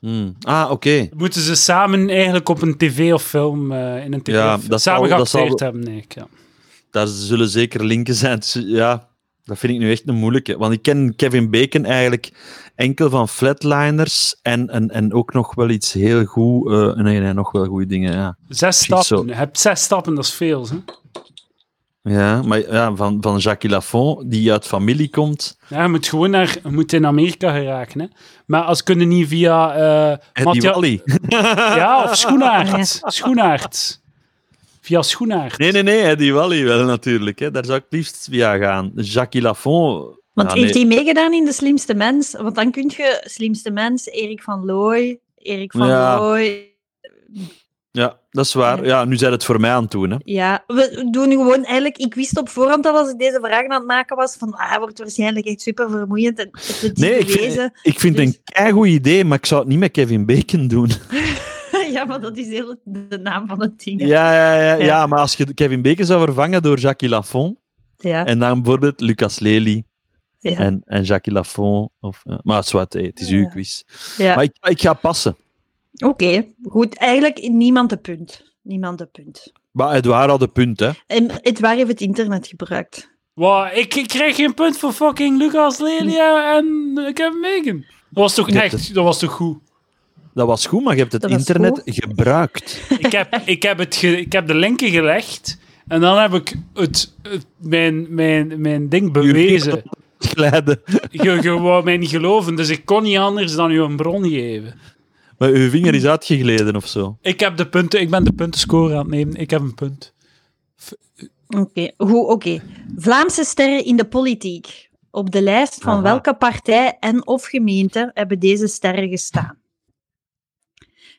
Speaker 3: Hmm. Ah, oké.
Speaker 1: Moeten ze samen eigenlijk op een tv of film, eh, in een tv
Speaker 3: Ja,
Speaker 1: of film,
Speaker 3: dat zal-
Speaker 1: samen
Speaker 3: dat zal-
Speaker 1: geacteerd hebben, eigenlijk. Ja.
Speaker 3: Daar zullen zeker linken zijn. tussen- Ja, dat vind ik nu echt een moeilijke. Want ik ken Kevin Bacon eigenlijk enkel van Flatliners en, en, en ook nog wel iets heel goed. eh, nee, nee, nog wel goede dingen, ja.
Speaker 1: Zes
Speaker 3: Precies
Speaker 1: stappen.
Speaker 3: zo.
Speaker 1: Je hebt zes stappen, dat is veel. Hè?
Speaker 3: Ja, maar ja, van, van Jacques Lafont, die uit familie komt.
Speaker 1: Ja, je moet gewoon naar, je moet in Amerika geraken. Hè? Maar als kunnen niet via eh
Speaker 3: Eddie
Speaker 1: Matja-
Speaker 3: Wally.
Speaker 1: ja, of Schoenaert. Schoenaert. Via Schoenaert.
Speaker 3: Nee, nee, nee, Eddie Wally wel natuurlijk. Hè. Daar zou ik het liefst via gaan. Jacques Lafont...
Speaker 2: Want
Speaker 3: ja,
Speaker 2: heeft
Speaker 3: Ah, nee.
Speaker 2: hij meegedaan in De Slimste Mens? Want dan kun je Slimste Mens, Erik van Looy, Erik van
Speaker 3: Ja.
Speaker 2: Looy.
Speaker 3: ja, dat is waar. Ja, nu zijn het voor mij aan het doen. Hè.
Speaker 2: Ja, we doen gewoon eigenlijk... Ik wist op voorhand al als ik deze vraag aan het maken was, van ah, hij wordt waarschijnlijk echt super vermoeiend. En het is
Speaker 3: Nee, ik
Speaker 2: bewezen.
Speaker 3: vind, ik vind het
Speaker 2: Dus-
Speaker 3: een keigoed idee, maar ik zou het niet met Kevin Bacon doen.
Speaker 2: ja, maar dat is heel de naam van het ding. hè.
Speaker 3: Ja, ja, ja, ja.
Speaker 2: Ja.
Speaker 3: maar als je Kevin Bacon zou vervangen door Jackie Lafont,
Speaker 2: ja.
Speaker 3: en dan bijvoorbeeld Lucas Lely
Speaker 2: Ja.
Speaker 3: en, en Jackie Lafont, of, eh, maar het is wat, hey, het is uw
Speaker 2: Ja.
Speaker 3: quiz.
Speaker 2: ja.
Speaker 3: Maar ik, ik ga passen.
Speaker 2: Oké, goed. Eigenlijk niemand de punt. Niemand de punt.
Speaker 3: Maar Edouard had een punt, hè.
Speaker 2: En het waar heeft het internet gebruikt.
Speaker 1: Wow, ik, ik kreeg geen punt voor fucking Lucas Lelia en eh, Kevin Bacon. Dat was toch
Speaker 3: Ja,
Speaker 1: echt, dat was toch goed?
Speaker 3: Dat was goed, maar je hebt het
Speaker 2: Dat was
Speaker 3: internet gebruikt.
Speaker 1: ik, heb, ik, heb het ge- ik heb de linken gelegd en dan heb ik het, het- mijn, mijn, mijn ding bewezen.
Speaker 3: Glijden.
Speaker 1: Je, je wou mij niet geloven, dus ik kon niet anders dan u een bron geven.
Speaker 3: Maar uw vinger is uitgegleden of zo.
Speaker 1: Ik, heb de punten, ik ben de puntenscore aan het nemen. Ik heb een punt.
Speaker 2: Oké, goed. Oké. Vlaamse sterren in de politiek. Op de lijst van
Speaker 3: Aha.
Speaker 2: welke partij en of gemeente hebben deze sterren gestaan?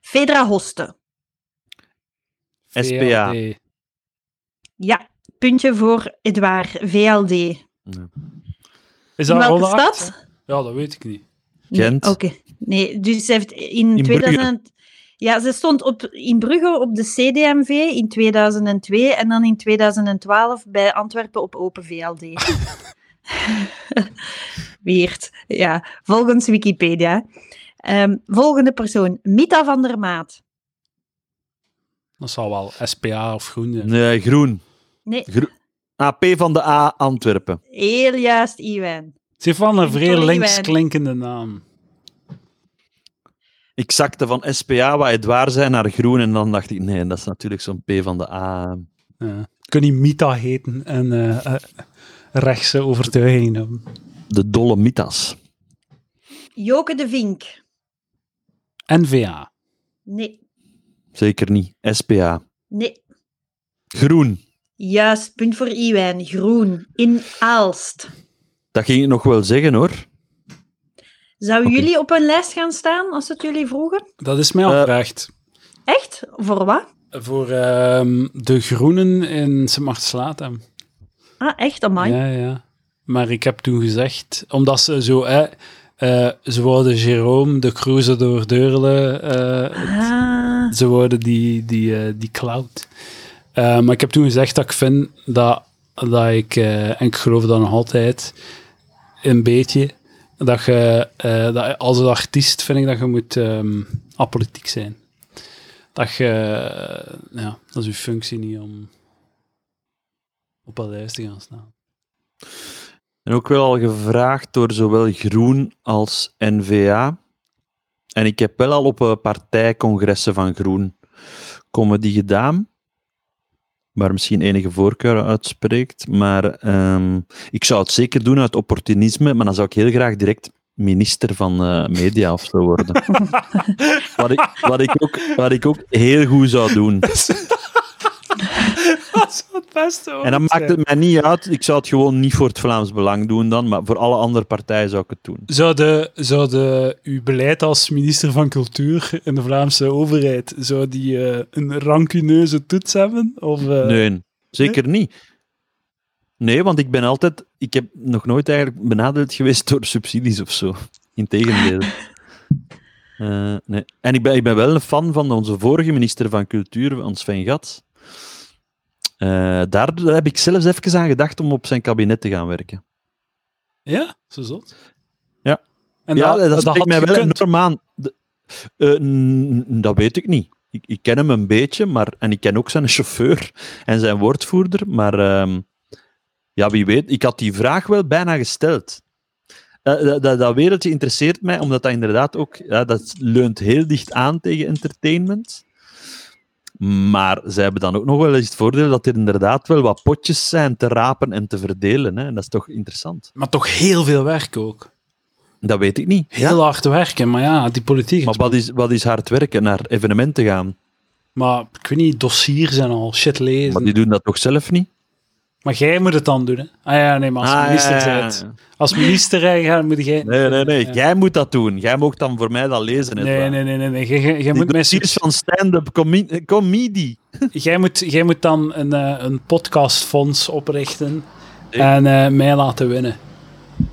Speaker 2: Fedra Hoste.
Speaker 3: SPA.
Speaker 1: VLD.
Speaker 2: Ja, puntje voor Edouard, VLD.
Speaker 1: Is
Speaker 2: In
Speaker 1: dat
Speaker 2: welke
Speaker 1: ronde acht,
Speaker 2: stad?
Speaker 1: hè? Ja, dat weet ik niet.
Speaker 3: Gent.
Speaker 2: Nee, Oké, nee, dus ze heeft in,
Speaker 3: In
Speaker 2: 2000... Ja, ze stond op, in Brugge op de CDMV in 2002 en dan in 2012 bij Antwerpen op Open VLD. Weird, ja. Volgens Wikipedia. Ehm, volgende persoon, Mita van der Maat.
Speaker 1: Dat zal wel SPA of Groen zijn.
Speaker 3: Nee, groen.
Speaker 2: Nee,
Speaker 3: AP van de A, Antwerpen.
Speaker 2: heel juist, Iwan.
Speaker 1: Ze heeft wel een vrij
Speaker 2: Sorry,
Speaker 1: links
Speaker 2: Wijn.
Speaker 1: klinkende naam.
Speaker 3: Ik zakte van SPA, wat Edouard zei, naar groen. En dan dacht ik, nee, dat is natuurlijk zo'n P van de A.
Speaker 1: Ja. Kun je Mita heten en, eh, eh, rechtse overtuigingen hebben.
Speaker 3: De Dolomitas.
Speaker 2: Joke de Vink.
Speaker 1: NVA.
Speaker 2: Nee,
Speaker 3: Zeker niet. SPA.
Speaker 2: nee.
Speaker 3: Groen.
Speaker 2: Juist, punt voor Iwijn. Groen. In Aalst.
Speaker 3: Dat ging ik nog wel zeggen hoor.
Speaker 2: Zouden
Speaker 3: Oké.
Speaker 2: jullie op een lijst gaan staan als het jullie vroegen?
Speaker 1: Dat is mij
Speaker 3: Eh.
Speaker 1: afgevraagd.
Speaker 2: Echt? Voor wat?
Speaker 1: Voor ehm, de groenen in Sint-Martslaat.
Speaker 2: Ah, echt, amai.
Speaker 1: Ja, ja. Maar ik heb toen gezegd, omdat ze zo, hè, eh, ze wouden Jérôme, de cruiser door Deurle, eh,
Speaker 2: Ah,
Speaker 1: ze wouden die, die, eh, die cloud. Eh, maar ik heb toen gezegd dat ik vind dat, dat ik, eh, en ik geloof dat nog altijd, een beetje, dat je eh, dat als een artiest vind ik dat je moet ehm, apolitiek zijn. Dat je, eh, ja, dat is je functie niet om op een lijst te gaan staan.
Speaker 3: En ook wel al gevraagd door zowel Groen als NVA. En ik heb wel al op eh, partijcongressen van Groen comedy gedaan. Waar misschien enige voorkeur uitspreekt. Maar ehm, ik zou het zeker doen uit opportunisme. Maar dan zou ik heel graag direct minister van eh, media of zo worden. wat, ik, wat, ik ook, wat ik ook heel goed zou doen.
Speaker 1: Dat is het beste
Speaker 3: En dan maakt het mij niet uit. Ik zou het gewoon niet voor het Vlaams Belang doen dan. Maar voor alle andere partijen zou ik het doen.
Speaker 1: Zou, de, zou de, uw beleid als minister van Cultuur in de Vlaamse overheid, zou die eh, een rancuneuze toets hebben? Of, eh,
Speaker 3: Nee, zeker niet. Nee, want ik ben altijd... Ik heb nog nooit eigenlijk benadeeld geweest door subsidies of zo. Integendeel. Eh, nee. En ik ben, ik ben wel een fan van onze vorige minister van Cultuur, van Sven Gat. Eh, daar, daar heb ik zelfs even aan gedacht om op zijn kabinet te gaan werken.
Speaker 1: Ja, zo zot.
Speaker 3: Ja.
Speaker 1: En
Speaker 3: ja, dat,
Speaker 1: dat
Speaker 3: spreekt
Speaker 1: had
Speaker 3: mij wel
Speaker 1: gekund.
Speaker 3: enorm aan. De- eh, n- dat weet ik niet. Ik, ik ken hem een beetje, maar, en ik ken ook zijn chauffeur en zijn woordvoerder, maar ehm, ja, wie weet. Ik had die vraag wel bijna gesteld. Eh, dat, dat, dat wereldje interesseert mij, omdat dat inderdaad ook... Ja, dat leunt heel dicht aan tegen entertainment. Maar zij hebben dan ook nog wel eens het voordeel dat er inderdaad wel wat potjes zijn te rapen en te verdelen. Hè. En dat is toch interessant.
Speaker 1: Maar toch heel veel werk ook.
Speaker 3: Dat weet ik niet.
Speaker 1: Heel hard werken, maar ja, die politiek.
Speaker 3: Maar
Speaker 1: Maar,
Speaker 3: wat is, wat is hard werken? Naar evenementen gaan.
Speaker 1: ik weet niet, dossiers en al, shit lezen.
Speaker 3: Maar
Speaker 1: Maar,
Speaker 3: die doen dat toch zelf niet?
Speaker 1: jij moet het dan doen, hè? Ah ja, nee, maar als minister bent. Als minister hè, ja, moet jij...
Speaker 3: Nee, nee, nee.
Speaker 1: Ja.
Speaker 3: Jij moet dat doen. Jij mag dan voor mij dat lezen.
Speaker 1: Nee, nee, nee, nee, nee. Jij- Jij, jij
Speaker 3: Je
Speaker 1: moet
Speaker 3: moet
Speaker 1: mij
Speaker 3: dossiers van stand-up comi- eh, comedy.
Speaker 1: Jij moet, jij moet dan een, eh, een podcastfonds oprichten
Speaker 3: Ik?
Speaker 1: en eh, mij laten winnen.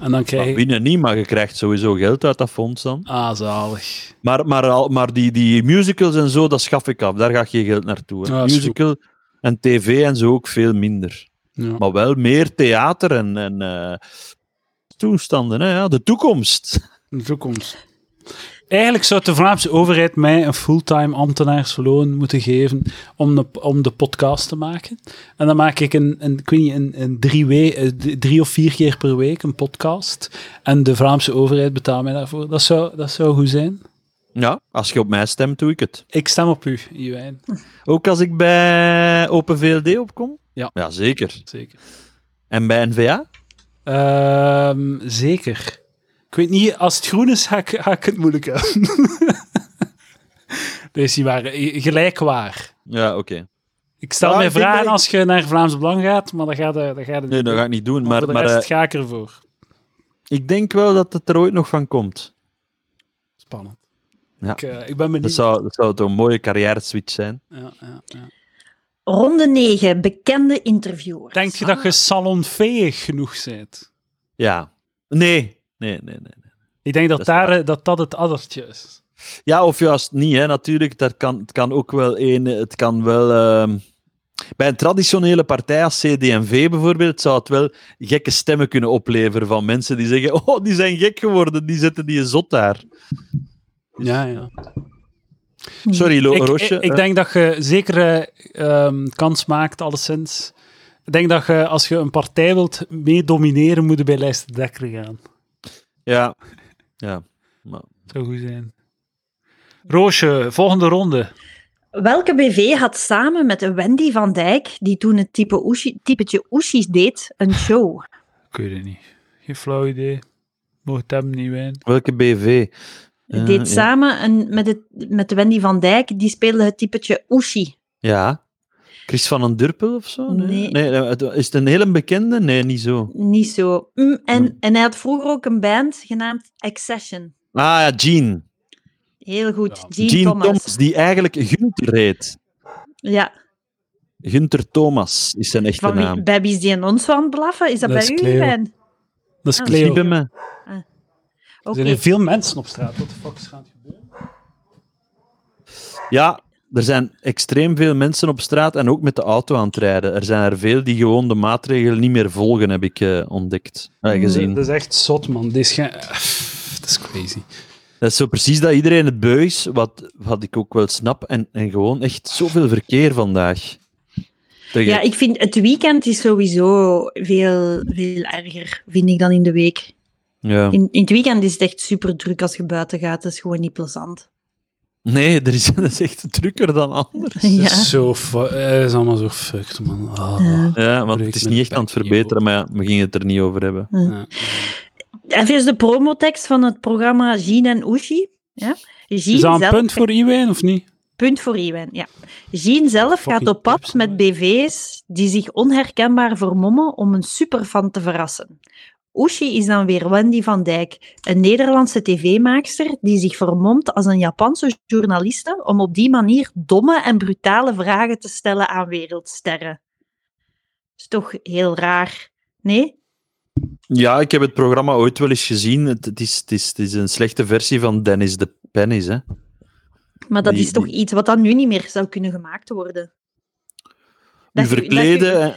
Speaker 1: En dan krijg je...
Speaker 3: Maar Nou, winnen niet, maar je krijgt sowieso geld uit dat fonds dan.
Speaker 1: Ah, zalig.
Speaker 3: Maar, maar, al- maar die, die musicals en zo, dat schaf ik af. Daar ga je geld naartoe. hè.
Speaker 1: Ja, dat is
Speaker 3: Musical en tv en zo ook veel minder.
Speaker 1: Ja.
Speaker 3: Maar wel meer theater en, en eh, toestanden. Hè? Ja, de toekomst.
Speaker 1: In de toekomst. Eigenlijk zou de Vlaamse overheid mij een fulltime ambtenaarsloon moeten geven om de, om de podcast te maken. En dan maak ik een, een, ik weet niet, een, een drie, we- eh, d- drie of vier keer per week een podcast. En de Vlaamse overheid betaalt mij daarvoor. Dat zou, dat zou goed zijn.
Speaker 3: Ja, als je op mij stemt, doe ik het.
Speaker 1: Ik stem op u, Iwijn.
Speaker 3: Ook als ik bij Open VLD opkom?
Speaker 1: Ja.
Speaker 3: Ja, zeker.
Speaker 1: Zeker.
Speaker 3: En bij NVA?
Speaker 1: Ehm, zeker. Ik weet niet, als het groen is, ga ik, ga ik het moeilijk hebben. dus die waren gelijk waar.
Speaker 3: Ja, oké.
Speaker 1: Ik stel
Speaker 3: Ja,
Speaker 1: mij
Speaker 3: ik denk
Speaker 1: vragen
Speaker 3: dat ik-
Speaker 1: als je naar Vlaams Belang gaat, maar dat gaat je, dat gaat je
Speaker 3: Nee,
Speaker 1: niet
Speaker 3: dat
Speaker 1: doen.
Speaker 3: ga ik niet doen. Maar,
Speaker 1: voor de
Speaker 3: maar
Speaker 1: rest
Speaker 3: eh,
Speaker 1: ga ik ervoor.
Speaker 3: ik denk wel dat het er ooit nog van komt.
Speaker 1: Spannend.
Speaker 3: Ja.
Speaker 1: Ik, eh, ik ben
Speaker 3: Dat
Speaker 1: benieuwd.
Speaker 3: zou, dat zou toch een mooie carrière-switch zijn.
Speaker 1: Ja, ja, ja.
Speaker 2: Ronde 9. Bekende interviewers. Ah.
Speaker 1: Denk je dat je salonveeg genoeg bent?
Speaker 3: Ja. Nee. Nee, nee, nee.
Speaker 1: Ik denk dat
Speaker 3: Dat is
Speaker 1: daar,
Speaker 3: waar.
Speaker 1: eh, dat, dat het addertje is.
Speaker 3: Ja, of juist niet, hè, natuurlijk. Dat kan, het kan ook wel een. Het kan wel. ehm, bij een traditionele partij als CDMV bijvoorbeeld zou het wel gekke stemmen kunnen opleveren van mensen die zeggen: Oh, die zijn gek geworden, die zetten die zot daar.
Speaker 1: Ja, ja.
Speaker 3: Sorry, Lo-
Speaker 1: Hmm. Ik,
Speaker 3: Roosje.
Speaker 1: ik, ik denk dat je zeker eh, ehm, kans maakt, alleszins. Ik denk dat je, als je een partij wilt meedomineren, moet je bij lijst de Dekker gaan.
Speaker 3: Ja. Ja.
Speaker 1: Zou goed zijn. Roosje, volgende ronde.
Speaker 2: Welke BV had samen met Wendy van Dijk, die toen het type Oeshi- typetje Oeshies deed, een show?
Speaker 1: Ik weet het niet. Geen flauw idee. Mocht hem niet winnen.
Speaker 3: Welke BV? Eh,
Speaker 2: deed
Speaker 3: ja.
Speaker 2: samen een, met, het, met Wendy van Dijk, die speelde het typetje Oeshi.
Speaker 3: Ja. Chris van den Durpel of zo? eh,
Speaker 2: Nee.
Speaker 3: het- Is het een hele bekende? Nee, niet zo.
Speaker 2: Niet zo. Mm, en,
Speaker 3: Hmm.
Speaker 2: en hij had vroeger ook een band genaamd Accession.
Speaker 3: Ah ja, Gene.
Speaker 2: Heel goed.
Speaker 1: Ja.
Speaker 2: Gene,
Speaker 3: Gene
Speaker 2: Thomas.
Speaker 3: Thomas. die eigenlijk Gunther heet.
Speaker 2: Ja,
Speaker 3: Gunther Thomas is zijn echte
Speaker 2: van wie?
Speaker 3: naam.
Speaker 2: Baby's die in ons van blaffen. Is dat,
Speaker 1: Dat
Speaker 2: bij
Speaker 1: is
Speaker 2: u,
Speaker 1: Cleo.
Speaker 2: Rijn?
Speaker 1: Dat is
Speaker 2: Ah,
Speaker 1: Cleo.
Speaker 3: Schiep me.
Speaker 2: Oké.
Speaker 1: Er zijn veel mensen op straat. Wat de fuck is er aan het gebeuren?
Speaker 3: Ja, er zijn extreem veel mensen op straat en ook met de auto aan het rijden. Er zijn er veel die gewoon de maatregelen niet meer volgen, heb ik eh, ontdekt. eh, gezien.
Speaker 1: Dat is echt zot, man. Dit is geen... Dat is crazy.
Speaker 3: Dat is zo precies dat iedereen het beu is, wat, wat ik ook wel snap. En, en gewoon echt zoveel verkeer vandaag. Tegen-
Speaker 2: Ja, ik vind het weekend is sowieso veel, veel erger, vind ik, dan in de week.
Speaker 3: ja.
Speaker 2: In, in het weekend is het echt super druk als je buiten gaat. Dat is gewoon niet plezant.
Speaker 3: Nee, er is, dat is echt drukker dan anders.
Speaker 1: Het
Speaker 2: Ja.
Speaker 1: is, zo fu- eh, is allemaal zo fucked, man. Ah.
Speaker 2: Ja.
Speaker 3: Ja, want het
Speaker 1: Breekt
Speaker 3: is
Speaker 1: met
Speaker 3: niet echt
Speaker 1: pijn
Speaker 3: aan het
Speaker 1: in je
Speaker 3: verbeteren, maar ja, we gingen het er niet over hebben.
Speaker 1: Ja.
Speaker 2: Even is de promotekst van het programma Jean en Ushi. Ja? Jean
Speaker 1: Is dat een
Speaker 2: zelf-
Speaker 1: punt voor Iwijn, of niet?
Speaker 2: Punt voor Iwan, ja. Jean zelf gaat
Speaker 1: Fucking
Speaker 2: op pad
Speaker 1: tips,
Speaker 2: met BV's die zich onherkenbaar vermommen om een superfan te verrassen. Ushi is dan weer Wendy van Dijk, een Nederlandse tv-maakster die zich vermomt als een Japanse journaliste om op die manier domme en brutale vragen te stellen aan wereldsterren. Is toch heel raar, nee?
Speaker 3: Ja, ik heb het programma ooit wel eens gezien. Het, het is, het, is, het is een slechte versie van Dennis de Pennis. Hè?
Speaker 2: Maar dat
Speaker 3: Die-
Speaker 2: is toch
Speaker 3: die-
Speaker 2: iets wat dan nu niet meer zou kunnen gemaakt worden.
Speaker 3: U
Speaker 2: Dat je- dat je-
Speaker 3: verkleden. en-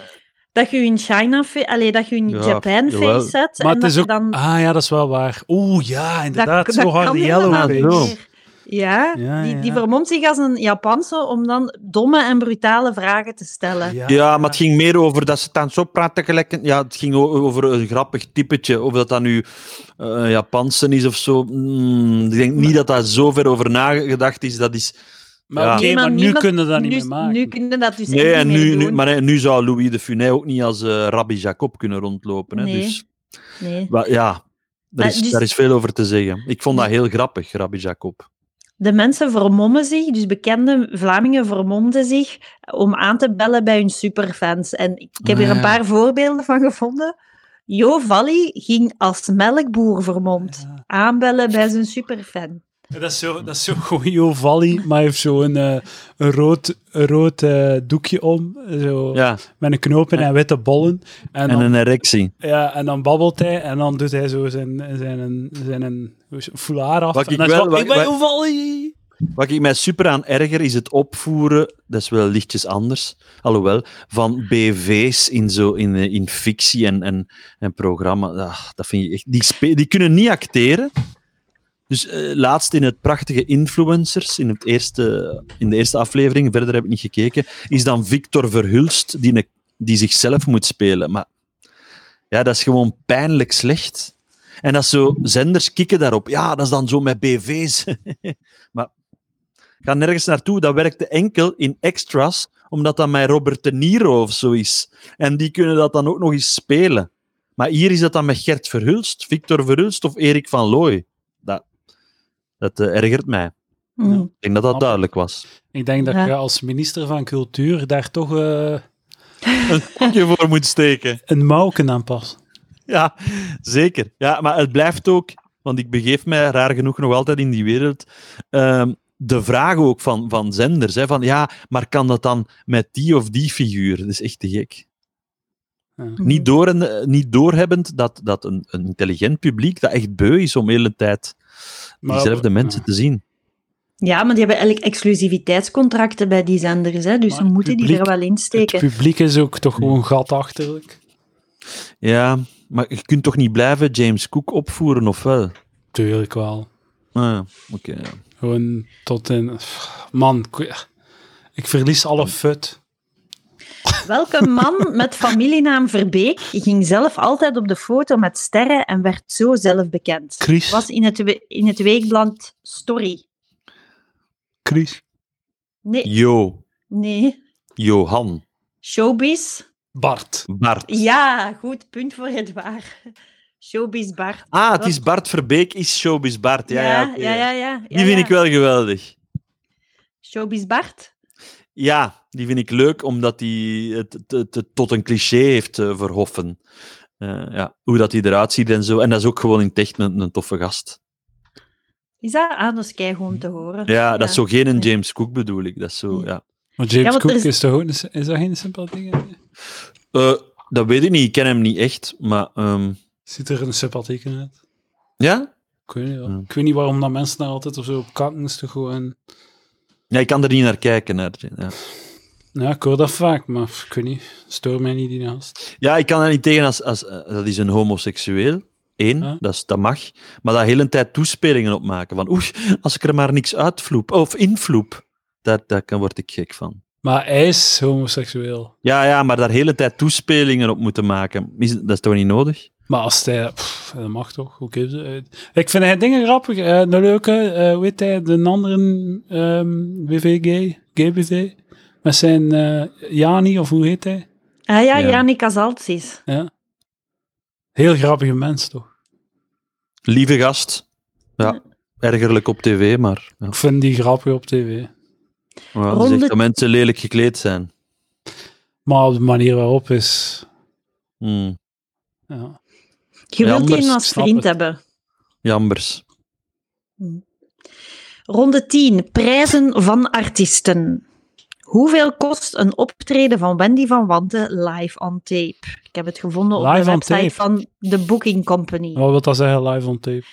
Speaker 2: Dat je een China, fa- allee, dat je een
Speaker 3: Ja,
Speaker 2: Japan
Speaker 3: jawel.
Speaker 2: face zet
Speaker 1: Maar
Speaker 2: en
Speaker 1: het
Speaker 2: dat
Speaker 1: is
Speaker 2: je
Speaker 1: ook...
Speaker 2: dan
Speaker 1: Ah ja, dat is wel waar. Oeh, ja, inderdaad.
Speaker 2: dat
Speaker 1: zo
Speaker 2: kan
Speaker 1: hard yellow
Speaker 2: helemaal niet
Speaker 1: face.
Speaker 2: meer. Ja,
Speaker 1: Ja,
Speaker 2: die,
Speaker 1: ja,
Speaker 2: die
Speaker 1: ja.
Speaker 2: vermomt zich als een Japanse om dan domme en brutale vragen te stellen. Ja,
Speaker 3: Ja, maar het ging meer over dat ze dan zo praten gelijk. Ja, het ging o- over een grappig typetje. Of dat dat nu eh, een Japanse is of zo. Mm, ik denk niet dat daar zo ver over nagedacht is. Dat is...
Speaker 1: Maar
Speaker 3: Ja.
Speaker 1: oké,
Speaker 2: Nee, maar
Speaker 1: maar nu
Speaker 2: niemand-
Speaker 1: kunnen we dat niet
Speaker 2: nu,
Speaker 1: meer maken.
Speaker 2: nu kunnen dat dus
Speaker 3: Nee,
Speaker 2: echt
Speaker 3: en
Speaker 2: niet meer
Speaker 3: nu, nu,
Speaker 2: doen.
Speaker 3: maar hè, nu zou Louis de Funès ook niet als eh, Rabbi Jacob kunnen rondlopen. Hè?
Speaker 2: Nee.
Speaker 3: Dus
Speaker 2: Nee.
Speaker 3: wa- ja, er
Speaker 2: Maar
Speaker 3: is,
Speaker 2: dus-
Speaker 3: daar is veel over te zeggen. Ik vond dat heel grappig, Rabbi Jacob.
Speaker 2: De mensen vermommen zich, dus bekende Vlamingen vermomden zich om aan te bellen bij hun superfans. En ik ik heb
Speaker 3: Ah,
Speaker 2: hier een
Speaker 3: ja.
Speaker 2: paar voorbeelden van gevonden. Jo Valli ging als melkboer vermomd
Speaker 1: Ja.
Speaker 2: aanbellen bij zijn superfan.
Speaker 1: Dat is zo, dat is zo gewoon Jo Valli, maar hij heeft zo een, eh, een rood, een rood eh, doekje om, zo,
Speaker 3: Ja,
Speaker 1: met een knoop in en witte bollen. En
Speaker 3: en
Speaker 1: dan,
Speaker 3: een erectie.
Speaker 1: ja, en dan babbelt hij en dan doet hij zo zijn, zijn, zijn, een foulard af.
Speaker 3: Wat
Speaker 1: En
Speaker 3: ik
Speaker 1: dan is
Speaker 3: wel-
Speaker 1: van,
Speaker 3: wat-
Speaker 1: ik ben
Speaker 3: wat-
Speaker 1: Jo Valli!
Speaker 3: Wat ik mij super aan erger is het opvoeren, dat is wel lichtjes anders, alhoewel, van BV's in, zo, in, eh, in fictie en, en, en programma. Ah, dat vind je echt, die, spe- die kunnen niet acteren. Dus eh, laatst in het prachtige Influencers, in, het eerste, in de eerste aflevering, verder heb ik niet gekeken, is dan Victor Verhulst die, een- die zichzelf moet spelen. Maar ja, dat is gewoon pijnlijk slecht. En dat is zo, zenders kikken daarop. Ja, dat is dan zo met BV's. ga nergens naartoe. Dat werkte enkel in extras, omdat dat met Robert De Niro of zo is. En die kunnen dat dan ook nog eens spelen. Maar hier is dat dan met Gert Verhulst, Victor Verhulst of Erik van Looy. Dat, dat eh, ergert mij. Ik
Speaker 2: Mm.
Speaker 3: denk dat dat duidelijk was.
Speaker 1: Ik denk dat
Speaker 2: Ja.
Speaker 1: je als minister van cultuur daar toch eh,
Speaker 3: Je voor moet steken.
Speaker 1: een mouw kunt aan past.
Speaker 3: Ja, zeker. Ja, maar het blijft ook, want ik begeef mij raar genoeg nog altijd in die wereld. ehm, de vraag ook van, van zenders: hè, van ja, maar kan dat dan met die of die figuur? Dat is echt te gek.
Speaker 1: Mhm.
Speaker 3: niet, door eh, niet doorhebbend dat, dat een, een intelligent publiek dat echt beu is om de hele tijd
Speaker 1: Maar-
Speaker 3: diezelfde mensen
Speaker 1: ja.
Speaker 3: te zien.
Speaker 2: Ja, maar die hebben eigenlijk exclusiviteitscontracten bij die zenders, hè, dus
Speaker 1: Maar
Speaker 2: ze
Speaker 1: het
Speaker 2: moeten die
Speaker 1: publiek-
Speaker 2: er wel
Speaker 1: Het
Speaker 2: insteken.
Speaker 1: publiek is ook toch gewoon gatachterlijk.
Speaker 3: Ja, maar je kunt toch niet blijven James Cook opvoeren, of wel?
Speaker 1: Tuurlijk wel.
Speaker 3: Ah, oké. ja.
Speaker 1: Gewoon tot in... Man, ik- ik verlies alle fut.
Speaker 2: Welke man met familienaam Verbeek ging zelf altijd op de foto met sterren en werd zo zelf bekend?
Speaker 1: Chris.
Speaker 2: Was in het, we- in het weekblad Story.
Speaker 1: Chris.
Speaker 2: Nee,
Speaker 3: Jo,
Speaker 2: nee.
Speaker 3: Johan.
Speaker 2: Showbiz,
Speaker 1: Bart.
Speaker 3: Bart.
Speaker 2: Ja, goed punt voor het waar. Showbiz Bart.
Speaker 3: Ah, het is Bart Verbeek, is Showbiz Bart. Ja, ja,
Speaker 2: ja,
Speaker 3: oké.
Speaker 2: ja, ja, ja.
Speaker 3: Die vind ik wel geweldig.
Speaker 2: Showbiz Bart.
Speaker 3: Ja, die vind ik leuk, omdat hij het, het- het- het tot een cliché heeft eh, verhoffen. Eh, ja, hoe dat hij eruit ziet en zo. En dat is ook gewoon in Techt een, een toffe gast.
Speaker 2: Is dat aan de sky gewoon te horen?
Speaker 3: Ja, dat is zo geen een
Speaker 2: ja.
Speaker 3: James Cook bedoel ik. Dat is zo,
Speaker 2: Ja.
Speaker 3: ja.
Speaker 1: Maar James
Speaker 2: Ja, want
Speaker 1: Cook
Speaker 2: er
Speaker 1: is...
Speaker 2: is-
Speaker 1: toch ook een, s- is dat geen sympathieke?
Speaker 3: Eh, dat weet ik niet, ik ken hem niet echt. Maar ehm,
Speaker 1: Ziet er een sympathieke uit?
Speaker 3: ja?
Speaker 1: Ik weet, niet, wel.
Speaker 3: Ja.
Speaker 1: ik weet niet waarom dat mensen daar altijd of zo op kakken. Is toch gewoon...
Speaker 3: ja, ik kan er niet naar kijken. Naar, ja.
Speaker 1: Ja, ik hoor dat vaak, maar pff, ik weet niet. Stoor mij niet die naast.
Speaker 3: ja, ik kan er niet tegen als, als eh, dat is een homoseksueel. Eén,
Speaker 1: Ja.
Speaker 3: dat, is, dat mag. Maar dat hele tijd toespelingen op maken. Van oeh, als ik er maar niks uitvloep of invloep, daar, daar kan- word ik gek van.
Speaker 1: Maar hij is homoseksueel.
Speaker 3: Ja, ja, maar daar hele tijd toespelingen op moeten maken, is, dat is toch niet nodig?
Speaker 1: Maar als hij... pff, dat mag toch? Hoe geeft ze uit? Ik vind hij dingen grappig. eh de leuke, eh, hoe heet hij? De andere ehm BVG, GBV. Met zijn eh, Jani, of hoe heet hij?
Speaker 2: Ah ja,
Speaker 3: Ja.
Speaker 2: Jani Casaltis.
Speaker 1: Ja. Heel grappige mens, toch?
Speaker 3: Lieve gast. Ja, ergerlijk op tv, maar... Ja.
Speaker 1: Ik vind die grappig op tv.
Speaker 3: Ja,
Speaker 2: Ronde-
Speaker 3: zegt dat mensen lelijk gekleed zijn.
Speaker 1: Maar op de manier waarop is...
Speaker 3: Hmm,
Speaker 1: Ja.
Speaker 2: Je wilt
Speaker 3: anders,
Speaker 2: die
Speaker 1: ik
Speaker 2: als
Speaker 1: snap
Speaker 2: vriend
Speaker 1: het.
Speaker 2: hebben.
Speaker 3: jambers.
Speaker 2: Ronde 10. Prijzen van artiesten. Hoeveel kost een optreden van Wendy van Wanten live on tape? Ik heb het gevonden op
Speaker 1: Live
Speaker 2: de
Speaker 1: on
Speaker 2: website
Speaker 1: tape. Oh,
Speaker 2: van de Booking Company.
Speaker 1: Wat wil dat zeggen, live on tape?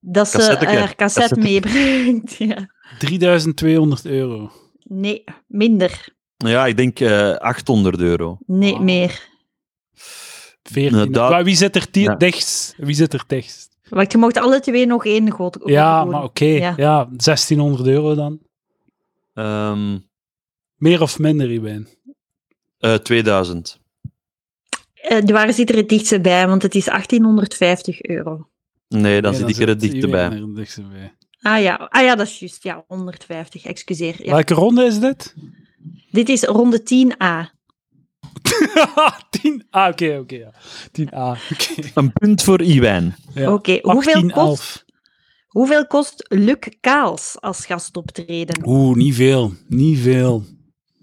Speaker 2: Dat ze
Speaker 3: Cassetteke.
Speaker 2: haar cassette
Speaker 3: Cassetteke.
Speaker 2: meebrengt. Ja.
Speaker 1: 3200 euro.
Speaker 2: Nee, minder.
Speaker 3: Ja, ik denk eh, 800 euro.
Speaker 2: Nee,
Speaker 1: Ah.
Speaker 2: meer.
Speaker 1: 14.
Speaker 3: Inderdaad.
Speaker 1: Maar wie zit er
Speaker 3: Ja.
Speaker 1: dichtst? Wie zit er dichtst?
Speaker 2: Want je mocht alle twee nog één god
Speaker 1: Ja,
Speaker 2: doen.
Speaker 1: maar oké. Ja.
Speaker 2: Ja.
Speaker 1: 1600 euro dan.
Speaker 3: Ehm,
Speaker 1: Meer of minder, Ruben?
Speaker 3: eh, 2000.
Speaker 2: Eh, waar zit er het dichtste bij? Want het is 1850 euro.
Speaker 3: Nee, dan
Speaker 1: Nee,
Speaker 3: zit ik er het dichtste
Speaker 1: Ruben
Speaker 3: bij.
Speaker 1: er het dichtste bij.
Speaker 2: Ah ja, ah, ja dat is juist. Ja, 150, excuseer. Ja.
Speaker 1: Welke ronde is dit?
Speaker 2: Dit is ronde 10a.
Speaker 1: 10. Ah, oké, oké. ja. 10a. Oké.
Speaker 3: Een punt voor Iwijn.
Speaker 1: Ja.
Speaker 2: Oké, hoeveel, kost, hoeveel kost Luc Kaals als gastoptreden?
Speaker 1: Oeh, niet veel. Niet veel.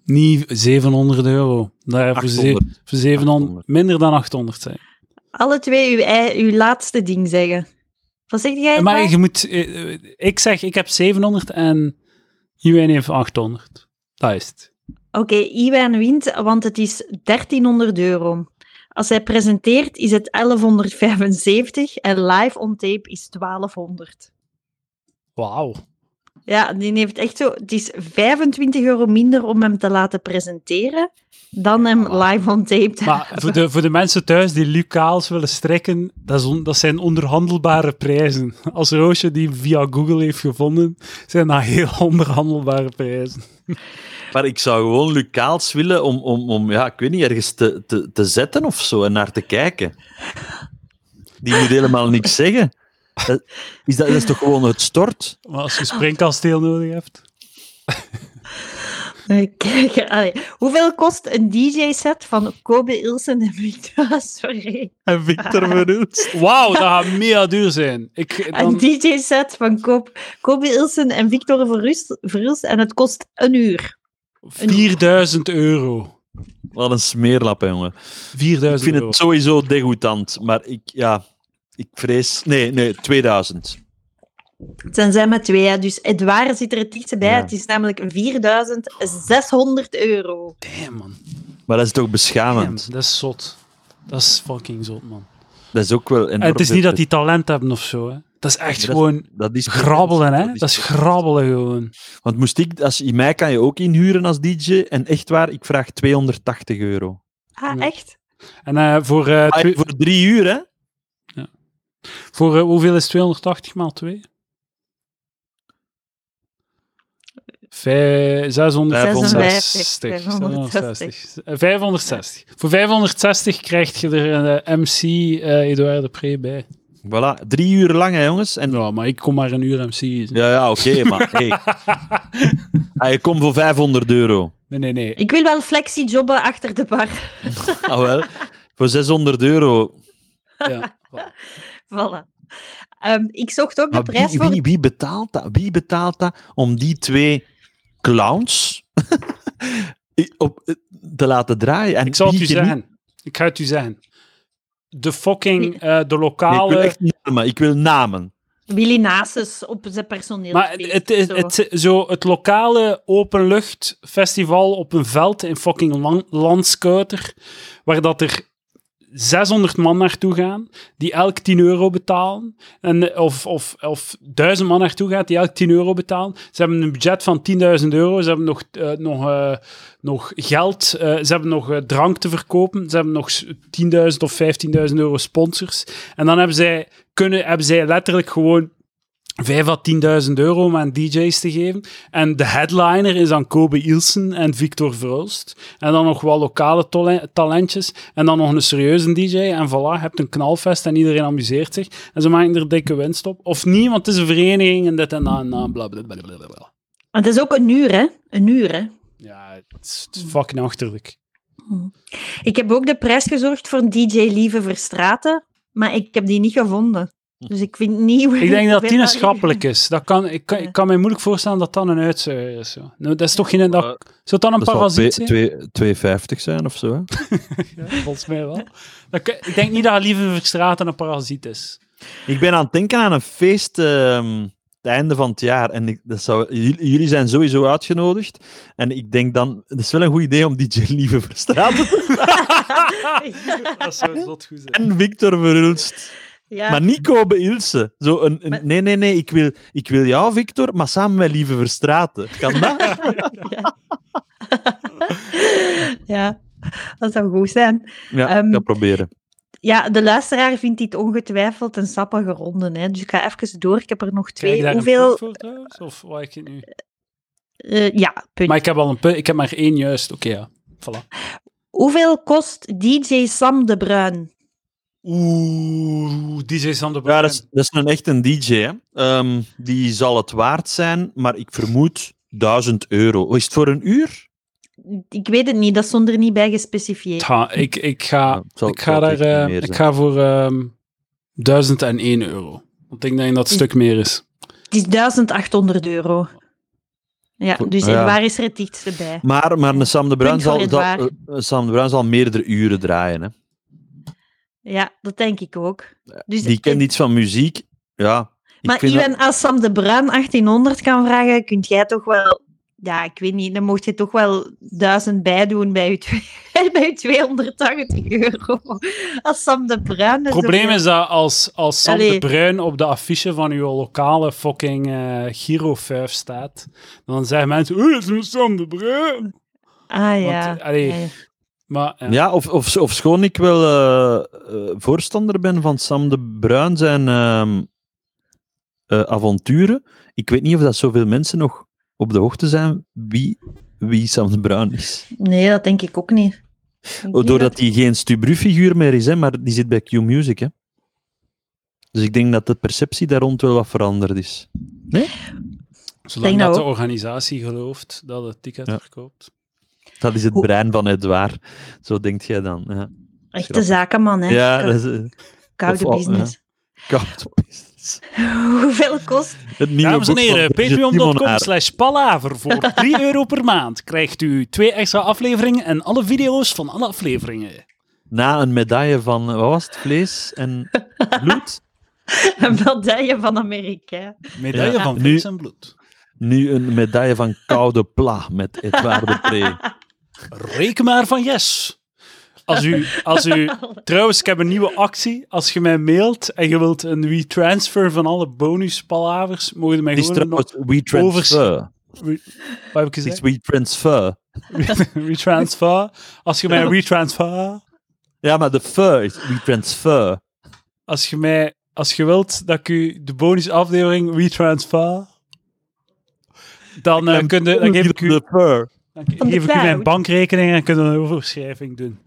Speaker 1: Niet 700 euro. Daar voor, ze-
Speaker 3: 800.
Speaker 1: voor 700
Speaker 3: 800.
Speaker 1: minder dan 800 zijn.
Speaker 2: Alle twee uw, ei- uw laatste ding zeggen. Wat zeg jij?
Speaker 1: Maar
Speaker 2: Edouard?
Speaker 1: je moet... eh, eh, Ik zeg, ik heb 700 en Iwijn heeft 800. Dat is het.
Speaker 2: Oké, Iwan wint, want het is 1300 euro. Als hij presenteert is het 1175 en live on tape is 1200.
Speaker 1: Wauw.
Speaker 2: Ja, die heeft echt zo. Het is 25 euro minder om hem te laten presenteren dan hem live on tape te
Speaker 1: Maar voor de, voor de mensen thuis die Lucaals willen strekken, dat, is on- dat zijn onderhandelbare prijzen. Als Roosje die via Google heeft gevonden, zijn dat heel onderhandelbare prijzen.
Speaker 3: Maar ik zou gewoon Lucaals willen om, om, om ja, ik weet niet, ergens te, te, te zetten of zo en naar te kijken. Die moet helemaal niks zeggen. Dat is, dat, dat is toch gewoon het stort?
Speaker 1: Maar als je springkasteel nodig hebt...
Speaker 2: Kijk, allee. Hoeveel kost een DJ-set van Kobe Ilsen en Victor Sorry.
Speaker 3: En Victor Verhulst.
Speaker 1: Wauw, dat gaat mega duur zijn. Ik,
Speaker 2: Een
Speaker 1: dan,
Speaker 2: DJ-set van Koop- Kobe Ilsen en Victor Verhulst- Verhulst en het kost een uur.
Speaker 1: 4000 euro.
Speaker 3: Wat een smeerlap, hè, jongen.
Speaker 1: 4000
Speaker 3: Ik vind
Speaker 1: euro.
Speaker 3: het sowieso degoutant, maar ik, ja, ik vrees... Nee, nee, 2000.
Speaker 2: Tenzij met twee, hè. dus Edouard zit er het dichtst bij.
Speaker 3: Ja.
Speaker 2: Het is namelijk 4600 euro.
Speaker 1: Damn, man.
Speaker 3: Maar dat is toch
Speaker 1: Damn,
Speaker 3: beschamend?
Speaker 1: dat is zot. Dat is fucking zot, man.
Speaker 3: Dat is ook wel enorm
Speaker 1: En het is
Speaker 3: veel
Speaker 1: niet dat
Speaker 3: pret.
Speaker 1: die talent hebben of zo, hè. Dat is echt
Speaker 3: Dat is-
Speaker 1: gewoon
Speaker 3: Dat is
Speaker 1: grabbelen, hè. Dat is
Speaker 3: toch-
Speaker 1: grabbelen gewoon.
Speaker 3: Want moest ik, als, in mij kan je ook inhuren als DJ. En echt waar, ik vraag 280 euro.
Speaker 2: Ah,
Speaker 1: Ja.
Speaker 2: echt?
Speaker 1: En eh, voor, eh,
Speaker 3: Ah,
Speaker 1: twee-
Speaker 3: voor drie uur, hè?
Speaker 1: voor eh, hoeveel is 280 maal 2? 660.
Speaker 2: 560.
Speaker 1: 560. Eh, Voor 560 krijg je er een eh, MC eh Edouard de Pre bij.
Speaker 3: Voilà, drie uur lang, hè, jongens. En,
Speaker 1: Ja, maar ik kom maar een uur MC.
Speaker 3: ja, ja, oké, maar hey. Ah, je komt voor 500 euro.
Speaker 1: Nee, nee, nee.
Speaker 2: Ik wil wel flexijobben achter de bar.
Speaker 3: Ah, wel. Voor 600 euro.
Speaker 1: Ja.
Speaker 2: voilà. Ehm, ik zocht ook de
Speaker 3: Maar
Speaker 2: prijs
Speaker 3: wie,
Speaker 2: voor...
Speaker 3: wie, wie betaalt dat? Wie betaalt dat om die twee clowns i- op, eh, te laten draaien? En
Speaker 1: Ik zal het
Speaker 3: wie
Speaker 1: u
Speaker 3: geniet-
Speaker 1: zeggen. Ik ga het u zeggen. De fucking, eh, de
Speaker 3: Nee, ik
Speaker 1: lokale...
Speaker 3: wil echt namen. Ik wil namen.
Speaker 2: Willy Nasus op zijn personeel.
Speaker 1: Maar het, het, het, zo het lokale openluchtfestival op een veld in fucking Lan- Landskouter, waar dat er 600 man naartoe gaan, die elk 10 euro betalen, en, of, of, of 1000 man naartoe gaat, die elk 10 euro betalen. Ze hebben een budget van 10.000 euro, ze hebben nog, eh, nog, eh, nog geld, eh, ze hebben nog eh, drank te verkopen, ze hebben nog s- 10.000 of 15.000 euro sponsors. En dan hebben zij, kunnen, hebben zij letterlijk gewoon 5 à 10.000 euro om aan DJ's te geven. En de headliner is dan Kobe Ilsen en Victor Verhulst. En dan nog wel lokale tole- talentjes. En dan nog een serieuze DJ. En voilà, je hebt een knalfest en iedereen amuseert zich. En ze maken er dikke winst op. Of niet, want het is een vereniging en dit en dat en dat. Bla bla bla bla bla.
Speaker 2: het is ook een uur, hè? Een uur, hè?
Speaker 1: Ja, het is, het is fucking achterlijk.
Speaker 2: Ik heb ook de prijs gezorgd voor een DJ Lieve Verstraten, maar ik heb die niet gevonden. Dus ik vind niet...
Speaker 1: Ik denk dat die
Speaker 2: weet
Speaker 1: een
Speaker 2: niet.
Speaker 1: schappelijk is. Dat kan, ik, kan, ik kan mij moeilijk voorstellen dat dat een uitzuiger is. Zo. Nou, dat is toch geen... Dat, zou dat dan een
Speaker 3: Dat zal twee-
Speaker 1: parasiet zijn?
Speaker 3: twee- 2,50 zijn of zo. hè?
Speaker 1: Ja, volgens mij wel. Dat kan- ik denk niet dat Lieve Verstraten een parasiet is.
Speaker 3: Ik ben aan het denken aan een feest ehm, het einde van het jaar. En ik, dat zou, j- jullie zijn sowieso uitgenodigd. En ik denk dan, het is wel een goed idee om DJ Lieve Verstraten
Speaker 1: Dat zou zot goed zijn.
Speaker 3: en Victor Verhulst.
Speaker 2: Ja.
Speaker 3: Maar niet Kobe Ilse. Zo een, een-
Speaker 2: Maar-
Speaker 3: Nee, nee, nee. Ik wil, ik wil jou, Victor, maar samen met Lieve Verstraten. Kan dat?
Speaker 2: ja, dat zou goed zijn.
Speaker 3: Ja,
Speaker 2: Ehm,
Speaker 3: ik ga proberen.
Speaker 2: Ja, de luisteraar vindt dit ongetwijfeld een sappige ronde. Hè. Dus ik ga even door. Ik heb er nog
Speaker 1: Krijg je
Speaker 2: twee.
Speaker 1: daar
Speaker 2: Hoeveel?
Speaker 1: een punt voor trouwens? Of wat ik het nu...
Speaker 2: eh, ja, punt.
Speaker 1: Maar ik heb al een punt. Ik heb maar één juist. Oké, ja. Voilà.
Speaker 2: Hoeveel kost DJ Sam de Bruin?
Speaker 1: Oeh, DJ Sander
Speaker 3: Ja, dat is, dat is een echt een DJ. Hè. Ehm, die zal het waard zijn, maar ik vermoed 1000 euro. Is het voor een uur?
Speaker 2: Ik weet het niet, dat stond er niet bij gespecifieerd.
Speaker 1: ik, ik ga,
Speaker 3: Ja, het zal-
Speaker 1: Ah, ik
Speaker 3: zal
Speaker 1: ga, daar,
Speaker 3: echt niet
Speaker 1: eh,
Speaker 3: meer
Speaker 1: ik
Speaker 3: zijn.
Speaker 1: ga voor ehm 1001 euro. Want ik denk dat het stuk meer is.
Speaker 2: Het is 1800 euro. Ja,
Speaker 3: Goed,
Speaker 2: dus
Speaker 3: ja.
Speaker 2: waar is er het dichtste bij?
Speaker 3: Maar, maar een Sam de Bruin
Speaker 2: Punt voor
Speaker 3: zal,
Speaker 2: het
Speaker 3: zal,
Speaker 2: waar.
Speaker 3: eh, Sam de Bruin zal meerdere uren draaien. Hè.
Speaker 2: Ja, dat denk ik ook. Dus
Speaker 3: Die kent
Speaker 2: ik-
Speaker 3: iets van muziek. Ja, ik
Speaker 2: Maar
Speaker 3: vind dat-
Speaker 2: Iwan, als Sam de Bruin 1800 kan vragen, kun jij toch wel... Ja, ik weet niet, dan mocht je toch wel 1000 bijdoen bij je, tw- bij je 280 euro. Als Sam de Bruin...
Speaker 1: Het probleem is dat als, als Sam de
Speaker 2: Allee.
Speaker 1: Bruin op de affiche van uw lokale fucking eh Giro 5 staat, dan zeggen mensen, oeh, dat is een Sam de Bruin.
Speaker 2: Ah ja.
Speaker 1: Want, eh, allee,
Speaker 2: ja, ja.
Speaker 1: Maar ja.
Speaker 3: Ja, of, of, of schoon ik wel eh, eh, voorstander ben van Sam de Bruin zijn ehm, eh, avonturen. Ik weet niet of dat zoveel mensen nog op de hoogte zijn wie, wie Sam de Bruin is.
Speaker 2: Nee, dat denk ik ook niet. Ik denk niet
Speaker 3: Oh, Doordat hij geen Stubru-figuur meer is, hè, maar die zit bij Q-Music. hè. Dus ik denk dat de perceptie daar rond wel wat veranderd is.
Speaker 1: zolang
Speaker 2: Denk
Speaker 1: dat
Speaker 2: dat
Speaker 1: de
Speaker 2: ook.
Speaker 1: organisatie gelooft dat het ticket
Speaker 3: Ja.
Speaker 1: verkoopt.
Speaker 3: Dat is het
Speaker 2: Hoe-
Speaker 3: brein van Edouard. Zo denkt jij dan. Ja,
Speaker 2: Echte
Speaker 3: Grappig.
Speaker 2: zakenman, hè?
Speaker 3: ja
Speaker 2: Kou-
Speaker 3: dat is eh,
Speaker 2: Koude
Speaker 3: of al-
Speaker 2: business.
Speaker 3: koud op is.
Speaker 2: Hoeveel kost?
Speaker 3: Het nieuwe
Speaker 1: Dames en
Speaker 3: boek van
Speaker 1: heren,
Speaker 3: Brigitte
Speaker 1: patreon.com
Speaker 3: Timonaar.
Speaker 1: slash palaver voor 3 euro per maand krijgt u twee extra afleveringen en alle video's van alle afleveringen.
Speaker 3: na een medaille van, eh, wat was het, vlees en bloed,
Speaker 2: Een medaille van Amerika.
Speaker 1: Medaille
Speaker 3: Ja.
Speaker 1: van
Speaker 3: Nu-
Speaker 1: vlees en bloed.
Speaker 3: nu een medaille van koude pla met Edouard de Pre.
Speaker 1: Reken maar van yes. Als u, als u, trouwens, ik heb een nieuwe actie. Als je mij mailt en je wilt een retransfer van alle bonuspalavers, mogen je mij
Speaker 3: Het is
Speaker 1: gewoon... een-
Speaker 3: trouwens We Transfer.
Speaker 1: Wat heb ik
Speaker 3: Het is
Speaker 1: gezegd?
Speaker 3: We Transfer.
Speaker 1: retransfer. Als je mij een retransfer...
Speaker 3: Ja, maar de fur is We Transfer.
Speaker 1: als je mij, als je wilt dat ik u de bonusaflevering retransfer, dan, eh, kun je, dan geef ik u,
Speaker 3: De fur.
Speaker 1: dan
Speaker 2: Van de
Speaker 1: geef ik u mijn
Speaker 2: cloud.
Speaker 1: bankrekening en kunnen we een overschrijving doen.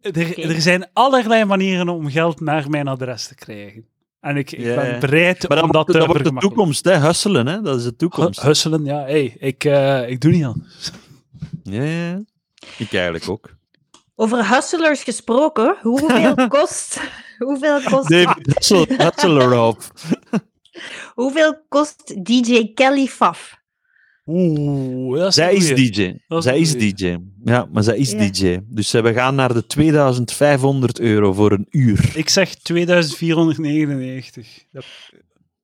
Speaker 1: Er,
Speaker 2: Oké.
Speaker 1: er zijn allerlei manieren om geld naar mijn adres te krijgen. En ik, ik
Speaker 3: Ja, ja.
Speaker 1: ben bereid
Speaker 3: Maar dat,
Speaker 1: om
Speaker 3: wordt,
Speaker 1: dat
Speaker 3: de-
Speaker 1: te
Speaker 3: dat wordt de
Speaker 1: vergemakkelijken.
Speaker 3: toekomst, hè. Husselen, hè. Dat is de toekomst.
Speaker 1: Hu- Husselen, ja. Hey, ik, eh, ik doe niet aan.
Speaker 3: Ja, ja, ja. Ik eigenlijk ook.
Speaker 2: Over hustlers gesproken, hoeveel kost, hoeveel kost,
Speaker 3: David Hassel- Hasselhoff.
Speaker 2: hoeveel kost DJ Kelly Faf?
Speaker 1: Oeh, dat is
Speaker 3: Zij
Speaker 1: een
Speaker 3: is
Speaker 1: goeie.
Speaker 3: DJ.
Speaker 1: Dat is
Speaker 3: Zij
Speaker 1: een
Speaker 3: is
Speaker 1: goeie.
Speaker 3: DJ. Ja, maar zij is
Speaker 2: Ja.
Speaker 3: DJ. Dus eh, we gaan naar de 2500 euro voor een uur.
Speaker 1: Ik zeg 2499. Dat-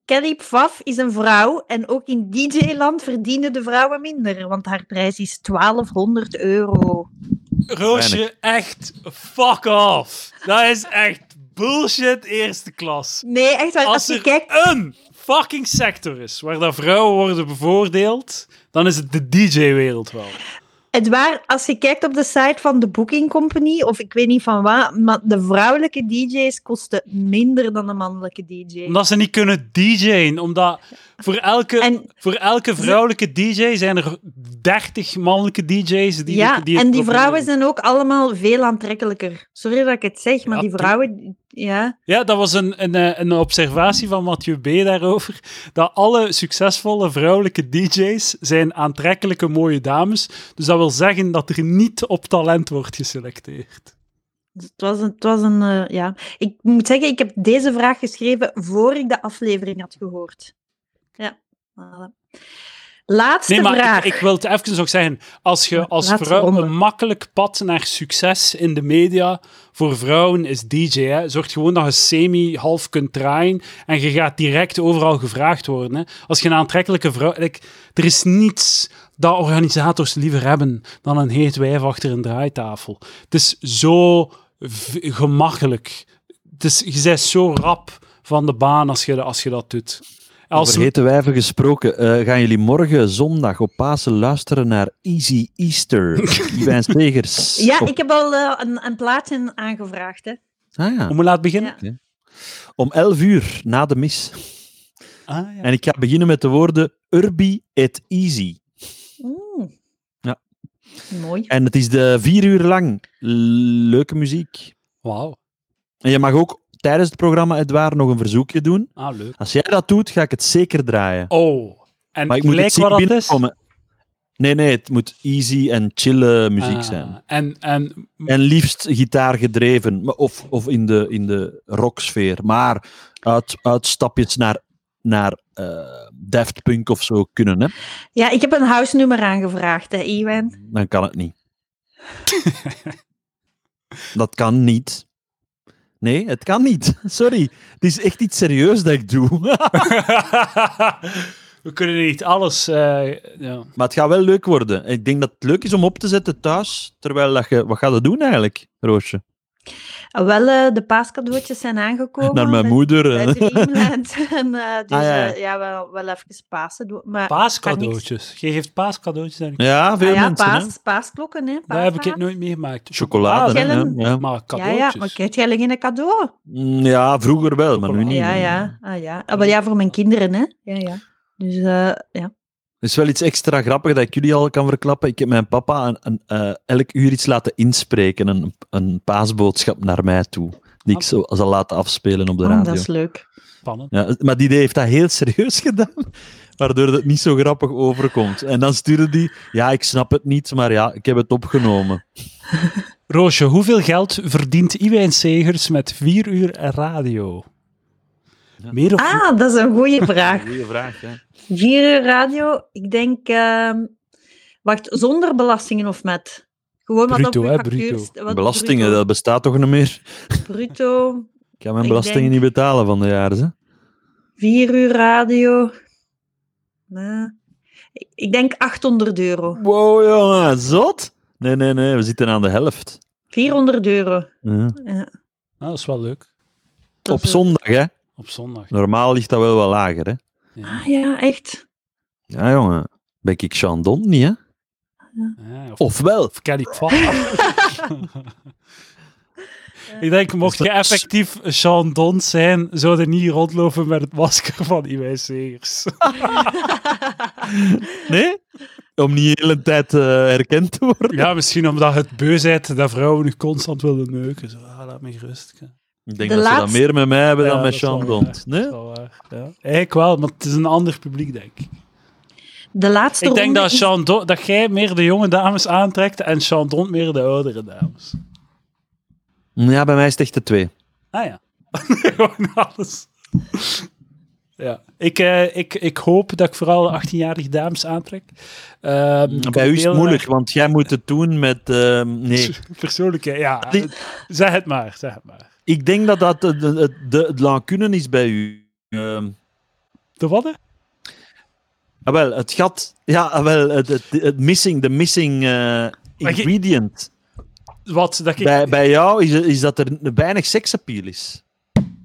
Speaker 2: Kelly Faf is een vrouw en ook in DJ-land verdienen de vrouwen minder, want haar prijs is 1200 euro.
Speaker 1: Roosje, echt fuck off. Dat is echt bullshit eerste klas.
Speaker 2: Nee, echt waar, als,
Speaker 1: Als
Speaker 2: je
Speaker 1: er
Speaker 2: kijkt...
Speaker 1: een fucking sector is waar dat vrouwen worden bevoordeeld, dan is het de DJ-wereld wel.
Speaker 2: Het waar, als je kijkt op de site van de Booking Company, of ik weet niet van waar, maar de vrouwelijke DJ's kosten minder dan de mannelijke DJ.
Speaker 1: Omdat ze niet kunnen DJ'en. Omdat voor elke,
Speaker 2: En-
Speaker 1: voor elke vrouwelijke DJ zijn er 30 mannelijke DJ's die,
Speaker 2: ja,
Speaker 1: het- die het
Speaker 2: en die
Speaker 1: proberen.
Speaker 2: vrouwen zijn ook allemaal veel aantrekkelijker. Sorry dat ik het zeg, maar
Speaker 1: Ja,
Speaker 2: die
Speaker 1: tu-
Speaker 2: vrouwen, ja.
Speaker 1: Ja, dat was een, een, eh, een observatie van Mathieu B. daarover. Dat alle succesvolle vrouwelijke DJ's zijn aantrekkelijke mooie dames. Dus dat wil zeggen dat er niet op talent wordt geselecteerd.
Speaker 2: Het was een, het was een eh, ja. Ik moet zeggen, ik heb deze vraag geschreven voor ik de aflevering had gehoord. Ja. voilà. Laatste
Speaker 1: Nee, maar
Speaker 2: vraag.
Speaker 1: ik, ik wil het even nog zeggen. Als je als
Speaker 2: Laatste
Speaker 1: vrouw
Speaker 2: ronde.
Speaker 1: een makkelijk pad naar succes in de media voor vrouwen is DJ. Hè. Zorg gewoon dat je semi-half kunt draaien en je gaat direct overal gevraagd worden. Hè. Als je een aantrekkelijke vrouw... like, er is niets dat organisators liever hebben dan een heet wijf achter een draaitafel. Het is zo v- gemakkelijk. Het is, je bent zo rap van de baan als je, als je dat doet. Als,
Speaker 3: Over hete wijven gesproken, eh, gaan jullie morgen zondag op Pasen luisteren naar Easy Easter? Iwijn Stegers.
Speaker 2: ja,
Speaker 3: Op-
Speaker 2: ik heb al eh, een, een plaatje aangevraagd. Hè.
Speaker 3: Ah, ja.
Speaker 1: Om hoe laat beginnen?
Speaker 3: Om 11 uur na de mis.
Speaker 1: Ah, ja.
Speaker 3: En ik ga beginnen met de woorden Urbi et Easy.
Speaker 2: Oeh.
Speaker 3: Ja.
Speaker 2: Mm. Mooi.
Speaker 3: En het is de vier uur lang. Leuke muziek.
Speaker 1: Wauw.
Speaker 3: En je mag ook tijdens het programma, Edouard, nog een verzoekje doen.
Speaker 1: Ah, leuk.
Speaker 3: Als jij dat doet, ga ik het zeker draaien.
Speaker 1: Oh. En
Speaker 3: maar ik moet het
Speaker 1: lijkt
Speaker 3: zien
Speaker 1: wat dat is.
Speaker 3: binnenkomen. Nee, nee, het moet easy en chille muziek
Speaker 1: Ah,
Speaker 3: zijn.
Speaker 1: En, en
Speaker 3: En liefst gitaargedreven, maar of, of in, de, in de rocksfeer. Maar uit, uitstapjes naar, naar eh, Daft Punk of zo kunnen, hè?
Speaker 2: Ja, ik heb een huisnummer aangevraagd, hè, Iwan.
Speaker 3: dan kan het niet. dat kan niet. Nee, het kan niet. Sorry. Het is echt iets serieus dat ik doe.
Speaker 1: we kunnen niet alles. eh, ja.
Speaker 3: maar het gaat wel leuk worden. Ik denk dat het leuk is om op te zetten thuis. Terwijl dat je... Wat gaat je doen eigenlijk, Roosje?
Speaker 2: Wel, eh, de paascadeautjes zijn aangekomen.
Speaker 3: Naar mijn
Speaker 2: uit-
Speaker 3: moeder. eh.
Speaker 2: Uit
Speaker 3: hè.
Speaker 2: Dreamland. en, eh, dus
Speaker 3: Ah, ja, ja.
Speaker 2: ja, ja wel, wel even Pasen doen. Maar,
Speaker 1: Paascadeautjes. Je geeft paascadeautjes aan.
Speaker 3: Ja,
Speaker 2: Ah
Speaker 3: veel
Speaker 2: ja,
Speaker 3: mensen. hè.
Speaker 2: paas, Ah, paasklokken, hè.
Speaker 1: Daar heb ik het
Speaker 2: paashaar.
Speaker 1: nooit meegemaakt. Ah,
Speaker 3: Chocolade. hè,
Speaker 2: Gillen.
Speaker 3: ja. Ja.
Speaker 1: Maar
Speaker 2: Ja, ja,
Speaker 1: cadeautjes.
Speaker 2: maar krijg jij geen cadeau?
Speaker 3: Mm, ja, vroeger wel, maar nu niet.
Speaker 2: Ja, ja. Ah, ja. Ah, wel ja, voor mijn kinderen, hè. Ja, ja. Dus, eh, ja.
Speaker 3: Er is wel iets extra grappigs dat ik jullie al kan verklappen. Ik heb mijn papa een, een, eh, elk uur iets laten inspreken. Een, een paasboodschap naar mij toe. Die ik zo zal laten afspelen op de
Speaker 2: Ah. Oh,
Speaker 3: radio.
Speaker 2: dat is leuk.
Speaker 1: Spannend.
Speaker 3: Ja, maar die heeft dat heel serieus gedaan, waardoor het niet zo grappig overkomt. En dan stuurde die, ja, ik snap het niet, maar ja, ik heb het opgenomen.
Speaker 1: Roosje, hoeveel geld verdient Iwijn Segers met vier uur radio?
Speaker 3: Ja.
Speaker 1: Meer of
Speaker 2: Ah, dat is een goede vraag.
Speaker 3: Goeie vraag, hè.
Speaker 2: Vier uur radio, ik denk... ehm, wacht, zonder belastingen of met? Gewoon wat
Speaker 1: Bruto,
Speaker 2: op uw
Speaker 1: hè,
Speaker 2: factuur
Speaker 1: bruto.
Speaker 2: st- wat
Speaker 3: Belastingen,
Speaker 2: bruto-
Speaker 3: dat bestaat toch niet meer?
Speaker 2: Bruto,
Speaker 3: Ik kan mijn
Speaker 2: Ik
Speaker 3: belastingen
Speaker 2: denk-
Speaker 3: niet betalen van de jaren, hè.
Speaker 2: vier uur radio. Nou, ik- ik denk 800 euro.
Speaker 3: Wow, jongen, zot! Nee, nee, nee, we zitten aan de helft.
Speaker 2: 400 euro.
Speaker 3: Ja.
Speaker 1: Nou, dat is wel leuk.
Speaker 2: Dat
Speaker 3: Op
Speaker 2: is-
Speaker 3: zondag, hè.
Speaker 1: Op zondag.
Speaker 3: Normaal ligt dat wel wat lager, hè.
Speaker 1: Ja.
Speaker 2: Ah, ja, echt.
Speaker 3: Ja, jongen. Ben ik Chandon niet, hè?
Speaker 1: Ja, of,
Speaker 3: Ofwel.
Speaker 1: of Kelly Ik denk, mocht je effectief Sean Dons zijn, zou je niet rondlopen met het masker van Iwijn Segers.
Speaker 3: Nee? Om niet de hele tijd eh, herkend te worden.
Speaker 1: Ja, misschien omdat het beu bent dat vrouwen nu constant willen neuken. Zo, ah, laat me gerust. Ik
Speaker 3: Ik denk
Speaker 2: De
Speaker 3: dat
Speaker 2: laatste-
Speaker 3: ze dat meer met mij hebben
Speaker 1: ben
Speaker 3: dan met Chandon. Nee?
Speaker 1: Ja. Eigenlijk wel, maar het is een ander publiek, denk ik.
Speaker 2: De laatste
Speaker 1: Ik denk
Speaker 2: ronde
Speaker 1: dat,
Speaker 2: is-
Speaker 1: Jean Don- dat jij meer de jonge dames aantrekt en Chandon meer de oudere dames.
Speaker 3: Ja, bij mij is het echt de twee.
Speaker 1: Ah ja. Gewoon alles. Ja. Ik, eh, ik, ik hoop dat ik vooral 18-jarige dames aantrek. Ehm,
Speaker 3: Bij u is
Speaker 1: heel
Speaker 3: het moeilijk,
Speaker 1: erg
Speaker 3: want jij moet het doen met... eh, nee,
Speaker 1: Persoonlijke, ja.
Speaker 3: Die-
Speaker 1: Zeg het maar, zeg het maar.
Speaker 3: ik denk dat dat de, de, de, het lacune is bij u. Ehm,
Speaker 1: De wadden?
Speaker 3: Ah, wel, het gat. Ja, ah, wel, het, het, het missing, de missing eh,
Speaker 1: Maar je-
Speaker 3: ingredient.
Speaker 1: Wat? Dat ik,
Speaker 3: Bij, bij jou is, is dat er weinig seksappeal is.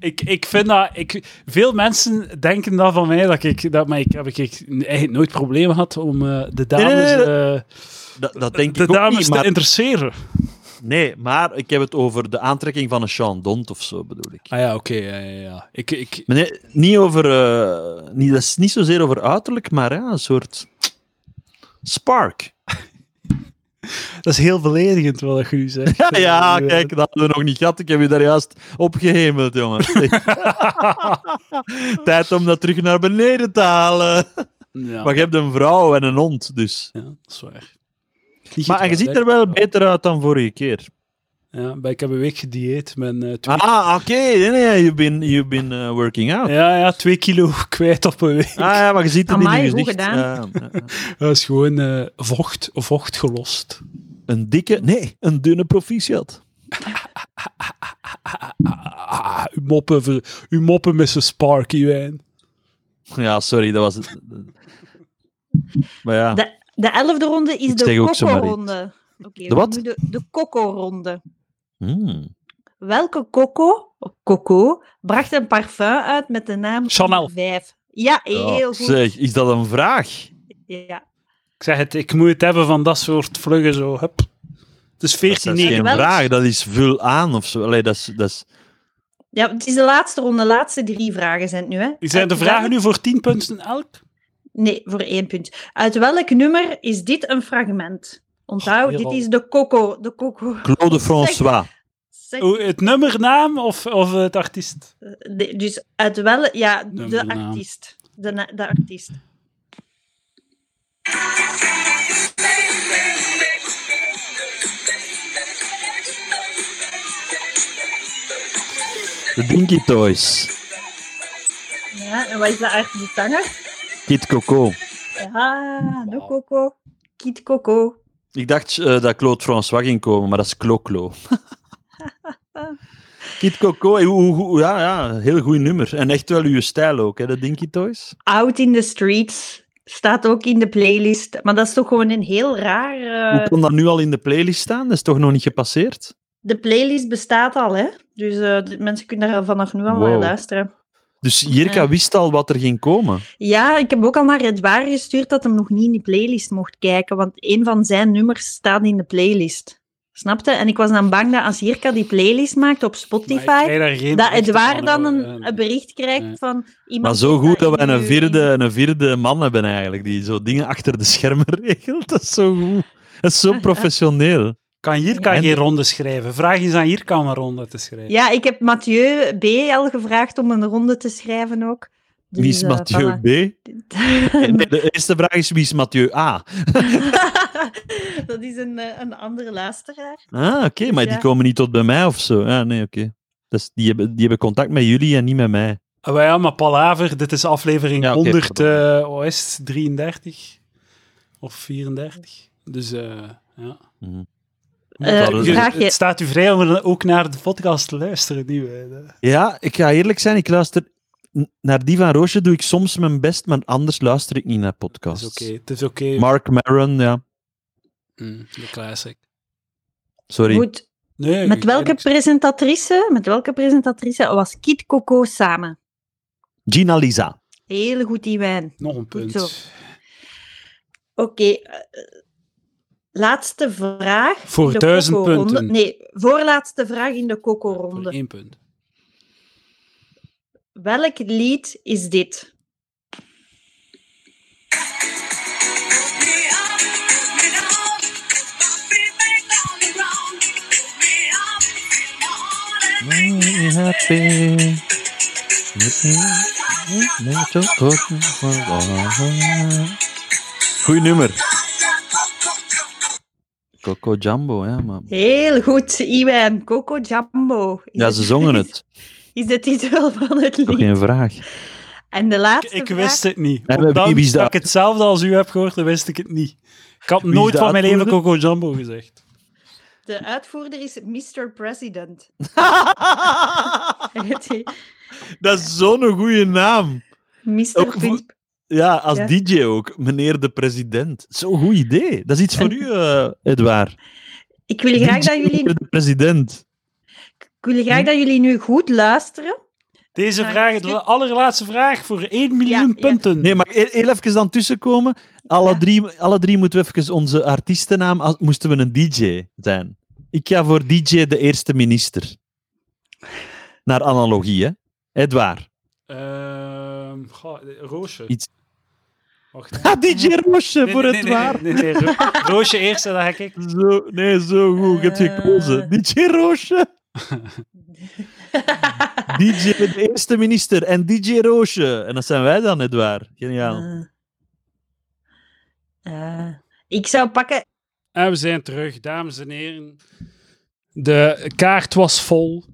Speaker 1: ik, ik vind dat... Ik, veel mensen denken dat van mij, dat ik... Dat, maar ik heb ik, ik eigenlijk nooit problemen gehad om eh, de dames...
Speaker 3: nee, nee,
Speaker 1: eh,
Speaker 3: Dat, dat denk
Speaker 1: de
Speaker 3: ik ook
Speaker 1: dames
Speaker 3: niet,
Speaker 1: te
Speaker 3: maar,
Speaker 1: interesseren.
Speaker 3: nee, maar ik heb het over de aantrekking van een Sean Dont of zo, bedoel ik.
Speaker 1: Ah ja, oké. ja, ja, ja. Ik, ik,
Speaker 3: Maar nee, niet over, eh, niet, dat is niet zozeer over uiterlijk, maar ja, een soort spark.
Speaker 1: dat is heel beledigend wat je nu zegt.
Speaker 3: Ja, ja, kijk, dat hadden we nog niet gehad. Ik heb je daar juist opgehemeld, jongen. Tijd om dat terug naar beneden te halen.
Speaker 1: Ja.
Speaker 3: Maar je hebt een vrouw en een hond, dus.
Speaker 1: Ja, dat is waar.
Speaker 3: Maar je ziet er wel beter uit dan vorige keer.
Speaker 1: Ja, maar ik heb een week gedieet. Mijn, eh, twee...
Speaker 3: Ah, oké. Nee, nee, you've been, you've been eh, working out.
Speaker 1: Ja, ja, twee kilo kwijt op een week.
Speaker 3: Ah ja, maar je ziet het
Speaker 2: Amai,
Speaker 3: in je
Speaker 2: goed
Speaker 3: gezicht.
Speaker 2: gedaan.
Speaker 3: Ja, ja, ja.
Speaker 1: Dat is gewoon eh, vocht, vocht gelost.
Speaker 3: een dikke, nee, een dunne proficiat.
Speaker 1: Ah, uw moppen, ver- uw moppen missen Sparky, wijn.
Speaker 3: Ja, sorry, dat was het. Maar ja,
Speaker 2: De, de elfde ronde is
Speaker 3: Ik
Speaker 2: de
Speaker 3: zeg ook zomaar iets.
Speaker 2: kokko-ronde. Oké,
Speaker 3: De wat?
Speaker 2: we doen De, de kokko-ronde.
Speaker 3: Hmm.
Speaker 2: Welke kokko, of coco, bracht een parfum uit met de naam
Speaker 1: Chanel.
Speaker 2: 5? Ja,
Speaker 3: Ja,
Speaker 2: heel goed.
Speaker 3: Zeg, is dat een vraag?
Speaker 2: Ja.
Speaker 1: Ik zeg het, ik moet het hebben van dat soort vluggen zo. Hup. Het is
Speaker 3: Dat is
Speaker 1: 14
Speaker 3: geen
Speaker 2: wel.
Speaker 3: vraag, dat is vul aan of zo. Allee, dat is, dat is...
Speaker 2: ja, het is de laatste ronde. De laatste drie vragen zijn het nu. Hè.
Speaker 1: Zijn
Speaker 3: Eh,
Speaker 1: de
Speaker 2: Uit
Speaker 1: vragen
Speaker 2: welk-
Speaker 1: nu voor 10 punten elk?
Speaker 2: Nee, voor één punt. Uit welk nummer is dit een fragment? Onthoud,
Speaker 1: Oh,
Speaker 2: dit
Speaker 1: heel-
Speaker 2: is de coco. De coco.
Speaker 3: Claude François.
Speaker 2: Zeg-
Speaker 1: Hoe- Het nummernaam of, of het artiest?
Speaker 2: de- dus uit welk... Ja, de
Speaker 1: Nummernaam.
Speaker 2: artiest. De, na- de artiest.
Speaker 3: De Dinky Toys.
Speaker 2: Ja, en wat is de artiest zanger?
Speaker 3: Kid Coco.
Speaker 2: Ja, de coco. Kid Coco.
Speaker 3: Ik dacht eh, dat Claude François ging komen, maar dat is Kloklo. Kid Coco, eh, hoe- hoe- ja, ja, heel goed nummer. En echt wel uw stijl ook, hè, de Dinky Toys.
Speaker 2: Out in the Streets staat ook in de playlist. Maar dat is toch gewoon een heel raar... eh,
Speaker 3: Hoe kon dat nu al in de playlist staan? Dat is toch nog niet gepasseerd?
Speaker 2: De playlist bestaat al, hè? Dus eh, de mensen kunnen daar vanaf nu al naar
Speaker 3: Wow.
Speaker 2: luisteren.
Speaker 3: Dus Jirka
Speaker 2: Ja.
Speaker 3: wist al wat er ging komen.
Speaker 2: Ja, ik heb ook al naar Edouard gestuurd dat hem nog niet in die playlist mocht kijken, want een van zijn nummers staat in de playlist. Snapte? En ik was dan bang dat als Jirka die playlist maakt op
Speaker 1: Maar ik
Speaker 2: Spotify,
Speaker 1: krijg daar geen
Speaker 2: dat
Speaker 1: berichten
Speaker 2: Edouard
Speaker 1: van,
Speaker 2: dan
Speaker 1: hoor.
Speaker 2: een, een bericht krijgt
Speaker 1: Nee.
Speaker 2: van iemand...
Speaker 3: Maar zo
Speaker 2: heeft
Speaker 3: goed dat we
Speaker 2: in
Speaker 3: een
Speaker 2: uw-
Speaker 3: vierde, een vierde man hebben eigenlijk, die zo dingen achter de schermen regelt. Dat is zo goed. Dat is zo professioneel.
Speaker 1: Kan Jirka
Speaker 3: En-
Speaker 1: geen ronde schrijven? Vraag eens aan Jirka om een ronde te schrijven.
Speaker 2: Ja, ik heb Mathieu B. al gevraagd om een ronde te schrijven ook. Dus,
Speaker 3: Wie is
Speaker 2: eh,
Speaker 3: Mathieu
Speaker 2: voilà.
Speaker 3: B? Nee, de eerste vraag is wie is Mathieu A?
Speaker 2: dat is een, eh, een andere luisteraar.
Speaker 3: Ah, oké,
Speaker 2: Dus
Speaker 3: maar
Speaker 2: ja.
Speaker 3: die komen niet tot bij mij of zo. Ah, nee, oké. Dus die, hebben, die hebben contact met jullie en niet met mij.
Speaker 1: Ah, wel ja, maar Palaver, dit is aflevering
Speaker 3: Ja, oké,
Speaker 1: 100,
Speaker 3: pardon.
Speaker 1: eh, wat is het? 33 of 34. Dus eh, ja.
Speaker 3: Mhm. dus-
Speaker 2: Eh,
Speaker 3: dat is-
Speaker 1: Je-
Speaker 2: vraag je-
Speaker 1: Het staat u vrij om er ook naar de podcast te luisteren. Die wij, eh.
Speaker 3: Ja, ik ga eerlijk zijn, ik luister... n- Naar die van Roosje doe ik soms mijn best, maar anders luister ik niet naar
Speaker 1: Dat is
Speaker 3: podcasts.
Speaker 1: oké, het is oké.
Speaker 3: Mark Maron, ja.
Speaker 1: Mm, de classic.
Speaker 3: Sorry.
Speaker 2: Goed,
Speaker 1: Nee,
Speaker 2: met
Speaker 1: je-
Speaker 2: welke presentatrice, met welke presentatrice was Kit Coco samen?
Speaker 3: Gina Lisa.
Speaker 2: Heel goed die wijn.
Speaker 1: Nog een punt.
Speaker 2: Zo. Oké. eh, laatste vraag.
Speaker 1: Voor
Speaker 2: in de
Speaker 1: 1000
Speaker 2: Coco-ronde.
Speaker 1: punten.
Speaker 2: Nee, voorlaatste vraag in de
Speaker 1: Voor
Speaker 2: Coco-ronde.
Speaker 1: één punt.
Speaker 2: Welk lied is dit?
Speaker 3: Goed nummer. Coco Jumbo, ja, maar...
Speaker 2: Heel goed, Iwan. Coco Jumbo. Is
Speaker 3: Ja,
Speaker 2: het-
Speaker 3: ze zongen het.
Speaker 2: Is de titel van het lied.
Speaker 3: Geen vraag.
Speaker 2: En de
Speaker 1: Ik,
Speaker 2: laatste
Speaker 1: ik
Speaker 2: vraag-
Speaker 1: wist het niet.
Speaker 3: Hebben we-
Speaker 1: Ondanks
Speaker 3: wie is dat?
Speaker 1: dat ik hetzelfde als u heb gehoord, dan wist ik het niet. Ik had
Speaker 3: Wie is
Speaker 1: nooit
Speaker 3: de
Speaker 1: van mijn leven
Speaker 3: uitvoerder?
Speaker 1: Coco Jumbo gezegd.
Speaker 2: De uitvoerder is Mr. President.
Speaker 3: Dat is zo'n goede naam.
Speaker 2: Mr.
Speaker 3: Ook voor-
Speaker 2: Piep.
Speaker 3: Ja, als
Speaker 2: Ja.
Speaker 3: DJ ook. Meneer de president. Zo'n goed idee. Dat is iets voor
Speaker 2: En-
Speaker 3: u, eh Edouard.
Speaker 2: Ik wil graag
Speaker 3: DJ
Speaker 2: dat jullie,
Speaker 3: Meneer de president.
Speaker 2: ik wil graag dat jullie nu goed luisteren.
Speaker 1: Deze
Speaker 2: Maar
Speaker 1: vraag, de
Speaker 2: dit-
Speaker 1: allerlaatste vraag voor 1 miljoen
Speaker 2: Nou, ja.
Speaker 1: punten.
Speaker 3: Nee, maar e- heel even dan tussenkomen. Alle,
Speaker 2: Ja.
Speaker 3: drie, alle drie moeten we even onze artiestennaam... Als, moesten we een DJ zijn. Ik ga voor DJ de eerste minister. Naar analogie, hè. Edouard.
Speaker 1: Ehm, goh, eh, Roosje.
Speaker 3: Iets-
Speaker 1: Wacht.
Speaker 3: Ha, DJ Roosje
Speaker 1: Nee,
Speaker 3: voor
Speaker 1: nee, nee,
Speaker 3: Edouard.
Speaker 1: nee, nee, nee, Ro- Roosje eerst en dan ga ik.
Speaker 3: Zo, nee, zo goed. Je hebt
Speaker 2: Eh.
Speaker 3: gekozen. DJ Roosje.
Speaker 2: Ah.
Speaker 3: DJ de eerste minister en DJ Roosje. En dat zijn wij dan, Edouard. Geniaal.
Speaker 2: Eh, eh, ik zou pakken
Speaker 1: En Ah, we zijn terug, dames en heren. De kaart was vol.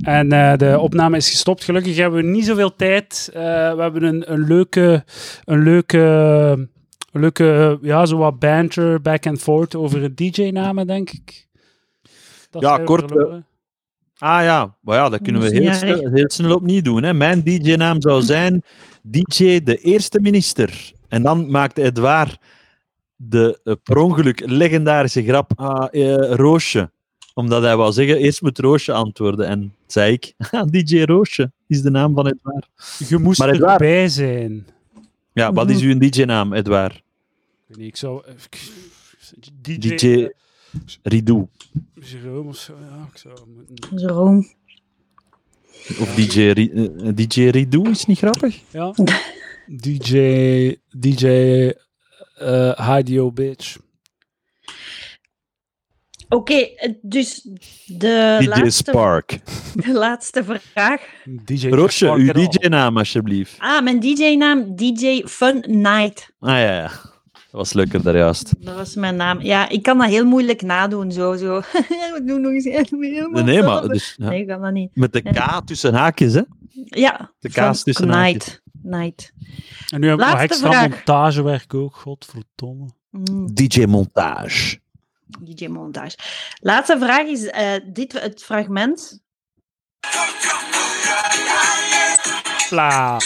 Speaker 1: En eh, de opname is gestopt. Gelukkig hebben we niet zoveel tijd. Eh, we hebben een, een leuke, een leuke, een leuke ja, zo wat banter back and forth over het DJ-namen, denk ik. Dat
Speaker 3: Ja,
Speaker 1: zijn we
Speaker 3: kort, eh,
Speaker 1: verloren.
Speaker 3: Ah ja, maar ja, dat kunnen we
Speaker 2: Misschien
Speaker 3: heel
Speaker 2: Dus ja,
Speaker 3: snel, heel snel opnieuw doen. Hè. Mijn DJ-naam zou zijn DJ de eerste minister. En dan maakt Edouard de eh, per ongeluk legendarische grap ah, eh, Roosje. Omdat hij wou zeggen, eerst moet Roosje antwoorden. En zei ik, "Haha, DJ Roosje is de naam van Edouard.
Speaker 1: Je moest
Speaker 3: Maar het waar-
Speaker 1: erbij zijn.
Speaker 3: Ja, wat
Speaker 2: Mhm.
Speaker 3: is uw DJ-naam, Edouard?
Speaker 1: Ik weet niet, ik zou... eh, ik- DJ...
Speaker 3: DJ Ridou.
Speaker 1: Jerome of zo, ja, ik zou moeten...
Speaker 2: Jerome.
Speaker 3: Of DJ, Ri- eh, DJ Ridou is niet grappig?
Speaker 1: Ja. DJ... DJ... eh Hadio Bitch.
Speaker 2: Oké, eh, dus de
Speaker 3: DJ
Speaker 2: laatste,
Speaker 3: Spark.
Speaker 2: de laatste vraag.
Speaker 1: DJ...
Speaker 3: Roosje,
Speaker 1: Fuck
Speaker 3: uw
Speaker 1: it all.
Speaker 3: DJ-naam alsjeblieft.
Speaker 2: Ah, mijn DJ-naam, DJ Fun Night.
Speaker 3: Ah ja, ja. Dat was leuker daarjuist.
Speaker 2: Dat was mijn naam. Ja, ik kan dat heel moeilijk nadoen, zo. zo. Ik doe nog eens helemaal
Speaker 3: Nee, maar
Speaker 2: hetzelfde.
Speaker 3: dus, ja.
Speaker 2: Nee, ik kan dat niet.
Speaker 3: met de K tussen haakjes, hè?
Speaker 2: Ja,
Speaker 3: De
Speaker 2: Fun
Speaker 3: kaas tussen haakjes.
Speaker 2: Night. Night.
Speaker 1: En nu heb ik nog
Speaker 2: Laatste
Speaker 1: extra
Speaker 2: vraag.
Speaker 1: montagewerk ook, godverdomme.
Speaker 2: Mm.
Speaker 3: DJ Montage.
Speaker 2: DJ Montage. Laatste vraag is eh, dit het fragment.
Speaker 1: Pla.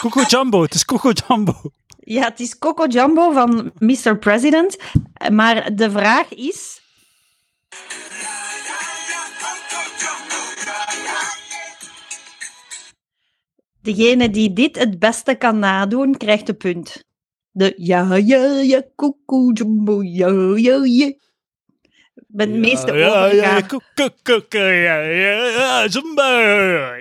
Speaker 1: Coco Jumbo, het is Coco Jumbo.
Speaker 2: Ja, het is Coco Jumbo van Mr. President. eh, Maar de vraag is... Degene die dit het beste kan nadoen, krijgt de punt. De ja, ja, ja, Coco Jumbo, ja, ja, ja. Met de meeste
Speaker 1: ja, ja,
Speaker 2: overgave.
Speaker 1: ja, koek, koek, koek, ja, ja, ja, Jumbo.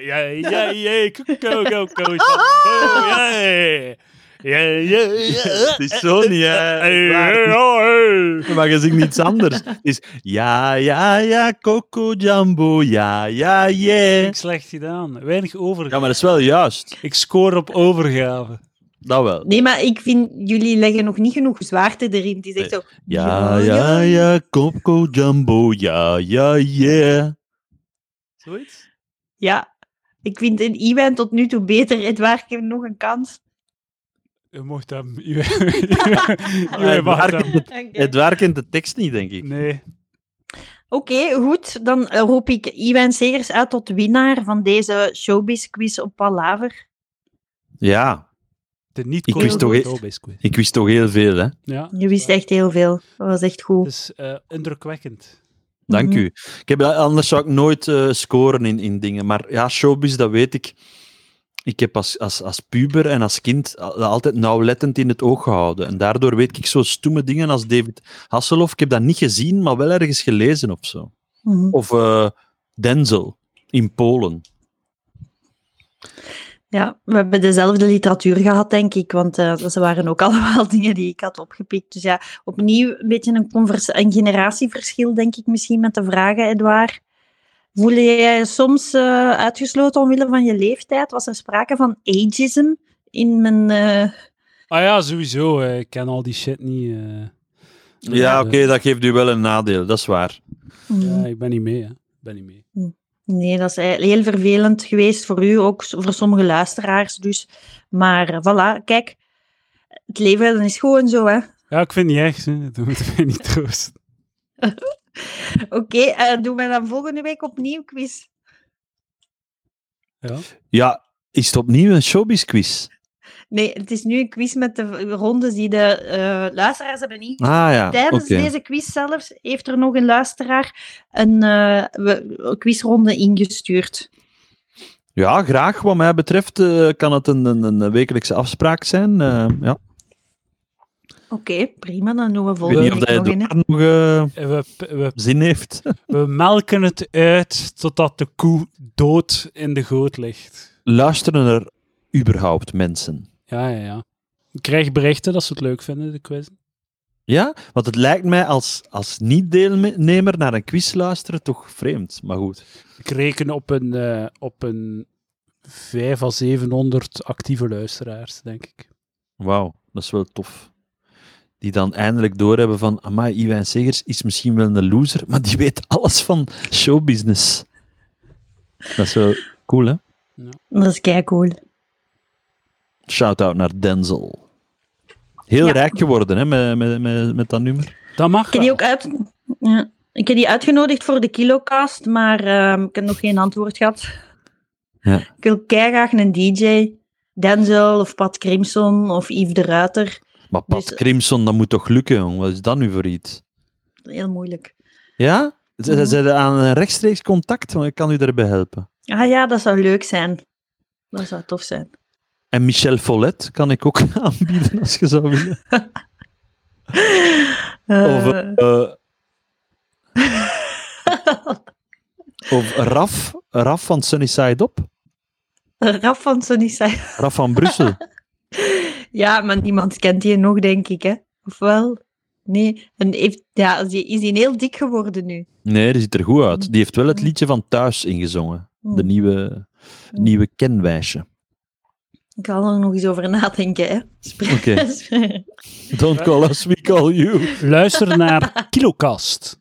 Speaker 1: Ja, ja, ja, koek, koek, koek, koek, Jumbo. Ja, ja, ja, ja, ja. Eh,
Speaker 3: Het is zo niet,
Speaker 1: Hey,
Speaker 3: hè?
Speaker 1: hey,
Speaker 3: Maar-
Speaker 1: oh, hey.
Speaker 3: Maar je zingt niets anders. Het is ja, ja, ja, Coco Jumbo, ja, ja, yeah.
Speaker 1: Niks Slecht gedaan. Weinig overgave.
Speaker 3: Ja, maar dat is wel juist.
Speaker 1: Ik scoor op overgave.
Speaker 3: Dat wel.
Speaker 2: Nee, maar ik vind, jullie leggen nog niet genoeg zwaarte erin. Die zegt zo...
Speaker 3: Ja, ja, ja, Coco Jumbo, ja, ja, yeah. Zoiets?
Speaker 2: Ja, ik vind een Iwan tot nu toe beter. Edouard, ik heb nog een kans.
Speaker 1: Je mocht hem. Je, je, je mag
Speaker 3: Edouard
Speaker 1: hem.
Speaker 3: kent de- Edouard kent de tekst niet, denk ik.
Speaker 1: Nee.
Speaker 2: Oké, goed. Dan eh, roep ik Iwan Segers uit tot winnaar van deze showbiz-quiz op Palaver.
Speaker 3: Ja,
Speaker 1: De niet
Speaker 3: Ik
Speaker 1: Coco
Speaker 2: wist
Speaker 3: toch e-
Speaker 1: Jumbo is goed.
Speaker 3: ik wist toch heel veel, hè?
Speaker 1: Ja.
Speaker 2: Je wist echt heel veel. Dat was
Speaker 1: Het
Speaker 2: echt
Speaker 3: Dus-
Speaker 2: goed.
Speaker 1: is eh, indrukwekkend.
Speaker 3: Dank
Speaker 2: Mhm.
Speaker 3: u. Ik heb, anders zou ik nooit eh, scoren in, in dingen. Maar ja, showbiz, dat weet ik. Ik heb als, als, als puber en als kind al- altijd nauwlettend in het oog gehouden. En daardoor weet ik zo stomme dingen als David Hasselhoff. Ik heb dat niet gezien, maar wel ergens gelezen of zo.
Speaker 2: Mhm.
Speaker 3: Of eh, Denzel in Polen.
Speaker 2: Ja, we hebben dezelfde literatuur gehad, denk ik. Want eh, ze waren ook allemaal dingen die ik had opgepikt. Dus ja, opnieuw een beetje een, convers- een generatieverschil, denk ik, misschien met de vragen, Edouard. Voel je je soms eh, uitgesloten omwille van je leeftijd? Was er sprake van ageism in mijn eh,
Speaker 1: Ah ja, sowieso. eh, Ik ken al die shit niet. eh.
Speaker 3: Ja,
Speaker 1: eh,
Speaker 3: oké, dat geeft u wel een nadeel, dat is waar.
Speaker 2: Mm.
Speaker 1: Ja, ik ben niet mee, hè. Ik ben niet mee.
Speaker 2: Nee, dat is eigenlijk heel vervelend geweest voor u, ook s- voor sommige luisteraars dus. Maar eh, voilà, kijk, het leven is gewoon zo, hè.
Speaker 1: Ja, ik vind het niet echt, hè. Dat moet mij niet troosten.
Speaker 2: Oké, eh, doen we dan volgende week opnieuw quiz.
Speaker 1: Ja.
Speaker 3: Ja, is het opnieuw een showbiz-quiz?
Speaker 2: Nee, het is nu een quiz met de rondes die de eh, luisteraars hebben ingezet.
Speaker 3: Ah ja, oké.
Speaker 2: Tijdens deze quiz zelfs heeft er nog een luisteraar een eh, we- quizronde ingestuurd.
Speaker 3: Ja, graag. Wat mij betreft eh, kan het een, een, een wekelijkse afspraak zijn. eh, ja.
Speaker 2: Oké, prima. Dan doen we
Speaker 3: Ik weet
Speaker 2: volgende
Speaker 3: niet
Speaker 2: week
Speaker 3: of
Speaker 2: nog
Speaker 3: hij
Speaker 2: een. hè.
Speaker 3: daar nog eh,
Speaker 1: En We, we,
Speaker 3: zin heeft.
Speaker 1: we melken het uit totdat de koe dood in de goot ligt.
Speaker 3: Luisteren er überhaupt mensen?
Speaker 1: Ja, ja, ja. Ik krijg berichten dat ze het leuk vinden, de quiz.
Speaker 3: Ja? Want het lijkt mij als, als niet-deelnemer naar een quiz luisteren toch vreemd. Maar goed.
Speaker 1: Ik reken op een, eh op een 5 à 700 actieve luisteraars, denk ik.
Speaker 3: Wauw, dat is wel tof. Die dan eindelijk doorhebben van, amai, Iwijn Segers is misschien wel een loser, maar die weet alles van showbusiness. Dat is wel cool, hè?
Speaker 2: Dat is kei cool.
Speaker 3: Shout-out naar Denzel. Heel
Speaker 2: Ja.
Speaker 3: rijk geworden, hè, met, met, met, met dat nummer.
Speaker 1: Dat mag
Speaker 2: Ik heb die
Speaker 1: wel.
Speaker 2: ook uit... ja, ik heb die uitgenodigd voor de kilocast, maar ehm, ik heb nog geen antwoord gehad.
Speaker 3: Ja.
Speaker 2: Ik wil graag een DJ. Denzel of Pat Crimson of Yves de Ruiter.
Speaker 3: Maar Pat
Speaker 2: Dus-
Speaker 3: Crimson, dat moet toch lukken, jong? Wat is dat nu voor iets?
Speaker 2: Heel moeilijk.
Speaker 3: Ja? Z-
Speaker 2: Mhm.
Speaker 3: Zijn ze aan een rechtstreeks contact? Want ik kan u daarbij helpen.
Speaker 2: Ah ja, dat zou leuk zijn. Dat zou tof zijn.
Speaker 3: En Michel Follet kan ik ook aanbieden, als je zou willen.
Speaker 2: Eh,
Speaker 3: Of, eh, of Raf, Raf van Sunnyside Up.
Speaker 2: Eh, Raf van Sunnyside.
Speaker 3: Raf van Brussel.
Speaker 2: Ja, maar niemand kent die nog, denk ik, hè? Of wel? Nee. En heeft, ja, is die is die heel dik geworden nu?
Speaker 3: Nee, die ziet er goed uit. Die heeft wel het liedje van Thuis ingezongen.
Speaker 2: Hm,
Speaker 3: De nieuwe, nieuwe kenwijsje.
Speaker 2: Ik kan er nog eens over nadenken, hè? Spre-
Speaker 3: Oké.
Speaker 2: spre-
Speaker 3: Don't call us, we call you.
Speaker 1: Luister naar Kilocast.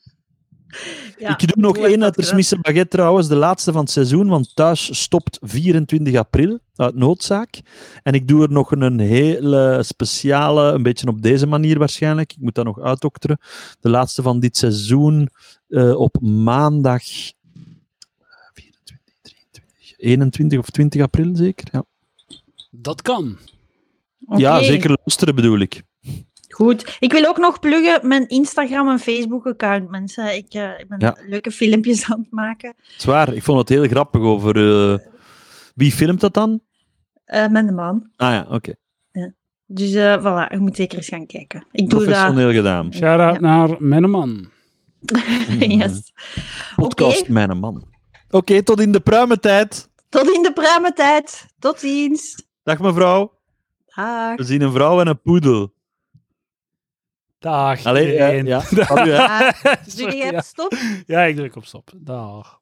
Speaker 2: Ja,
Speaker 3: ik doe nog
Speaker 2: doe het
Speaker 3: één uit de
Speaker 2: dat
Speaker 3: Smisse Baguette trouwens, de laatste van het seizoen, want thuis stopt 24 april, uit noodzaak. En ik doe er nog een- een hele speciale, een beetje op deze manier waarschijnlijk, ik moet dat nog uitdokteren, de laatste van dit seizoen eh, op maandag 24, 23, 21 of 20 april zeker? Ja,
Speaker 1: Dat kan.
Speaker 2: Oké,
Speaker 3: ja zeker luisteren bedoel ik.
Speaker 2: Goed. Ik wil ook nog pluggen mijn Instagram en Facebook-account, mensen. Ik, eh, ik ben
Speaker 3: Ja.
Speaker 2: leuke filmpjes aan het maken.
Speaker 3: Zwaar, ik vond het heel grappig over... eh, wie filmt dat dan?
Speaker 2: eh, met een man.
Speaker 3: Ah ja, oké.
Speaker 2: Dus eh, voilà, je moet zeker eens gaan kijken. Ik doe dat.
Speaker 3: Professioneel gedaan.
Speaker 1: Shout-out
Speaker 2: Ja.
Speaker 1: naar Menneman.
Speaker 2: yes.
Speaker 3: Podcast
Speaker 2: Oké.
Speaker 3: Mijn Man. Oké, tot in de pruimentijd.
Speaker 2: Tot in de pruimentijd. Tot ziens.
Speaker 3: Dag mevrouw.
Speaker 2: Dag.
Speaker 3: We zien een vrouw en een poedel.
Speaker 1: Dag.
Speaker 3: Allee, eh,
Speaker 1: iedereen.
Speaker 3: ja. Hallo, hè.
Speaker 2: Dag. Dus jullie
Speaker 1: Ja.
Speaker 2: hebben stop.
Speaker 1: ja, ik druk op stop. Dag.